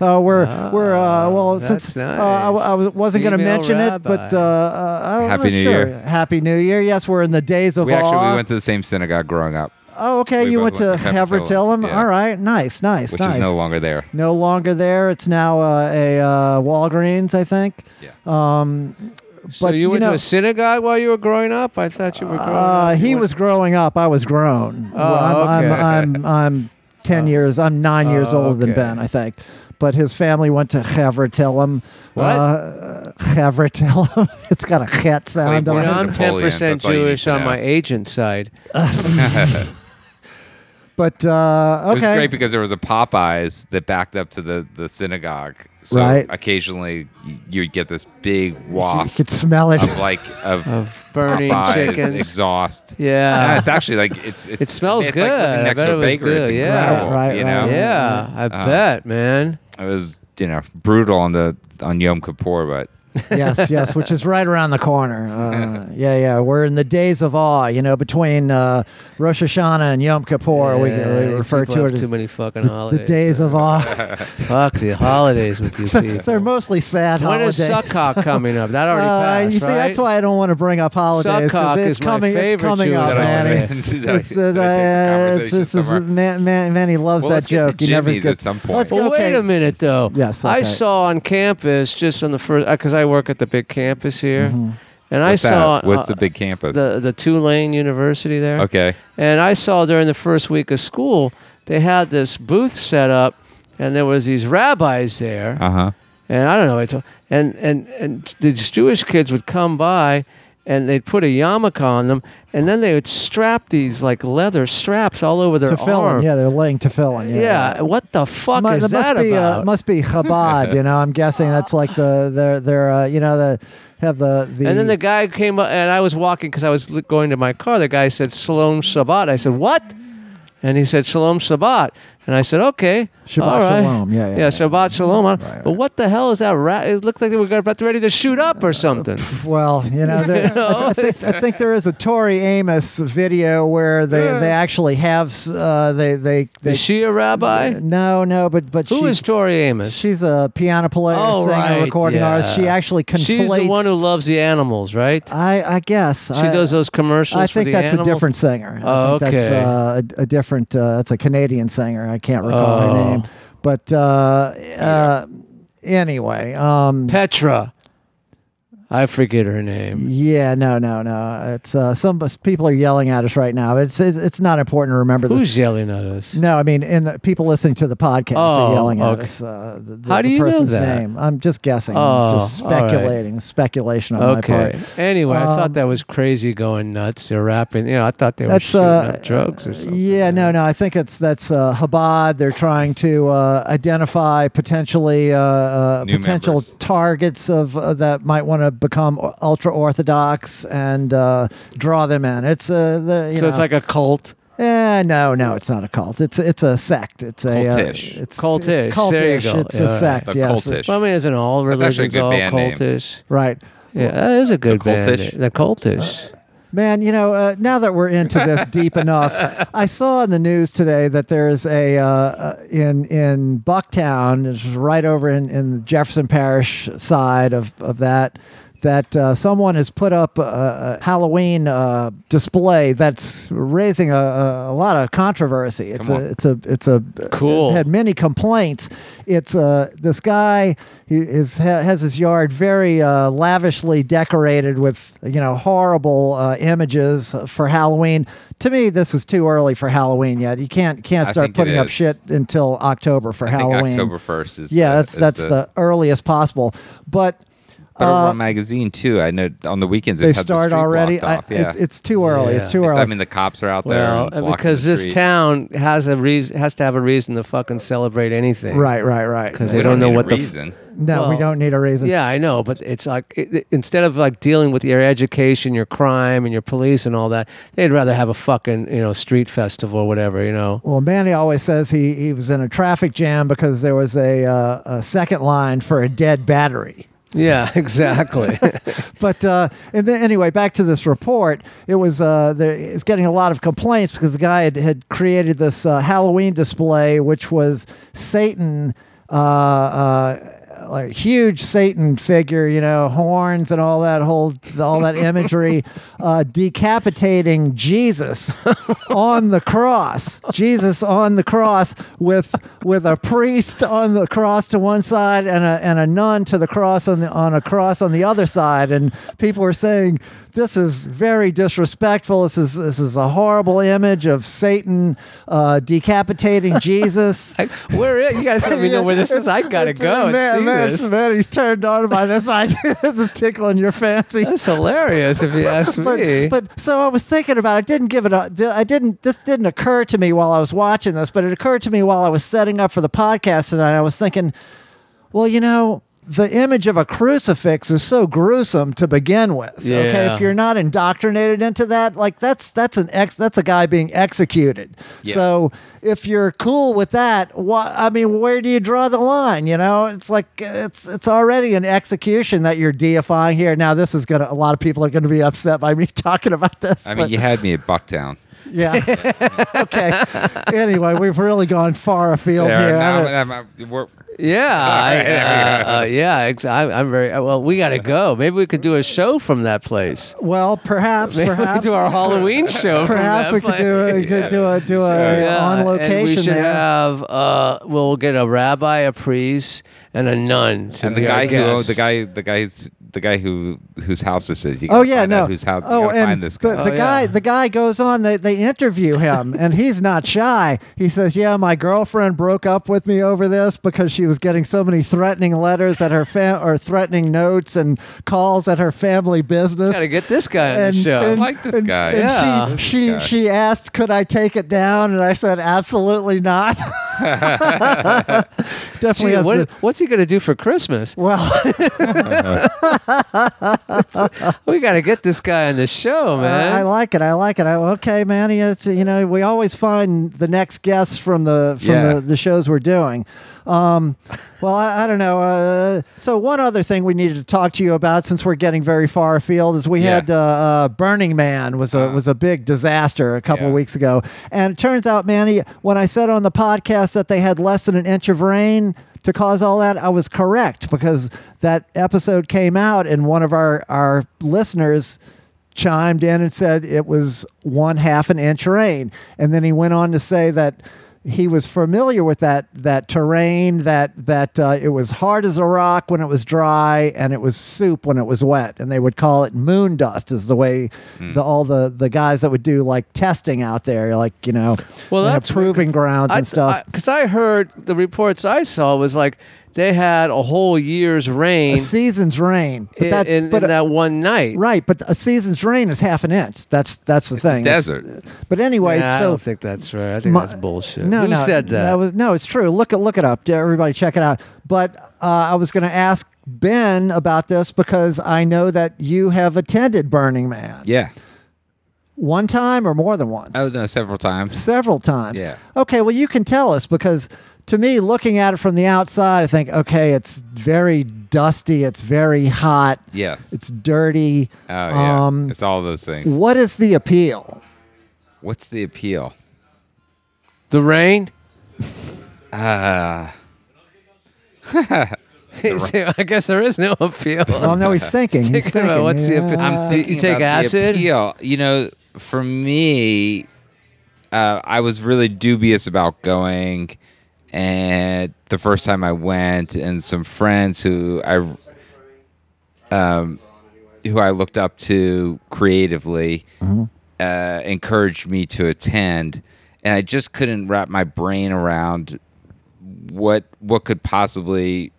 [SPEAKER 1] uh, we're we're uh, well
[SPEAKER 2] Ah, that's
[SPEAKER 1] since uh, I, w- I
[SPEAKER 2] nice.
[SPEAKER 1] wasn't going to
[SPEAKER 2] Female
[SPEAKER 1] mention it, but
[SPEAKER 2] rabbi.
[SPEAKER 1] uh, uh, I'm
[SPEAKER 3] Happy
[SPEAKER 1] not
[SPEAKER 3] New
[SPEAKER 1] sure.
[SPEAKER 3] Year.
[SPEAKER 1] Happy New Year. Yes, we're in the days of
[SPEAKER 3] We actually
[SPEAKER 1] awe.
[SPEAKER 3] we went to the same synagogue growing up,
[SPEAKER 1] oh, okay.
[SPEAKER 3] we
[SPEAKER 1] you went
[SPEAKER 3] both
[SPEAKER 1] to,
[SPEAKER 3] went to
[SPEAKER 1] Havertillum.
[SPEAKER 3] Havertillum, yeah.
[SPEAKER 1] All right. Nice. Nice.
[SPEAKER 3] which
[SPEAKER 1] nice.
[SPEAKER 3] is no longer there.
[SPEAKER 1] No longer there. It's now uh, a uh, Walgreens, I think. Um,
[SPEAKER 3] Yeah.
[SPEAKER 2] so
[SPEAKER 1] but
[SPEAKER 2] you,
[SPEAKER 1] you
[SPEAKER 2] went
[SPEAKER 1] know-
[SPEAKER 2] to a synagogue while you were growing up? I thought you were growing
[SPEAKER 1] Uh,
[SPEAKER 2] up.
[SPEAKER 1] he
[SPEAKER 2] You went-
[SPEAKER 1] was growing up. I was grown.
[SPEAKER 2] Oh,
[SPEAKER 1] I'm,
[SPEAKER 2] okay.
[SPEAKER 1] I'm, I'm, I'm 10 years, I'm nine years
[SPEAKER 2] Oh,
[SPEAKER 1] older than
[SPEAKER 2] okay.
[SPEAKER 1] Ben, I think. But his family went to Havertillum.
[SPEAKER 2] What?
[SPEAKER 1] Uh, Havertillum. [LAUGHS] it's got a chet sound
[SPEAKER 2] You
[SPEAKER 1] on
[SPEAKER 2] know,
[SPEAKER 1] it.
[SPEAKER 2] I'm ten
[SPEAKER 3] Napoleon,
[SPEAKER 2] percent
[SPEAKER 3] that's all you need
[SPEAKER 2] Jewish
[SPEAKER 3] to
[SPEAKER 2] on
[SPEAKER 3] know.
[SPEAKER 2] my agent side.
[SPEAKER 1] But, uh,
[SPEAKER 3] It was
[SPEAKER 1] okay.
[SPEAKER 3] great because there was a Popeyes that backed up to the, the synagogue. So
[SPEAKER 1] Right.
[SPEAKER 3] occasionally y- you'd get this big
[SPEAKER 1] You
[SPEAKER 3] waft
[SPEAKER 1] could smell it.
[SPEAKER 3] of like of,
[SPEAKER 2] Of burning
[SPEAKER 3] Popeyes
[SPEAKER 2] chickens.
[SPEAKER 3] [LAUGHS] exhaust.
[SPEAKER 2] Yeah.
[SPEAKER 3] Yeah, it's actually like
[SPEAKER 2] [LAUGHS]
[SPEAKER 3] it's, it's
[SPEAKER 2] Uh, smells
[SPEAKER 3] it's like living
[SPEAKER 2] good. I
[SPEAKER 3] next
[SPEAKER 2] bet
[SPEAKER 3] to
[SPEAKER 2] it
[SPEAKER 3] a
[SPEAKER 2] was
[SPEAKER 3] bakery. It's
[SPEAKER 2] good, yeah.
[SPEAKER 3] incredible,
[SPEAKER 1] Right,
[SPEAKER 3] you
[SPEAKER 1] right,
[SPEAKER 3] know? Uh.
[SPEAKER 1] right.
[SPEAKER 2] yeah, I bet, man.
[SPEAKER 3] It was you know brutal on the on Yom Kippur, but
[SPEAKER 1] [LAUGHS] yes, yes, which is right around the corner. Uh,
[SPEAKER 3] [LAUGHS]
[SPEAKER 1] yeah, yeah. We're in the days of awe, you know, between uh, Rosh Hashanah and Yom Kippur. we,
[SPEAKER 2] Yeah,
[SPEAKER 1] we refer
[SPEAKER 2] people
[SPEAKER 1] to
[SPEAKER 2] have
[SPEAKER 1] it as
[SPEAKER 2] too many fucking
[SPEAKER 1] the,
[SPEAKER 2] holidays.
[SPEAKER 1] the days of awe.
[SPEAKER 2] [LAUGHS] Fuck the holidays with you people.
[SPEAKER 1] [LAUGHS] They're mostly sad
[SPEAKER 2] when is
[SPEAKER 1] holidays. [LAUGHS]
[SPEAKER 2] Sukkot coming up? That already
[SPEAKER 1] Uh,
[SPEAKER 2] passed,
[SPEAKER 1] you see,
[SPEAKER 2] right?
[SPEAKER 1] that's why I don't want to bring up holidays
[SPEAKER 2] Sukkot
[SPEAKER 1] because it's
[SPEAKER 2] is my
[SPEAKER 1] coming. It's
[SPEAKER 2] favorite
[SPEAKER 1] coming
[SPEAKER 2] Jewish
[SPEAKER 1] up,
[SPEAKER 3] Did I-
[SPEAKER 1] [LAUGHS] Manny.
[SPEAKER 3] [LAUGHS] did I-
[SPEAKER 1] It's, uh,
[SPEAKER 3] did I
[SPEAKER 1] uh,
[SPEAKER 3] take
[SPEAKER 1] it's,
[SPEAKER 3] the
[SPEAKER 1] this is
[SPEAKER 3] conversation somewhere?
[SPEAKER 1] man, man, Manny loves
[SPEAKER 3] Well,
[SPEAKER 1] that
[SPEAKER 3] let's get to
[SPEAKER 1] joke. He never
[SPEAKER 3] Jimmy's
[SPEAKER 1] gets
[SPEAKER 3] at some point.
[SPEAKER 1] Let's go.
[SPEAKER 2] Well, wait
[SPEAKER 1] okay.
[SPEAKER 2] a minute though.
[SPEAKER 1] Yes,
[SPEAKER 2] I
[SPEAKER 1] okay.
[SPEAKER 2] saw on campus just on the first because I work at the big campus here,
[SPEAKER 1] Mm-hmm.
[SPEAKER 2] and I
[SPEAKER 3] what's that?
[SPEAKER 2] saw
[SPEAKER 3] what's
[SPEAKER 2] uh,
[SPEAKER 3] the big campus?
[SPEAKER 2] the the Tulane University there.
[SPEAKER 3] okay,
[SPEAKER 2] And I saw during the first week of school, they had this booth set up, and there was these rabbis there,
[SPEAKER 3] uh huh.
[SPEAKER 2] and I don't know, it's and and and these Jewish kids would come by, and they'd put a yarmulke on them, and then they would strap these like leather straps all over their
[SPEAKER 1] to fill
[SPEAKER 2] arm.
[SPEAKER 1] in. Yeah, they're laying to fill in.
[SPEAKER 2] Yeah, what the fuck
[SPEAKER 1] Mu-
[SPEAKER 2] is
[SPEAKER 1] that must
[SPEAKER 2] that
[SPEAKER 1] be
[SPEAKER 2] about?
[SPEAKER 1] Uh, must be Chabad, you know. I'm guessing that's like the they're they're uh, you know the have the the
[SPEAKER 2] and then the guy came up, and I was walking because I was li- going to my car. The guy said Shalom Shabbat. I said what? And he said Shalom Shabbat. And I said okay,
[SPEAKER 1] Shabbat
[SPEAKER 2] all right.
[SPEAKER 1] Shalom. Yeah, yeah,
[SPEAKER 2] yeah,
[SPEAKER 1] yeah.
[SPEAKER 2] Shabbat Shalom.
[SPEAKER 1] right.
[SPEAKER 2] But what the hell is that? Ra- it looked like they were about ready to shoot up or something.
[SPEAKER 1] Well, you know,
[SPEAKER 2] [LAUGHS]
[SPEAKER 1] there, I, I think, I think there is a Tori Amos video where they, they actually have uh, they they they
[SPEAKER 2] is she a rabbi?
[SPEAKER 1] no no but but
[SPEAKER 2] Who
[SPEAKER 1] she,
[SPEAKER 2] is Tori Amos?
[SPEAKER 1] she's a piano player,
[SPEAKER 2] Oh,
[SPEAKER 1] singer,
[SPEAKER 2] right,
[SPEAKER 1] recording
[SPEAKER 2] yeah.
[SPEAKER 1] artist. She actually conflates.
[SPEAKER 2] She's the one who loves the animals, right?
[SPEAKER 1] I I guess
[SPEAKER 2] She does those commercials.
[SPEAKER 1] I
[SPEAKER 2] for
[SPEAKER 1] think
[SPEAKER 2] the
[SPEAKER 1] that's
[SPEAKER 2] animals.
[SPEAKER 1] a different singer. I
[SPEAKER 2] Oh,
[SPEAKER 1] think That's
[SPEAKER 2] okay.
[SPEAKER 1] uh, a, a different. Uh, that's a Canadian singer. I can't recall her
[SPEAKER 2] Oh.
[SPEAKER 1] name. But uh, uh, anyway, um,
[SPEAKER 2] Petra. I forget her name.
[SPEAKER 1] yeah, no, no, no. It's uh, some people are yelling at us right now. It's it's, it's not important to remember this.
[SPEAKER 2] Who's yelling at us?
[SPEAKER 1] No, I mean, in the people listening to the podcast are
[SPEAKER 2] Oh,
[SPEAKER 1] yelling at
[SPEAKER 2] okay.
[SPEAKER 1] us. Uh, the, the,
[SPEAKER 2] How do
[SPEAKER 1] the
[SPEAKER 2] you know
[SPEAKER 1] person's
[SPEAKER 2] that?
[SPEAKER 1] name? I'm just guessing.
[SPEAKER 2] Oh,
[SPEAKER 1] I'm just
[SPEAKER 2] all right.
[SPEAKER 1] speculating. Speculation on my part.
[SPEAKER 2] Okay. Anyway, I
[SPEAKER 1] Um,
[SPEAKER 2] thought that was crazy going nuts. They're rapping. You know, I thought they were
[SPEAKER 1] That's
[SPEAKER 2] shooting
[SPEAKER 1] uh,
[SPEAKER 2] up Oh, drugs or something.
[SPEAKER 1] Yeah, no, no. I think it's that's uh, Habad. They're trying to uh, identify potentially uh, uh,
[SPEAKER 3] New
[SPEAKER 1] potential
[SPEAKER 3] members.
[SPEAKER 1] targets of uh, that might want to become ultra orthodox and uh, draw them in. It's uh, the, you
[SPEAKER 2] So it's
[SPEAKER 1] know-
[SPEAKER 2] like a cult.
[SPEAKER 1] Eh, no, no, it's not a cult. It's it's a sect. It's a uh,
[SPEAKER 3] Cultish.
[SPEAKER 1] it's
[SPEAKER 2] Cultish.
[SPEAKER 1] It's cultish.
[SPEAKER 2] There you go.
[SPEAKER 1] It's
[SPEAKER 2] Yeah,
[SPEAKER 1] a
[SPEAKER 2] all right.
[SPEAKER 1] sect.
[SPEAKER 3] The
[SPEAKER 1] yes.
[SPEAKER 3] cultish.
[SPEAKER 2] Well, I mean, isn't all
[SPEAKER 3] actually a
[SPEAKER 2] religions
[SPEAKER 3] good
[SPEAKER 2] all
[SPEAKER 3] band name.
[SPEAKER 2] cultish?
[SPEAKER 1] Right.
[SPEAKER 2] Yeah, that is a good band.
[SPEAKER 3] Cultish?
[SPEAKER 2] name. The
[SPEAKER 1] Uh,
[SPEAKER 2] cultish.
[SPEAKER 1] Man, you know, uh, now that we're into
[SPEAKER 2] [LAUGHS]
[SPEAKER 1] this deep enough, I saw in the news today that there's a uh, uh, in in Bucktown, it's right over in in the Jefferson Parish side of of that. That uh, someone has put up a, a Halloween uh, display that's raising a, a, a lot of controversy. It's
[SPEAKER 3] Come
[SPEAKER 1] a
[SPEAKER 3] on.
[SPEAKER 1] it's a it's a
[SPEAKER 2] Cool.
[SPEAKER 1] Had many complaints. It's uh, this guy he is, ha- has his yard very uh, lavishly decorated with you know horrible uh, images for Halloween. To me, this is too early for Halloween yet. You can't can't
[SPEAKER 3] I
[SPEAKER 1] start
[SPEAKER 3] think it
[SPEAKER 1] putting up
[SPEAKER 3] is.
[SPEAKER 1] shit until October for
[SPEAKER 3] I think
[SPEAKER 1] Halloween.
[SPEAKER 3] October first is
[SPEAKER 1] yeah,
[SPEAKER 3] the-
[SPEAKER 1] that's
[SPEAKER 3] is
[SPEAKER 1] that's the earliest possible. But
[SPEAKER 3] But Over on magazine too. I know on the weekends it
[SPEAKER 1] they
[SPEAKER 3] had the
[SPEAKER 1] start
[SPEAKER 3] street
[SPEAKER 1] already.
[SPEAKER 3] blocked Off.
[SPEAKER 1] I,
[SPEAKER 3] yeah.
[SPEAKER 1] it's, it's too early.
[SPEAKER 2] Yeah.
[SPEAKER 1] It's too
[SPEAKER 3] It's-
[SPEAKER 1] early.
[SPEAKER 3] I mean, the cops are out there.
[SPEAKER 2] Well, uh,
[SPEAKER 3] and blocking
[SPEAKER 2] because
[SPEAKER 3] the
[SPEAKER 2] this
[SPEAKER 3] street.
[SPEAKER 2] town has a reason has to have a reason to fucking celebrate anything.
[SPEAKER 1] right, right, right.
[SPEAKER 2] 'Cause
[SPEAKER 3] we
[SPEAKER 2] they don't
[SPEAKER 3] don't,
[SPEAKER 2] know
[SPEAKER 3] need
[SPEAKER 2] what
[SPEAKER 3] a
[SPEAKER 2] the f-
[SPEAKER 3] reason.
[SPEAKER 1] no, we
[SPEAKER 2] well,
[SPEAKER 1] don't need a reason.
[SPEAKER 2] Yeah, I know, but it's like it, it- instead of like dealing with your education, your crime, and your police and all that, they'd rather have a fucking you know street festival or whatever. You know,
[SPEAKER 1] Well, Manny always says he, he was in a traffic jam because there was a, uh, a second line for a dead battery.
[SPEAKER 2] yeah, [LAUGHS] exactly.
[SPEAKER 1] But uh, and then, anyway, back to this report. It was uh, there, it's getting a lot of complaints because the guy had, had created this uh, Halloween display, which was Satan, uh, uh, like huge Satan figure, you know, horns and all that whole all that imagery, uh, decapitating Jesus on the cross. Jesus on the cross with with a priest on the cross to one side and a and a nun to the cross on the on a cross on the other side. And people are saying this is very disrespectful. This is this is a horrible image of Satan uh, decapitating Jesus.
[SPEAKER 2] Like, where is, you guys let me know where this is. I gotta
[SPEAKER 1] It's-
[SPEAKER 2] go and
[SPEAKER 1] man,
[SPEAKER 2] see
[SPEAKER 1] man,
[SPEAKER 2] this.
[SPEAKER 1] man, he's turned on by this [LAUGHS] idea. this is tickling your fancy.
[SPEAKER 2] That's hilarious, if you ask me.
[SPEAKER 1] [LAUGHS] But, but so I was thinking about. It. I didn't give it. A, th- I didn't. This didn't occur to me while I was watching this, but it occurred to me while I was setting up for the podcast tonight. I was thinking, well, you know, the image of a crucifix is so gruesome to begin with. Okay,
[SPEAKER 2] Yeah.
[SPEAKER 1] if you're not indoctrinated into that, like that's that's an ex. That's a guy being executed.
[SPEAKER 3] Yeah.
[SPEAKER 1] So if you're cool with that, why I mean, where do you draw the line? You know, it's like it's it's already an execution that you're deifying here. Now this is gonna a lot of people are gonna be upset by me [LAUGHS] talking about this.
[SPEAKER 3] I
[SPEAKER 1] but-
[SPEAKER 3] mean, you had me at Bucktown.
[SPEAKER 1] yeah. [LAUGHS] okay. Anyway, we've really gone far afield
[SPEAKER 3] There,
[SPEAKER 1] here. I
[SPEAKER 3] now
[SPEAKER 1] don't-
[SPEAKER 3] I'm- I'm- we're- [LAUGHS]
[SPEAKER 2] yeah, I, uh, uh, yeah, ex- I'm, I'm very uh, well. We gotta go. Maybe we could do a show from that place.
[SPEAKER 1] well,
[SPEAKER 3] [LAUGHS]
[SPEAKER 1] perhaps,
[SPEAKER 2] Maybe we
[SPEAKER 1] perhaps
[SPEAKER 2] could do our Halloween show. from
[SPEAKER 1] Perhaps
[SPEAKER 2] that
[SPEAKER 1] we could
[SPEAKER 2] place.
[SPEAKER 1] do a,
[SPEAKER 3] [LAUGHS]
[SPEAKER 1] could do a do a
[SPEAKER 2] Yeah,
[SPEAKER 1] on
[SPEAKER 2] And we
[SPEAKER 1] location
[SPEAKER 2] should
[SPEAKER 1] there.
[SPEAKER 2] have. Uh, we'll get a rabbi, a priest, and a nun. To
[SPEAKER 3] and the
[SPEAKER 2] be our
[SPEAKER 3] guy who owned
[SPEAKER 2] guest.
[SPEAKER 3] the guy the guy's the guy who whose house this is. You
[SPEAKER 1] Oh
[SPEAKER 3] gotta
[SPEAKER 1] yeah,
[SPEAKER 3] find
[SPEAKER 1] no.
[SPEAKER 3] out Whose house?
[SPEAKER 1] oh,
[SPEAKER 3] you gotta
[SPEAKER 1] and
[SPEAKER 3] find this
[SPEAKER 1] the,
[SPEAKER 3] guy.
[SPEAKER 1] the
[SPEAKER 2] Oh,
[SPEAKER 1] guy,
[SPEAKER 2] yeah.
[SPEAKER 1] the guy goes on. They they interview
[SPEAKER 3] [LAUGHS]
[SPEAKER 1] him, and he's not shy. He says, "Yeah, my girlfriend broke up with me over this because she was getting so many threatening letters at her fam or threatening notes and calls at her family business."
[SPEAKER 2] Gotta get this guy on
[SPEAKER 1] And-
[SPEAKER 2] the show.
[SPEAKER 1] and-
[SPEAKER 3] I like this
[SPEAKER 1] and-
[SPEAKER 3] guy.
[SPEAKER 1] and she-
[SPEAKER 2] Yeah.
[SPEAKER 3] This
[SPEAKER 1] she
[SPEAKER 3] guy.
[SPEAKER 1] she asked, "Could I take it down?" And I said, "Absolutely
[SPEAKER 3] [LAUGHS]
[SPEAKER 1] not." [LAUGHS] Definitely.
[SPEAKER 2] Gee,
[SPEAKER 1] has
[SPEAKER 2] what-
[SPEAKER 1] the-
[SPEAKER 2] what's he gonna do for Christmas?
[SPEAKER 1] well,
[SPEAKER 2] We gotta get this guy on the show, man.
[SPEAKER 1] Uh, I, I like it. I like it. I, okay, man. you know, It's, you know, we always find the next guests from the from
[SPEAKER 3] Yeah.
[SPEAKER 1] the, the shows we're doing. Um, well, I, I don't know. Uh, so one other thing we needed to talk to you about, since we're getting very far afield, is we
[SPEAKER 3] Yeah.
[SPEAKER 1] had uh, uh, Burning Man was a was a big disaster a couple
[SPEAKER 3] Yeah.
[SPEAKER 1] weeks ago, and it turns out, Manny, when I said on the podcast that they had less than an inch of rain. To cause all that, I was correct because that episode came out, and one of our, our listeners chimed in and said it was one half an inch rain. And then he went on to say that he was familiar with that that terrain that that uh, it was hard as a rock when it was dry and it was soup when it was wet and they would call it moon dust is the way
[SPEAKER 2] Hmm.
[SPEAKER 1] the all the the guys that would do like testing out there like you know
[SPEAKER 2] Well,
[SPEAKER 1] in
[SPEAKER 2] that's
[SPEAKER 1] proving grounds and stuff
[SPEAKER 2] Because I, heard the reports I saw was like they had a whole year's
[SPEAKER 1] a
[SPEAKER 2] rain
[SPEAKER 1] season's rain but
[SPEAKER 2] in,
[SPEAKER 1] that
[SPEAKER 2] in-
[SPEAKER 1] but uh,
[SPEAKER 2] in that one night.
[SPEAKER 1] right but a season's rain is half an inch that's that's the thing It's-
[SPEAKER 3] desert.
[SPEAKER 1] but anyway
[SPEAKER 2] Yeah, I
[SPEAKER 1] so
[SPEAKER 2] don't think that's right. I think
[SPEAKER 1] My-
[SPEAKER 2] that's bullshit.
[SPEAKER 1] No,
[SPEAKER 2] Who
[SPEAKER 1] no,
[SPEAKER 2] said that?
[SPEAKER 1] was no, it's true. Look it, look it up. Everybody, check it out. But uh, I was going to ask Ben about this because I know that you have attended Burning Man
[SPEAKER 3] Yeah.
[SPEAKER 1] one time or more than once.
[SPEAKER 3] Oh no, several times.
[SPEAKER 1] Several times.
[SPEAKER 3] Yeah.
[SPEAKER 1] Okay. Well, you can tell us because to me, looking at it from the outside, I think, okay, it's very dusty. It's very hot.
[SPEAKER 3] Yes.
[SPEAKER 1] It's dirty.
[SPEAKER 3] oh yeah.
[SPEAKER 1] Um,
[SPEAKER 3] it's all those things.
[SPEAKER 1] what is the appeal?
[SPEAKER 3] What's the appeal?
[SPEAKER 1] [LAUGHS]
[SPEAKER 2] the rain. Ah. [LAUGHS] I guess there is no appeal.
[SPEAKER 1] [LAUGHS] Well, no, he's thinking. He's
[SPEAKER 2] thinking about what's the appeal.
[SPEAKER 1] yeah.
[SPEAKER 2] I'm thinking You take
[SPEAKER 3] about the
[SPEAKER 2] acid?
[SPEAKER 3] appeal. You know, for me, uh, I was really dubious about going, and the first time I went, and some friends who I, um, who I looked up to creatively, uh, encouraged me to attend, and I just couldn't wrap my brain around what what could possibly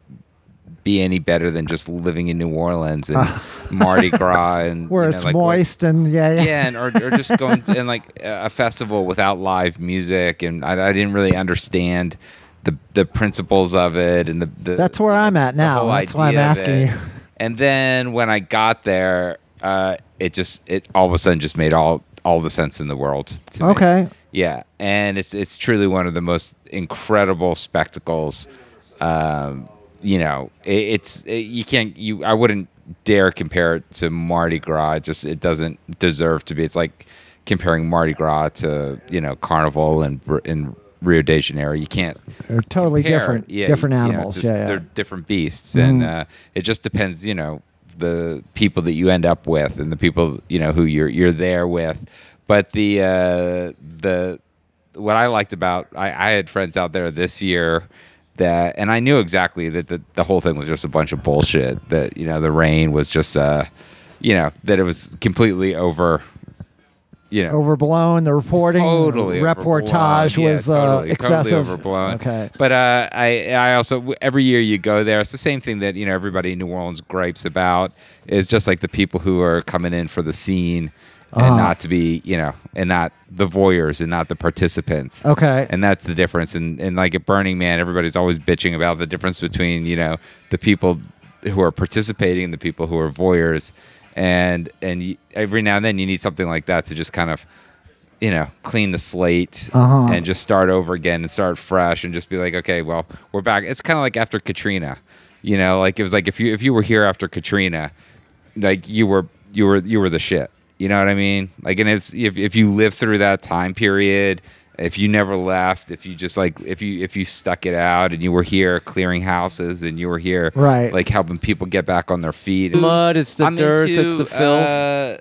[SPEAKER 3] be any better than just living in New Orleans
[SPEAKER 1] [LAUGHS]
[SPEAKER 3] and Mardi Gras and
[SPEAKER 1] where
[SPEAKER 3] you know,
[SPEAKER 1] it's
[SPEAKER 3] like, where-
[SPEAKER 1] moist and yeah, yeah.
[SPEAKER 3] [LAUGHS] yeah, and or, or just going to, and like a festival without live music, and I, I didn't really understand the the principles of it, and the, the
[SPEAKER 1] That's where I'm at
[SPEAKER 3] the
[SPEAKER 1] now.
[SPEAKER 3] whole
[SPEAKER 1] That's why
[SPEAKER 3] idea
[SPEAKER 1] I'm
[SPEAKER 3] of
[SPEAKER 1] asking
[SPEAKER 3] it.
[SPEAKER 1] you. [LAUGHS]
[SPEAKER 3] And then when I got there, uh, it just it all of a sudden just made all all the sense in the world. To me.
[SPEAKER 1] Okay.
[SPEAKER 3] Yeah, and it's it's truly one of the most incredible spectacles. Um, you know, it, it's it, you can't you I wouldn't dare compare it to Mardi Gras. It just it doesn't deserve to be. It's like comparing Mardi Gras to you know Carnival and Br- in Rio de Janeiro. You can't
[SPEAKER 1] They're totally
[SPEAKER 3] compare.
[SPEAKER 1] different,
[SPEAKER 3] Yeah,
[SPEAKER 1] different
[SPEAKER 3] you know, it's
[SPEAKER 1] animals.
[SPEAKER 3] just-
[SPEAKER 1] yeah, Mm-hmm. yeah.
[SPEAKER 3] they're different beasts, and uh, it just depends. You know, the people that you end up with, and the people you know who you're you're there with. But the uh, the what I liked about I, I had friends out there this year that, and I knew exactly that the, the whole thing was just a bunch of bullshit. That you know, the rain was just, uh, you know, that it was completely over. You know,
[SPEAKER 1] overblown. The reporting,
[SPEAKER 3] totally
[SPEAKER 1] reportage
[SPEAKER 3] overblown. Yeah,
[SPEAKER 1] was
[SPEAKER 3] totally,
[SPEAKER 1] uh, excessive.
[SPEAKER 3] totally overblown
[SPEAKER 1] Okay.
[SPEAKER 3] but uh, I I also every year you go there it's the same thing that you know everybody in New Orleans gripes about is just like the people who are coming in for the scene
[SPEAKER 1] Uh-huh.
[SPEAKER 3] and not to be you know and not the voyeurs and not the participants
[SPEAKER 1] Okay.
[SPEAKER 3] and that's the difference and and like at Burning Man everybody's always bitching about the difference between you know the people who are participating and the people who are voyeurs and and y every now and then you need something like that to just kind of you know, clean the slate
[SPEAKER 1] Uh-huh.
[SPEAKER 3] and just start over again and start fresh and just be like, okay, well, we're back. It's kind of like after Katrina, you know, like it was like if you if you were here after Katrina, like you were you were you were the shit. You know what I mean? Like, and it's if if you live through that time period, if you never left, if you just like if you if you stuck it out and you were here clearing houses and you were here
[SPEAKER 1] Right.
[SPEAKER 3] like helping people get back on their feet.
[SPEAKER 2] Mud, it's the
[SPEAKER 3] I'm
[SPEAKER 2] dirt,
[SPEAKER 3] into,
[SPEAKER 2] it's the filth.
[SPEAKER 3] uh,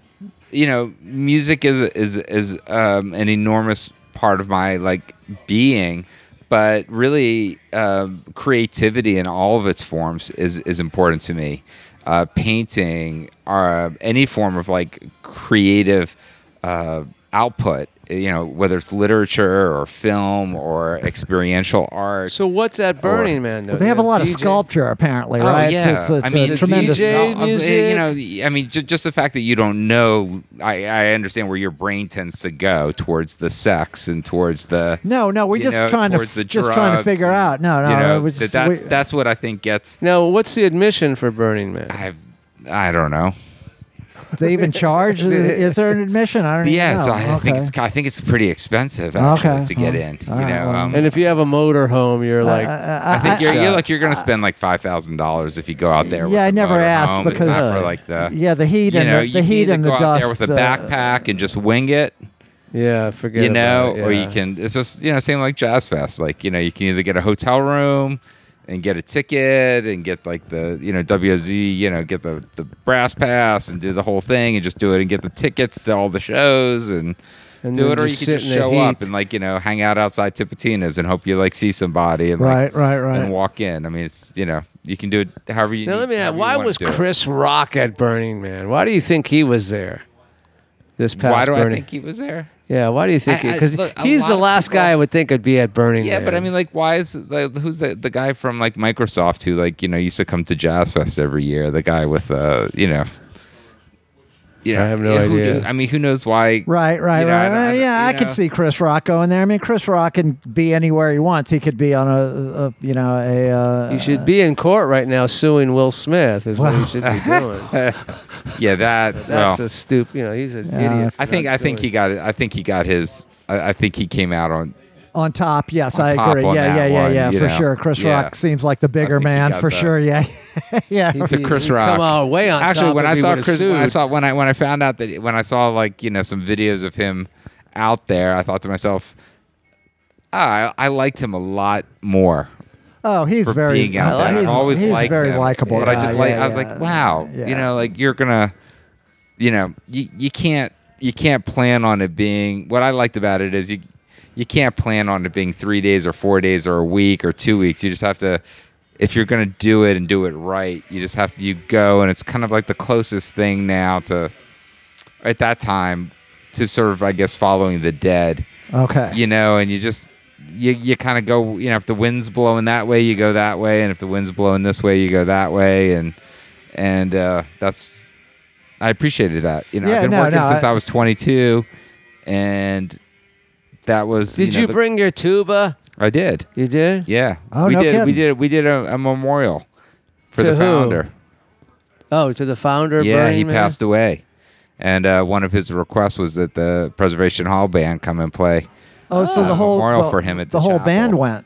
[SPEAKER 3] you know, music is is is um, an enormous part of my like being, but really, um, creativity in all of its forms is is important to me. Uh, painting, uh, any form of like creative uh, output, you know, whether it's literature or film or experiential art.
[SPEAKER 2] so what's that Burning Man though?
[SPEAKER 1] They have a
[SPEAKER 2] Yeah,
[SPEAKER 1] lot of
[SPEAKER 2] DJ?
[SPEAKER 1] sculpture, apparently, right? It's- It's, it's,
[SPEAKER 3] Oh, I mean,
[SPEAKER 1] a
[SPEAKER 3] the
[SPEAKER 1] tremendous.
[SPEAKER 2] DJ
[SPEAKER 3] I mean,
[SPEAKER 2] music.
[SPEAKER 3] Uh, You know, the- I mean, ju- just the fact that you don't know, I, I understand where your brain tends to go towards the sex and towards the.
[SPEAKER 1] No, no, we're
[SPEAKER 3] you
[SPEAKER 1] just
[SPEAKER 3] know,
[SPEAKER 1] trying to
[SPEAKER 3] towards the
[SPEAKER 1] f- just trying to
[SPEAKER 3] drugs
[SPEAKER 1] figure
[SPEAKER 3] and,
[SPEAKER 1] out. No, no,
[SPEAKER 3] you know,
[SPEAKER 1] it was-
[SPEAKER 3] that that's
[SPEAKER 1] we-
[SPEAKER 3] that's what I think gets.
[SPEAKER 2] Now, what's the admission for Burning Man?
[SPEAKER 3] I I don't know.
[SPEAKER 1] they even charge.
[SPEAKER 3] [LAUGHS]
[SPEAKER 1] Is there an admission? I don't even
[SPEAKER 3] Yeah,
[SPEAKER 1] know.
[SPEAKER 3] it's, I think
[SPEAKER 1] Okay.
[SPEAKER 3] it's I think it's pretty expensive actually
[SPEAKER 1] Okay.
[SPEAKER 3] to get
[SPEAKER 1] Huh.
[SPEAKER 3] in.
[SPEAKER 1] All
[SPEAKER 3] you
[SPEAKER 1] right,
[SPEAKER 3] know,
[SPEAKER 1] well.
[SPEAKER 3] um,
[SPEAKER 2] And if you have a motor home,
[SPEAKER 1] Uh,
[SPEAKER 2] you're like,
[SPEAKER 3] I think you're,
[SPEAKER 2] I-
[SPEAKER 3] you're like you're gonna spend like five thousand dollars if you go out there. with
[SPEAKER 1] yeah, I
[SPEAKER 3] the
[SPEAKER 1] never
[SPEAKER 3] motorhome.
[SPEAKER 1] asked
[SPEAKER 3] It's
[SPEAKER 1] because
[SPEAKER 3] not for, like the
[SPEAKER 1] yeah, the heat
[SPEAKER 3] you
[SPEAKER 1] and
[SPEAKER 3] know
[SPEAKER 1] the,
[SPEAKER 3] you
[SPEAKER 1] the heat
[SPEAKER 3] can either
[SPEAKER 1] and
[SPEAKER 3] go
[SPEAKER 1] the
[SPEAKER 3] out
[SPEAKER 1] dust.
[SPEAKER 3] there with a
[SPEAKER 1] uh,
[SPEAKER 3] backpack and just wing it.
[SPEAKER 2] yeah, forget
[SPEAKER 3] you know,
[SPEAKER 2] about it,
[SPEAKER 3] or
[SPEAKER 2] yeah.
[SPEAKER 3] you can. It's just you know, same like Jazz Fest. Like you know, you can either get a hotel room and get a ticket and get like the you know WOZ, you know, get the the brass pass and do the whole thing and just do it and get the tickets to all the shows and.
[SPEAKER 2] And
[SPEAKER 3] do
[SPEAKER 2] then
[SPEAKER 3] it, or you
[SPEAKER 2] just
[SPEAKER 3] can
[SPEAKER 2] sit
[SPEAKER 3] just
[SPEAKER 2] in the
[SPEAKER 3] show up
[SPEAKER 2] heat.
[SPEAKER 3] and like you know hang out outside Tipitina's and hope you like see somebody and
[SPEAKER 1] Right,
[SPEAKER 3] like,
[SPEAKER 1] right, right.
[SPEAKER 3] and walk in. I mean, it's you know you can do it however you.
[SPEAKER 2] Now
[SPEAKER 3] need,
[SPEAKER 2] let me ask,
[SPEAKER 3] however you
[SPEAKER 2] why
[SPEAKER 3] wanna
[SPEAKER 2] was
[SPEAKER 3] do it.
[SPEAKER 2] Chris Rock at Burning Man? Why do you think he was there? This past
[SPEAKER 3] Why do
[SPEAKER 2] Burning.
[SPEAKER 3] I think he was there?
[SPEAKER 2] yeah, why do you think?
[SPEAKER 3] I- I-
[SPEAKER 2] Because
[SPEAKER 3] look, a
[SPEAKER 2] he's
[SPEAKER 3] lot
[SPEAKER 2] the
[SPEAKER 3] of
[SPEAKER 2] last
[SPEAKER 3] people-
[SPEAKER 2] guy I would think would be at Burning
[SPEAKER 3] Yeah,
[SPEAKER 2] Man.
[SPEAKER 3] but I mean, like, why is like, who's the, the guy from like Microsoft who like you know used to come to Jazz Fest every year? The guy with uh, you know, you know,
[SPEAKER 2] I have no
[SPEAKER 3] yeah, who
[SPEAKER 2] idea.
[SPEAKER 3] do- I mean, who knows why?
[SPEAKER 1] Right, right,
[SPEAKER 3] you know, I
[SPEAKER 1] right.
[SPEAKER 3] don't- I
[SPEAKER 1] right.
[SPEAKER 3] don't-
[SPEAKER 1] yeah,
[SPEAKER 3] you
[SPEAKER 1] I could
[SPEAKER 3] know.
[SPEAKER 1] see Chris Rock going there. I mean, Chris Rock can be anywhere he wants. He could be on a, a you know, a. Uh,
[SPEAKER 2] you should be in court right now suing Will Smith. Is what you should be doing.
[SPEAKER 3] [LAUGHS] Yeah, that.
[SPEAKER 2] That's
[SPEAKER 3] well,
[SPEAKER 2] a stupid. You know, he's an
[SPEAKER 1] Yeah.
[SPEAKER 2] idiot.
[SPEAKER 3] I think I think he got it. I think he got his. I, I think he came out on.
[SPEAKER 1] on top. Yes,
[SPEAKER 3] On
[SPEAKER 1] I
[SPEAKER 3] top
[SPEAKER 1] agree.
[SPEAKER 3] on
[SPEAKER 1] Yeah,
[SPEAKER 3] that
[SPEAKER 1] yeah, yeah,
[SPEAKER 3] one,
[SPEAKER 1] yeah,
[SPEAKER 3] you
[SPEAKER 1] for
[SPEAKER 3] know.
[SPEAKER 1] sure. Chris
[SPEAKER 3] Yeah.
[SPEAKER 1] Rock seems like the bigger
[SPEAKER 3] think he
[SPEAKER 1] man
[SPEAKER 3] got
[SPEAKER 1] for
[SPEAKER 3] that.
[SPEAKER 1] sure. Yeah, [LAUGHS] yeah.
[SPEAKER 3] to Chris Rock.
[SPEAKER 2] Come on, way on.
[SPEAKER 3] Actually,
[SPEAKER 2] top
[SPEAKER 3] when
[SPEAKER 2] if
[SPEAKER 3] I
[SPEAKER 2] he
[SPEAKER 3] saw
[SPEAKER 2] would've
[SPEAKER 3] Chris, when I
[SPEAKER 2] sued.
[SPEAKER 3] saw when I when I found out that when I saw like you know some videos of him out there, I thought to myself, ah, I, I liked him a lot more
[SPEAKER 1] Oh, he's
[SPEAKER 3] for
[SPEAKER 1] very.
[SPEAKER 3] being out there.
[SPEAKER 1] He's,
[SPEAKER 3] I've always
[SPEAKER 1] he's
[SPEAKER 3] liked
[SPEAKER 1] very
[SPEAKER 3] him.
[SPEAKER 1] likable.
[SPEAKER 3] But I just
[SPEAKER 1] guy.
[SPEAKER 3] like
[SPEAKER 1] Yeah,
[SPEAKER 3] I was
[SPEAKER 1] yeah.
[SPEAKER 3] like, wow,
[SPEAKER 1] Yeah.
[SPEAKER 3] you know, like you're gonna, you know, you, you can't you can't plan on it being. What I liked about it is you you can't plan on it being three days or four days or a week or two weeks. You just have to. If you're gonna do it and do it right, you just have to. You go and it's kind of like the closest thing now to, at that time, to sort of I guess following the dead
[SPEAKER 1] Okay.
[SPEAKER 3] you know, and you just you you kind of go you know if the wind's blowing that way you go that way and if the wind's blowing this way you go that way and and uh, that's I appreciated that you know
[SPEAKER 1] Yeah,
[SPEAKER 3] I've been
[SPEAKER 1] no,
[SPEAKER 3] working
[SPEAKER 1] no,
[SPEAKER 3] since
[SPEAKER 1] I-
[SPEAKER 3] I, was 22 and that was
[SPEAKER 2] Did
[SPEAKER 3] know,
[SPEAKER 2] you,
[SPEAKER 3] the-
[SPEAKER 2] bring your tuba?
[SPEAKER 3] I did
[SPEAKER 2] You did?
[SPEAKER 3] yeah
[SPEAKER 1] Oh,
[SPEAKER 3] we
[SPEAKER 1] no
[SPEAKER 3] did we
[SPEAKER 1] kidding.
[SPEAKER 3] did we did a, a memorial
[SPEAKER 2] To
[SPEAKER 3] for the
[SPEAKER 2] who?
[SPEAKER 3] founder
[SPEAKER 2] Oh, to the founder. of
[SPEAKER 3] yeah
[SPEAKER 2] Burning
[SPEAKER 3] he
[SPEAKER 2] Man?
[SPEAKER 3] passed away and uh, one of his requests was that the Preservation Hall band come and play
[SPEAKER 1] Oh, so
[SPEAKER 3] Ah.
[SPEAKER 1] the whole
[SPEAKER 3] Memorial
[SPEAKER 1] the,
[SPEAKER 3] for him at
[SPEAKER 1] the
[SPEAKER 3] the
[SPEAKER 1] whole
[SPEAKER 3] chapel.
[SPEAKER 1] band went.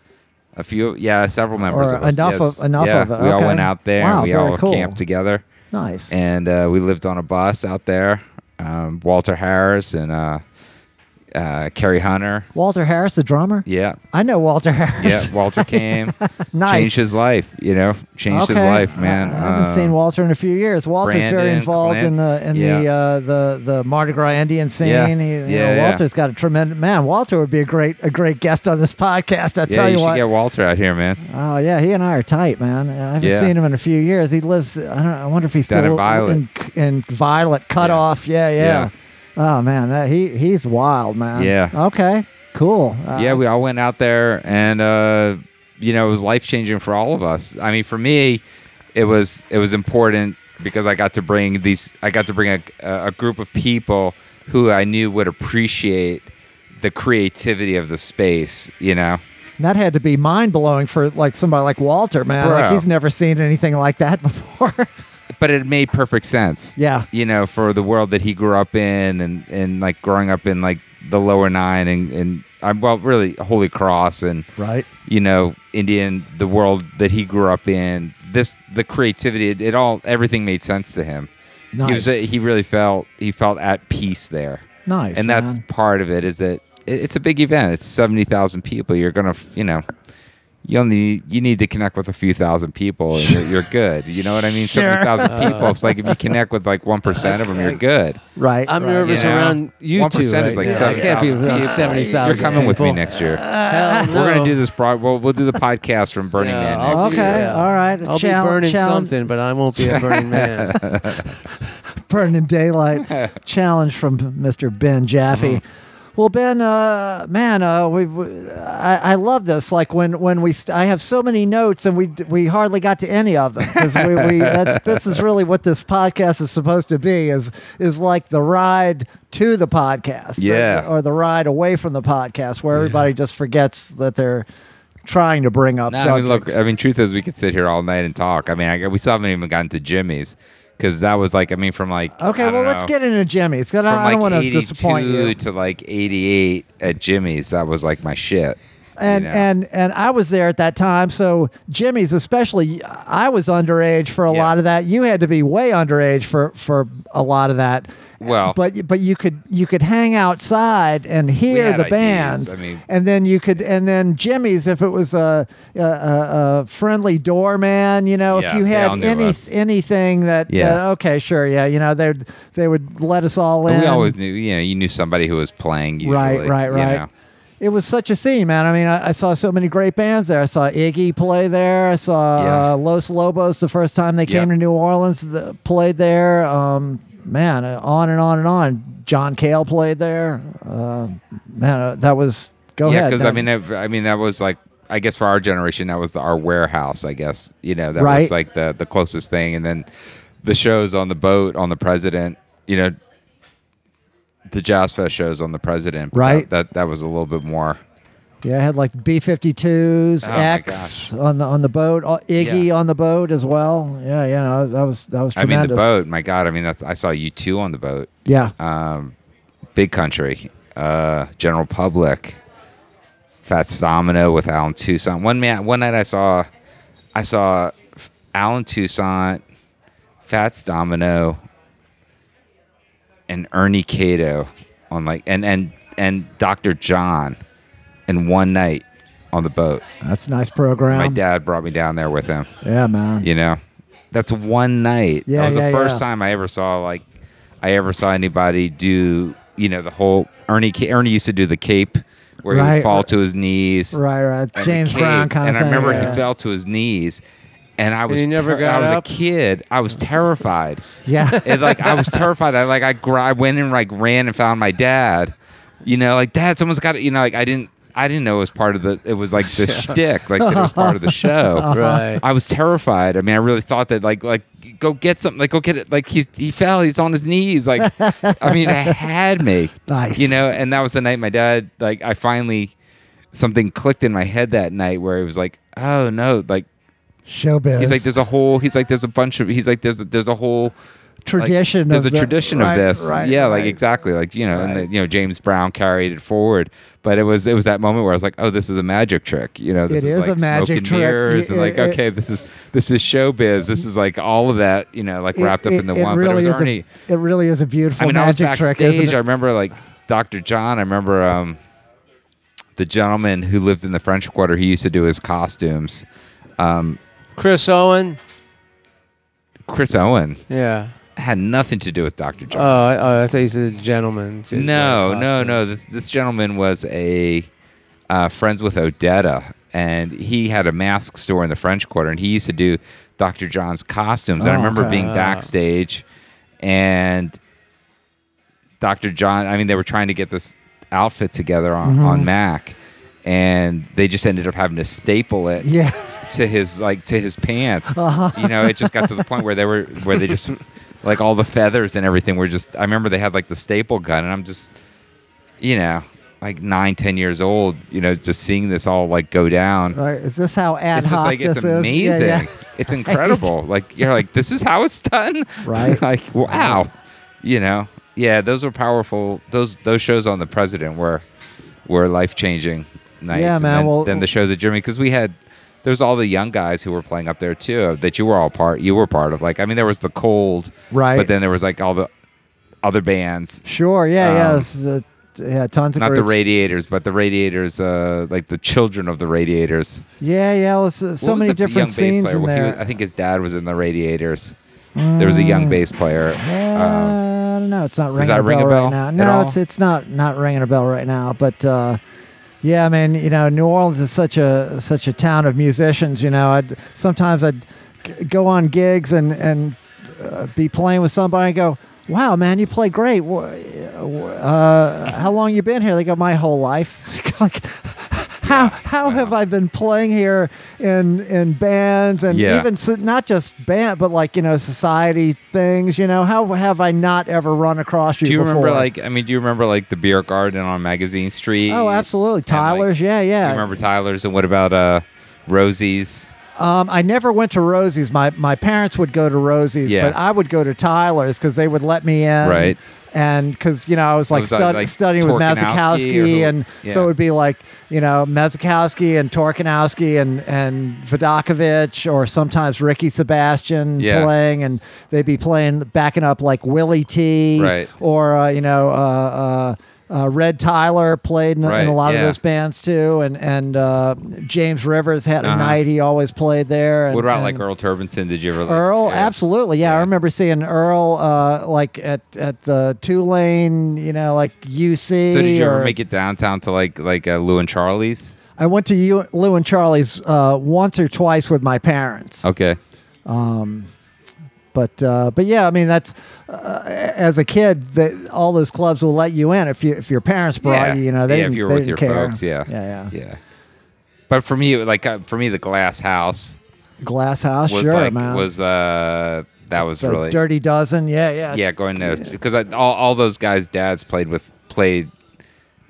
[SPEAKER 3] A few, yeah, several members.
[SPEAKER 1] Or
[SPEAKER 3] of us,
[SPEAKER 1] enough
[SPEAKER 3] yes.
[SPEAKER 1] of- enough
[SPEAKER 3] yeah,
[SPEAKER 1] of it,
[SPEAKER 3] We all
[SPEAKER 1] okay.
[SPEAKER 3] went out there
[SPEAKER 1] Wow,
[SPEAKER 3] and we
[SPEAKER 1] very
[SPEAKER 3] all
[SPEAKER 1] cool.
[SPEAKER 3] camped together,
[SPEAKER 1] Nice.
[SPEAKER 3] and uh, we lived on a bus out there. Um, Walter Harris and uh, uh, Kerry Hunter.
[SPEAKER 1] Walter Harris, the drummer.
[SPEAKER 3] Yeah,
[SPEAKER 1] I know Walter
[SPEAKER 3] yeah.
[SPEAKER 1] Harris. [LAUGHS]
[SPEAKER 3] Walter came,
[SPEAKER 1] Nice.
[SPEAKER 3] changed his life. You know, changed his
[SPEAKER 1] Okay.
[SPEAKER 3] life, man.
[SPEAKER 1] I, I haven't
[SPEAKER 3] Uh,
[SPEAKER 1] seen Walter in a few years. Walter's very
[SPEAKER 3] Brandon,
[SPEAKER 1] involved in
[SPEAKER 3] Clint.
[SPEAKER 1] the in the
[SPEAKER 3] Yeah.
[SPEAKER 1] uh, the the Mardi Gras Indian scene.
[SPEAKER 3] Yeah.
[SPEAKER 1] He- you
[SPEAKER 3] Yeah,
[SPEAKER 1] know,
[SPEAKER 3] yeah.
[SPEAKER 1] Walter's got a tremendous man. Walter would be a great a great guest on this [LAUGHS] podcast. I
[SPEAKER 3] Yeah,
[SPEAKER 1] tell
[SPEAKER 3] you,
[SPEAKER 1] you,
[SPEAKER 3] should
[SPEAKER 1] what.
[SPEAKER 3] get Walter out here, man.
[SPEAKER 1] Oh yeah, he and I are tight, man. I haven't
[SPEAKER 3] Yeah.
[SPEAKER 1] seen him in a few years. He lives. I don't. I wonder if he's
[SPEAKER 3] Down
[SPEAKER 1] still
[SPEAKER 3] in Violet.
[SPEAKER 1] In, in Violet cut
[SPEAKER 3] Yeah.
[SPEAKER 1] off. Yeah, yeah, Oh man, that, he he's wild, man.
[SPEAKER 3] Yeah.
[SPEAKER 1] Okay. Cool. Uh,
[SPEAKER 3] yeah, we all went out there, and uh, you know, it was life changing for all of us. I mean, for me, it was it was important because I got to bring these. I got to bring a, a group of people who I knew would appreciate the creativity of the space. You know,
[SPEAKER 1] And that had to be mind blowing for like somebody like Walter, man. Like
[SPEAKER 3] Bro.
[SPEAKER 1] he's never seen anything like that [LAUGHS] before.
[SPEAKER 3] but it made perfect sense.
[SPEAKER 1] yeah.
[SPEAKER 3] you know, for the world that he grew up in and, and like growing up in like the lower nine and, and I'm well really Holy Cross and
[SPEAKER 1] Right.
[SPEAKER 3] you know indian the world that he grew up in this the creativity it, it all everything made sense to him he
[SPEAKER 1] Nice.
[SPEAKER 3] was a, he really felt he felt at peace there
[SPEAKER 1] nice.
[SPEAKER 3] and that's
[SPEAKER 1] man.
[SPEAKER 3] part of it is that it, it's a big event it's 70,000 people you're going to you know you'll need you need to connect with a few thousand people and you're, you're good you know what i
[SPEAKER 2] [LAUGHS]
[SPEAKER 3] mean
[SPEAKER 1] Sure.
[SPEAKER 3] 70,000
[SPEAKER 2] Uh.
[SPEAKER 3] people it's like if you connect with like 1% of them
[SPEAKER 2] [LAUGHS]
[SPEAKER 3] you're good
[SPEAKER 1] right.
[SPEAKER 2] I'm
[SPEAKER 1] right.
[SPEAKER 2] nervous
[SPEAKER 3] Yeah.
[SPEAKER 2] around you
[SPEAKER 3] One
[SPEAKER 2] two.
[SPEAKER 3] percent
[SPEAKER 2] Right
[SPEAKER 3] is like
[SPEAKER 2] now. I
[SPEAKER 3] seventy
[SPEAKER 2] can't be
[SPEAKER 3] thousand.
[SPEAKER 2] around seventy
[SPEAKER 3] you're
[SPEAKER 2] thousand.
[SPEAKER 3] coming with me next year we're going to do this broad well we'll do the podcast from burning
[SPEAKER 2] Yeah,
[SPEAKER 3] man next
[SPEAKER 2] I'll
[SPEAKER 1] Okay,
[SPEAKER 2] do that.
[SPEAKER 1] all right.
[SPEAKER 2] I'll
[SPEAKER 1] Challenge-
[SPEAKER 2] be burning
[SPEAKER 1] challenge-
[SPEAKER 2] something, but I won't be a burning
[SPEAKER 3] [LAUGHS]
[SPEAKER 2] man.
[SPEAKER 1] Burning Daylight challenge from Mr. Ben Jaffe.
[SPEAKER 3] Uh-huh.
[SPEAKER 1] Well, Ben, uh, man, uh, we, we I, I love this. Like when when we, st- I have so many notes, and we d- we hardly got to any of them because we,
[SPEAKER 3] [LAUGHS]
[SPEAKER 1] we that's, this is really what this podcast is supposed to be is is like the ride to the podcast,
[SPEAKER 3] Yeah.
[SPEAKER 1] or, the ride away from the podcast, where everybody just forgets that they're trying to bring up.
[SPEAKER 3] I mean, look.
[SPEAKER 1] subjects.
[SPEAKER 3] I mean, truth is, we could sit here all night and talk. I mean, I, we still haven't even gotten to Jimmy's because that was like, I mean, from like I
[SPEAKER 1] okay,
[SPEAKER 3] don't
[SPEAKER 1] well, let's
[SPEAKER 3] know,
[SPEAKER 1] get into Jimmy. It's gonna,
[SPEAKER 3] from
[SPEAKER 1] I don't
[SPEAKER 3] like
[SPEAKER 1] want to
[SPEAKER 3] eighty-two
[SPEAKER 1] disappoint you.
[SPEAKER 3] to like eighty-eight at Jimmy's. That was like my shit. you
[SPEAKER 1] and
[SPEAKER 3] know?
[SPEAKER 1] and and I was there at that time. So Jimmy's, especially, I was underage for a
[SPEAKER 3] Yeah.
[SPEAKER 1] lot of that. You had to be way underage for for a lot of that.
[SPEAKER 3] Well-
[SPEAKER 1] but but you could you could hang outside and hear
[SPEAKER 3] had
[SPEAKER 1] the
[SPEAKER 3] IDs,
[SPEAKER 1] bands,
[SPEAKER 3] I mean-
[SPEAKER 1] and then you could and then Jimmy's, if it was a a, a, a friendly doorman, you know, if
[SPEAKER 3] Yeah,
[SPEAKER 1] you
[SPEAKER 3] they all
[SPEAKER 1] had
[SPEAKER 3] knew
[SPEAKER 1] any
[SPEAKER 3] us.
[SPEAKER 1] anything that,
[SPEAKER 3] Yeah.
[SPEAKER 1] that- okay, sure, yeah, you know, they would they would let us all in.
[SPEAKER 3] But we always knew, you know, you knew somebody who was playing. Usually,
[SPEAKER 1] Right, right,
[SPEAKER 3] you
[SPEAKER 1] right.
[SPEAKER 3] know.
[SPEAKER 1] It was such a scene, man. I mean, I, I saw so many great bands there. I saw Iggy play there. I saw
[SPEAKER 3] Yeah.
[SPEAKER 1] uh, Los Lobos the first time they came
[SPEAKER 3] Yep.
[SPEAKER 1] to New Orleans, the, played there. Um, man, uh, on and on and on. John Cale played there. Uh, man, uh, that was go
[SPEAKER 3] yeah,
[SPEAKER 1] ahead.
[SPEAKER 3] because I
[SPEAKER 1] That-
[SPEAKER 3] mean, I've- I mean, that was like, I guess for our generation, that was the, our warehouse. I guess you know that
[SPEAKER 1] Right.
[SPEAKER 3] was like the the closest thing, and then the shows on the boat on the president. You know, the Jazz Fest shows on the president. but
[SPEAKER 1] Right.
[SPEAKER 3] That, that that was a little bit more.
[SPEAKER 1] yeah, I had like B 52s,
[SPEAKER 3] Oh, my
[SPEAKER 1] X on the on the boat, uh, Iggy
[SPEAKER 3] Yeah.
[SPEAKER 1] on the boat as well. Yeah, yeah, no, that was that was
[SPEAKER 3] I mean,
[SPEAKER 1] tremendous.
[SPEAKER 3] the boat. My God, I mean, that's I saw you two on the boat.
[SPEAKER 1] Yeah,
[SPEAKER 3] Um, big country, uh, general public, Fats Domino with Alan Toussaint. One man, one night I saw, I saw Alan Toussaint, Fats Domino, and Ernie Cato on like and and and Dr. John in one night on the boat.
[SPEAKER 1] that's a nice program.
[SPEAKER 3] My dad brought me down there with him
[SPEAKER 1] Yeah, man.
[SPEAKER 3] you know that's one night
[SPEAKER 1] Yeah,
[SPEAKER 3] that was
[SPEAKER 1] yeah,
[SPEAKER 3] the first
[SPEAKER 1] yeah.
[SPEAKER 3] time i ever saw like i ever saw anybody do you know the whole ernie Ca- ernie used to do the cape where he
[SPEAKER 1] Right,
[SPEAKER 3] would fall
[SPEAKER 1] right.
[SPEAKER 3] to his knees
[SPEAKER 1] Right, right.
[SPEAKER 3] and the
[SPEAKER 1] James
[SPEAKER 3] cape,
[SPEAKER 1] Brown kind of
[SPEAKER 3] and
[SPEAKER 1] thing.
[SPEAKER 3] i remember
[SPEAKER 1] yeah.
[SPEAKER 3] he fell to his knees and i was
[SPEAKER 2] he never
[SPEAKER 3] ter-
[SPEAKER 2] got
[SPEAKER 3] i was
[SPEAKER 2] up?
[SPEAKER 3] a kid i was terrified [LAUGHS]
[SPEAKER 1] Yeah.
[SPEAKER 3] it's like i
[SPEAKER 1] [LAUGHS]
[SPEAKER 3] was terrified i like I, gr- I went and like ran and found my dad you know like dad someone's got to you know like i didn't I didn't know it was part of the. It was like
[SPEAKER 1] [LAUGHS]
[SPEAKER 3] the shtick, like that it was part of the show.
[SPEAKER 2] Right.
[SPEAKER 3] I was terrified. I mean, I really thought that like like go get something, like go get it. Like he's he fell, he's on his knees. Like I mean, it had me.
[SPEAKER 1] Nice.
[SPEAKER 3] You know, and that was the night my dad like I finally something clicked in my head that night where it was like, oh no, like
[SPEAKER 1] Showbiz.
[SPEAKER 3] he's like there's a whole he's like there's a bunch of he's like there's a, there's a whole like,
[SPEAKER 1] tradition. of
[SPEAKER 3] there's a
[SPEAKER 1] the-
[SPEAKER 3] tradition
[SPEAKER 1] right,
[SPEAKER 3] of this.
[SPEAKER 1] Right,
[SPEAKER 3] yeah, like
[SPEAKER 1] right.
[SPEAKER 3] exactly. Like you know, and the,
[SPEAKER 1] Right.
[SPEAKER 3] you know James Brown carried it forward, but it was it was that moment where I was like, oh, this is a magic trick. You know, this
[SPEAKER 1] It
[SPEAKER 3] is,
[SPEAKER 1] is
[SPEAKER 3] like
[SPEAKER 1] a magic
[SPEAKER 3] smoke and
[SPEAKER 1] trick.
[SPEAKER 3] mirrors,
[SPEAKER 1] Y-
[SPEAKER 3] and like
[SPEAKER 1] it- it-
[SPEAKER 3] okay, this is this is showbiz. This is like all of that. You know, like
[SPEAKER 1] It-
[SPEAKER 3] wrapped
[SPEAKER 1] it-
[SPEAKER 3] up in the
[SPEAKER 1] it
[SPEAKER 3] one.
[SPEAKER 1] Really
[SPEAKER 3] but it was
[SPEAKER 1] is
[SPEAKER 3] Ernie.
[SPEAKER 1] A, it really is a beautiful
[SPEAKER 3] I mean, I was
[SPEAKER 1] magic
[SPEAKER 3] backstage.
[SPEAKER 1] trick. Isn't
[SPEAKER 3] I
[SPEAKER 1] it?
[SPEAKER 3] remember like Dr. John. I remember um, the gentleman who lived in the French Quarter. He used to do his costumes.
[SPEAKER 2] Chris Owen.
[SPEAKER 3] Chris Owen
[SPEAKER 2] Yeah.
[SPEAKER 3] had nothing to do with Dr.
[SPEAKER 2] Oh,
[SPEAKER 3] John.
[SPEAKER 2] I, oh, I thought you said gentleman.
[SPEAKER 3] No, no, no. This, this gentleman was a uh, friends with Odetta, and he had a mask store in the French Quarter, and he used to do Dr. John's costumes. and I
[SPEAKER 1] Oh,
[SPEAKER 3] remember
[SPEAKER 1] okay.
[SPEAKER 3] being backstage, and Dr. John. I mean, they were trying to get this outfit together on,
[SPEAKER 1] Mm-hmm.
[SPEAKER 3] on Mac, and they just ended up having to staple it
[SPEAKER 1] Yeah.
[SPEAKER 3] to his like to his pants. You know, it just got to the point where they were where they just like all the feathers and everything were just. I remember they had like the staple gun, and I'm just, you know, like nine, ten years old. You know, just seeing this all like go down.
[SPEAKER 1] Right. Is this how ad
[SPEAKER 3] It's just
[SPEAKER 1] hoc
[SPEAKER 3] like
[SPEAKER 1] this is?
[SPEAKER 3] it's amazing.
[SPEAKER 1] Yeah, yeah. [LAUGHS]
[SPEAKER 3] It's incredible. Like you're like, this is how it's done. [LAUGHS]
[SPEAKER 1] Right.
[SPEAKER 3] like wow. You know. Yeah, those were powerful. Those those shows on the president were were life changing nights.
[SPEAKER 1] Yeah,
[SPEAKER 3] And
[SPEAKER 1] man,
[SPEAKER 3] Then,
[SPEAKER 1] well-
[SPEAKER 3] then the shows at Jimmy because we had there's all the young guys who were playing up there too that you were all part you were part of. Like I mean, there was the cold.
[SPEAKER 1] Right.
[SPEAKER 3] But then there was like all the other bands.
[SPEAKER 1] Sure. Yeah. yeah.
[SPEAKER 3] Um,
[SPEAKER 1] This is a, yeah. Tons of
[SPEAKER 3] Not the
[SPEAKER 1] groups.
[SPEAKER 3] Radiators, but the Radiators, uh, like the children of the Radiators.
[SPEAKER 1] Yeah. Yeah. well, so so
[SPEAKER 3] What
[SPEAKER 1] many
[SPEAKER 3] was the young
[SPEAKER 1] different
[SPEAKER 3] bass
[SPEAKER 1] scenes
[SPEAKER 3] player?
[SPEAKER 1] in
[SPEAKER 3] Well, he
[SPEAKER 1] there. Mm.
[SPEAKER 3] was- I think his dad was in the Radiators. There was a young bass player. Um,
[SPEAKER 1] Uh, no, it's not ringing
[SPEAKER 3] that
[SPEAKER 1] a
[SPEAKER 3] ring
[SPEAKER 1] bell,
[SPEAKER 3] a
[SPEAKER 1] right
[SPEAKER 3] bell
[SPEAKER 1] now.
[SPEAKER 3] at
[SPEAKER 1] No,
[SPEAKER 3] all?
[SPEAKER 1] it's it's not not ringing a bell right now. But uh, yeah, I mean, you know, New Orleans is such a such a town of musicians. You know, I'd sometimes I'd g- go on gigs and and uh, be playing with somebody and go, "Wow, man, you play great. Wh- Uh, how long you been here?" They go, "My whole life." [LAUGHS] like, how how have I been playing here in in bands and
[SPEAKER 3] Yeah.
[SPEAKER 1] even so not just band, but like you know society things. You know, how have I not ever run across you?
[SPEAKER 3] do you
[SPEAKER 1] before?
[SPEAKER 3] remember like I mean, do you remember like the beer garden on Magazine Street?
[SPEAKER 1] Oh, absolutely,
[SPEAKER 3] like,
[SPEAKER 1] Tyler's. yeah,
[SPEAKER 3] Do
[SPEAKER 1] yeah.
[SPEAKER 3] you remember Tyler's and what about uh Rosie's?
[SPEAKER 1] Um, I never went to Rosie's. My my parents would go to Rosie's,
[SPEAKER 3] Yeah.
[SPEAKER 1] but I would go to Tyler's because they would let me in.
[SPEAKER 3] Right.
[SPEAKER 1] And because you know I was like,
[SPEAKER 3] was that,
[SPEAKER 1] stud-
[SPEAKER 3] like,
[SPEAKER 1] studying with
[SPEAKER 3] Torkanowski or
[SPEAKER 1] Mazakowski,
[SPEAKER 3] who-
[SPEAKER 1] and so
[SPEAKER 3] Yeah.
[SPEAKER 1] it would be like you know Mazakowski and Torkanowski and and Vodakovich, or sometimes Ricky Sebastian
[SPEAKER 3] Yeah.
[SPEAKER 1] playing, and they'd be playing backing up like Willie T,
[SPEAKER 3] Right.
[SPEAKER 1] or uh, you know uh, uh, uh, Red Tyler played in, in
[SPEAKER 3] Right,
[SPEAKER 1] a lot
[SPEAKER 3] yeah.
[SPEAKER 1] of those bands too, and and uh, James Rivers had a
[SPEAKER 3] Uh-huh.
[SPEAKER 1] night he always played there. And,
[SPEAKER 3] What
[SPEAKER 1] and
[SPEAKER 3] about like Earl Turbenton? Did you ever like,
[SPEAKER 1] Earl?
[SPEAKER 3] yeah.
[SPEAKER 1] Absolutely, yeah, I
[SPEAKER 3] Yeah.
[SPEAKER 1] remember seeing Earl uh, like at at the Tulane, you know, like UC.
[SPEAKER 3] So did you ever
[SPEAKER 1] or-
[SPEAKER 3] make it downtown to like like uh, Lou and Charlie's?
[SPEAKER 1] I went to U- Lou and Charlie's uh, once or twice with my parents.
[SPEAKER 3] Okay.
[SPEAKER 1] Uh-huh. But uh, but yeah, I mean that's uh, as a kid, that all those clubs will let you in if you if your parents brought
[SPEAKER 3] yeah.
[SPEAKER 1] you. You know, they
[SPEAKER 3] yeah,
[SPEAKER 1] didn't,
[SPEAKER 3] if you were
[SPEAKER 1] they
[SPEAKER 3] with your
[SPEAKER 1] didn't care.
[SPEAKER 3] folks, yeah.
[SPEAKER 1] yeah, yeah.
[SPEAKER 3] Yeah. But for me, like uh, for me, the Glass House
[SPEAKER 1] Glass House,
[SPEAKER 3] was
[SPEAKER 1] sure,
[SPEAKER 3] like
[SPEAKER 1] man.
[SPEAKER 3] was uh that was
[SPEAKER 1] the
[SPEAKER 3] really
[SPEAKER 1] Dirty Dozen, yeah, yeah,
[SPEAKER 3] yeah going there because all, all those guys' dads played with played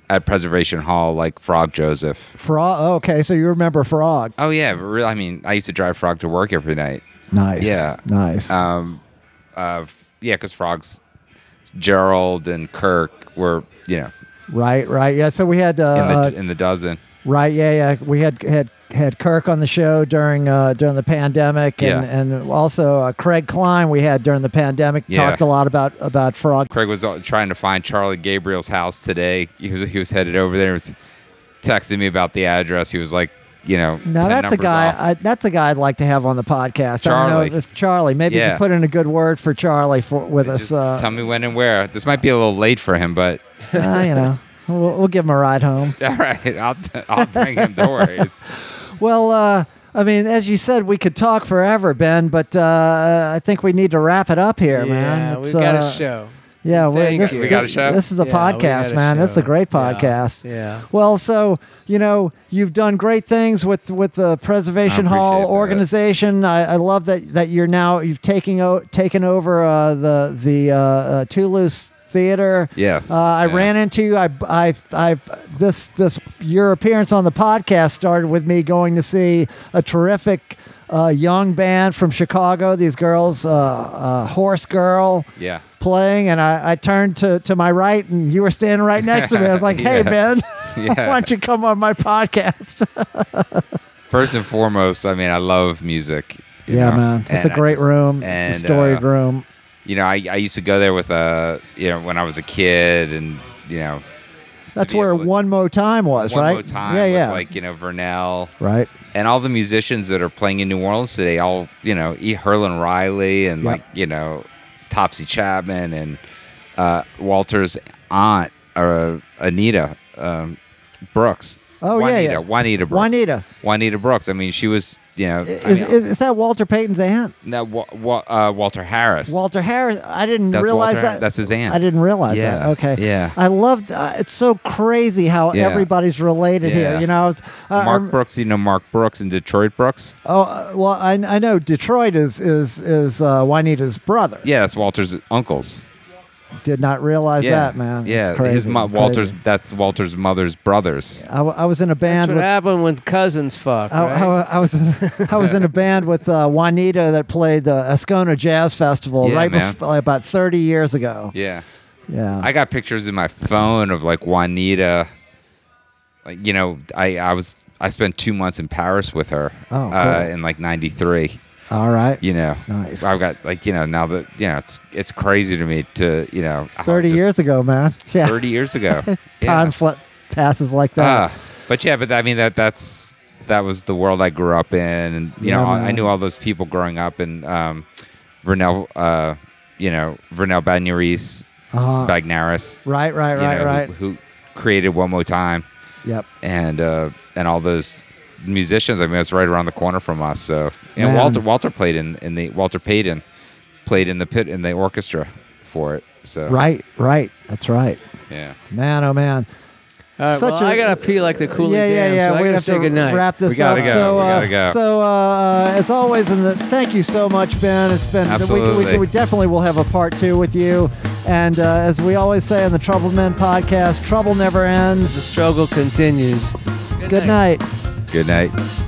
[SPEAKER 3] at Preservation Hall like Frog Joseph.
[SPEAKER 1] Frog. oh, okay, so you remember Frog?
[SPEAKER 3] Oh yeah, but really. I mean, I used to drive Frog to work every night.
[SPEAKER 1] Nice.
[SPEAKER 3] Yeah.
[SPEAKER 1] Nice.
[SPEAKER 3] Um, uh, f- yeah, because Frogs, Gerald and Kirk were you know
[SPEAKER 1] right. Right. Yeah. So we had. Uh,
[SPEAKER 3] in the
[SPEAKER 1] uh,
[SPEAKER 3] in the dozen.
[SPEAKER 1] right. Yeah. Yeah. We had had had Kirk on the show during uh, during the pandemic, and
[SPEAKER 3] Yeah.
[SPEAKER 1] and also uh, Craig Klein we had during the pandemic
[SPEAKER 3] Yeah.
[SPEAKER 1] talked a lot about about Frog.
[SPEAKER 3] Craig was uh, trying to find Charlie Gabriel's house today. He was he was headed over there. He was texting me about the address. He was like, you know,
[SPEAKER 1] Now that's
[SPEAKER 3] 10
[SPEAKER 1] a
[SPEAKER 3] numbers
[SPEAKER 1] guy.
[SPEAKER 3] off.
[SPEAKER 1] I, that's a guy I'd like to have on the podcast. I don't know
[SPEAKER 3] Charlie.
[SPEAKER 1] if Charlie. Maybe you
[SPEAKER 3] Yeah.
[SPEAKER 1] can put in a good word for Charlie for with us.
[SPEAKER 3] Just
[SPEAKER 1] Uh,
[SPEAKER 3] tell me when and where. This might be a little late for him, but
[SPEAKER 1] uh, you know, we'll, we'll give him a ride home.
[SPEAKER 3] [LAUGHS] all right, I'll I'll bring him. Don't worry. It's-
[SPEAKER 1] Well, uh, I mean, as you said, we could talk forever, Ben, but uh, I think we need to wrap it up here,
[SPEAKER 2] Yeah,
[SPEAKER 1] man.
[SPEAKER 2] we
[SPEAKER 1] It's,
[SPEAKER 2] got
[SPEAKER 1] uh,
[SPEAKER 2] a show.
[SPEAKER 1] Yeah, we
[SPEAKER 2] Thank
[SPEAKER 1] this,
[SPEAKER 2] you.
[SPEAKER 3] We got a show?
[SPEAKER 1] This is a
[SPEAKER 2] Yeah, we got
[SPEAKER 1] podcast,
[SPEAKER 2] a
[SPEAKER 1] man. This is a
[SPEAKER 2] show.
[SPEAKER 1] great
[SPEAKER 2] Yeah,
[SPEAKER 1] podcast.
[SPEAKER 2] yeah.
[SPEAKER 1] Well, so you know, you've done great things with with the Preservation
[SPEAKER 3] I
[SPEAKER 1] Hall
[SPEAKER 3] appreciate that.
[SPEAKER 1] organization. I, I love that that you're now you've taking o- taken over uh, the the uh, uh, Toulouse Theater.
[SPEAKER 3] Yes.
[SPEAKER 1] Uh, I
[SPEAKER 3] Yeah.
[SPEAKER 1] ran into you. I, I, I, this, this, your appearance on the podcast started with me going to see a terrific uh, young band from Chicago. These girls, uh, uh, Horse Girl,
[SPEAKER 3] Yeah.
[SPEAKER 1] playing, and I, I turned to, to my right, and you were standing right next to me. I was
[SPEAKER 3] [LAUGHS]
[SPEAKER 1] like, "Hey,
[SPEAKER 3] Yeah.
[SPEAKER 1] Ben, [LAUGHS] why
[SPEAKER 3] Yeah.
[SPEAKER 1] don't you come on my podcast?"
[SPEAKER 3] First and foremost, I mean, I love music. [LAUGHS] you
[SPEAKER 1] yeah,
[SPEAKER 3] know,
[SPEAKER 1] man, it's
[SPEAKER 3] and
[SPEAKER 1] a
[SPEAKER 3] I
[SPEAKER 1] great
[SPEAKER 3] just-
[SPEAKER 1] room. it's a
[SPEAKER 3] and,
[SPEAKER 1] storied
[SPEAKER 3] uh,
[SPEAKER 1] room.
[SPEAKER 3] You know, I, I used to go there with uh, you know, when I was a kid, and you know,
[SPEAKER 1] That's
[SPEAKER 3] be
[SPEAKER 1] where
[SPEAKER 3] able to-
[SPEAKER 1] One Mo Time was,
[SPEAKER 3] one
[SPEAKER 1] right?
[SPEAKER 3] more time,
[SPEAKER 1] yeah,
[SPEAKER 3] with,
[SPEAKER 1] yeah,
[SPEAKER 3] like you know, Vernell,
[SPEAKER 1] right.
[SPEAKER 3] and all the musicians that are playing in New Orleans today, all you know, E. Herlin Riley and
[SPEAKER 1] Yeah.
[SPEAKER 3] like you know, Topsy Chapman and uh, Walter's aunt or uh, Anita um, Brooks.
[SPEAKER 1] Oh, yeah,
[SPEAKER 3] Juanita,
[SPEAKER 1] yeah.
[SPEAKER 3] Juanita Brooks.
[SPEAKER 1] Juanita.
[SPEAKER 3] Juanita Brooks. I mean, she was you know, I
[SPEAKER 1] Is,
[SPEAKER 3] mean,
[SPEAKER 1] is, is that Walter Payton's aunt?
[SPEAKER 3] no, Wa- Wa- uh, Walter Harris.
[SPEAKER 1] Walter Harris. I didn't
[SPEAKER 3] That's
[SPEAKER 1] realize
[SPEAKER 3] Walter-
[SPEAKER 1] that.
[SPEAKER 3] that's his aunt.
[SPEAKER 1] I didn't realize
[SPEAKER 3] Yeah,
[SPEAKER 1] that. Okay.
[SPEAKER 3] yeah.
[SPEAKER 1] I love. Uh, it's so crazy how
[SPEAKER 3] Yeah.
[SPEAKER 1] everybody's related here.
[SPEAKER 3] Yeah.
[SPEAKER 1] You know. I was, I-
[SPEAKER 3] Mark
[SPEAKER 1] I'm-
[SPEAKER 3] Brooks, you know Mark Brooks and Detroit Brooks.
[SPEAKER 1] Oh uh, well, I, I know Detroit is is is uh, Juanita's brother.
[SPEAKER 3] Yeah, that's Walter's uncles.
[SPEAKER 1] Did not realize
[SPEAKER 3] yeah,
[SPEAKER 1] that, man.
[SPEAKER 3] Yeah,
[SPEAKER 1] it's crazy.
[SPEAKER 3] his mo- Walter's.
[SPEAKER 1] Crazy.
[SPEAKER 3] That's Walter's mother's brothers.
[SPEAKER 1] I, w- I was in a
[SPEAKER 2] That's
[SPEAKER 1] band
[SPEAKER 2] what
[SPEAKER 1] with. Oh,
[SPEAKER 2] happened when cousins fuck.
[SPEAKER 1] I,
[SPEAKER 2] right?
[SPEAKER 1] I- I was [LAUGHS] in, I was in a band with uh, Juanita that played the Ascona Jazz Festival
[SPEAKER 3] Yeah,
[SPEAKER 1] right
[SPEAKER 3] man.
[SPEAKER 1] before, about thirty years ago.
[SPEAKER 3] Yeah,
[SPEAKER 1] Yeah,
[SPEAKER 3] I got pictures in my phone of like Juanita. Like you know, I I was I spent two months in Paris with her.
[SPEAKER 1] Oh,
[SPEAKER 3] uh,
[SPEAKER 1] cool.
[SPEAKER 3] in like '93.
[SPEAKER 1] all right.
[SPEAKER 3] You know,
[SPEAKER 1] Nice.
[SPEAKER 3] I've got like you know now that you know it's it's crazy to me to you know how
[SPEAKER 1] thirty
[SPEAKER 3] just-
[SPEAKER 1] years ago, man. [LAUGHS] Yeah,
[SPEAKER 3] [LAUGHS] Thirty years ago.
[SPEAKER 1] [LAUGHS] time
[SPEAKER 3] Yeah.
[SPEAKER 1] fl- passes like that.
[SPEAKER 3] Ah, but yeah, but I mean that that's that was the world I grew up in, and you know
[SPEAKER 1] Yeah,
[SPEAKER 3] I- I
[SPEAKER 1] man.
[SPEAKER 3] knew all those people growing up, and um, Vernell, uh, you know Vernell Bagnaris,
[SPEAKER 1] Uh-huh.
[SPEAKER 3] Bagnaris,
[SPEAKER 1] right, right,
[SPEAKER 3] Ah. you
[SPEAKER 1] right,
[SPEAKER 3] know,
[SPEAKER 1] right.
[SPEAKER 3] Who, who created One More Time,
[SPEAKER 1] Yep.
[SPEAKER 3] and uh, and all those musicians. I mean, it's right around the corner from us. So and
[SPEAKER 1] Man.
[SPEAKER 3] Walter Walter played in, in the Walter Payton played in the pit in the orchestra for it. So
[SPEAKER 1] Right, right. That's right.
[SPEAKER 3] yeah.
[SPEAKER 1] Man, oh man.
[SPEAKER 2] All right,
[SPEAKER 1] Such
[SPEAKER 2] well,
[SPEAKER 1] a-
[SPEAKER 2] I gotta pee like the Cooley
[SPEAKER 1] yeah, yeah,
[SPEAKER 2] Dam,
[SPEAKER 1] yeah.
[SPEAKER 2] so I
[SPEAKER 1] we
[SPEAKER 2] gotta
[SPEAKER 1] have
[SPEAKER 2] say
[SPEAKER 1] to
[SPEAKER 2] goodnight.
[SPEAKER 1] wrap this
[SPEAKER 3] We gotta
[SPEAKER 1] up.
[SPEAKER 3] go.
[SPEAKER 1] So,
[SPEAKER 3] We
[SPEAKER 1] uh,
[SPEAKER 3] gotta go.
[SPEAKER 1] so uh, as always, and the, thank you so much, Ben. It's been We, we,
[SPEAKER 3] Absolutely.
[SPEAKER 1] we definitely will have a part two with you. And uh, as we always say on the Troubled Men podcast, trouble never
[SPEAKER 2] The
[SPEAKER 1] ends.
[SPEAKER 2] struggle continues.
[SPEAKER 1] Good night.
[SPEAKER 3] Good night.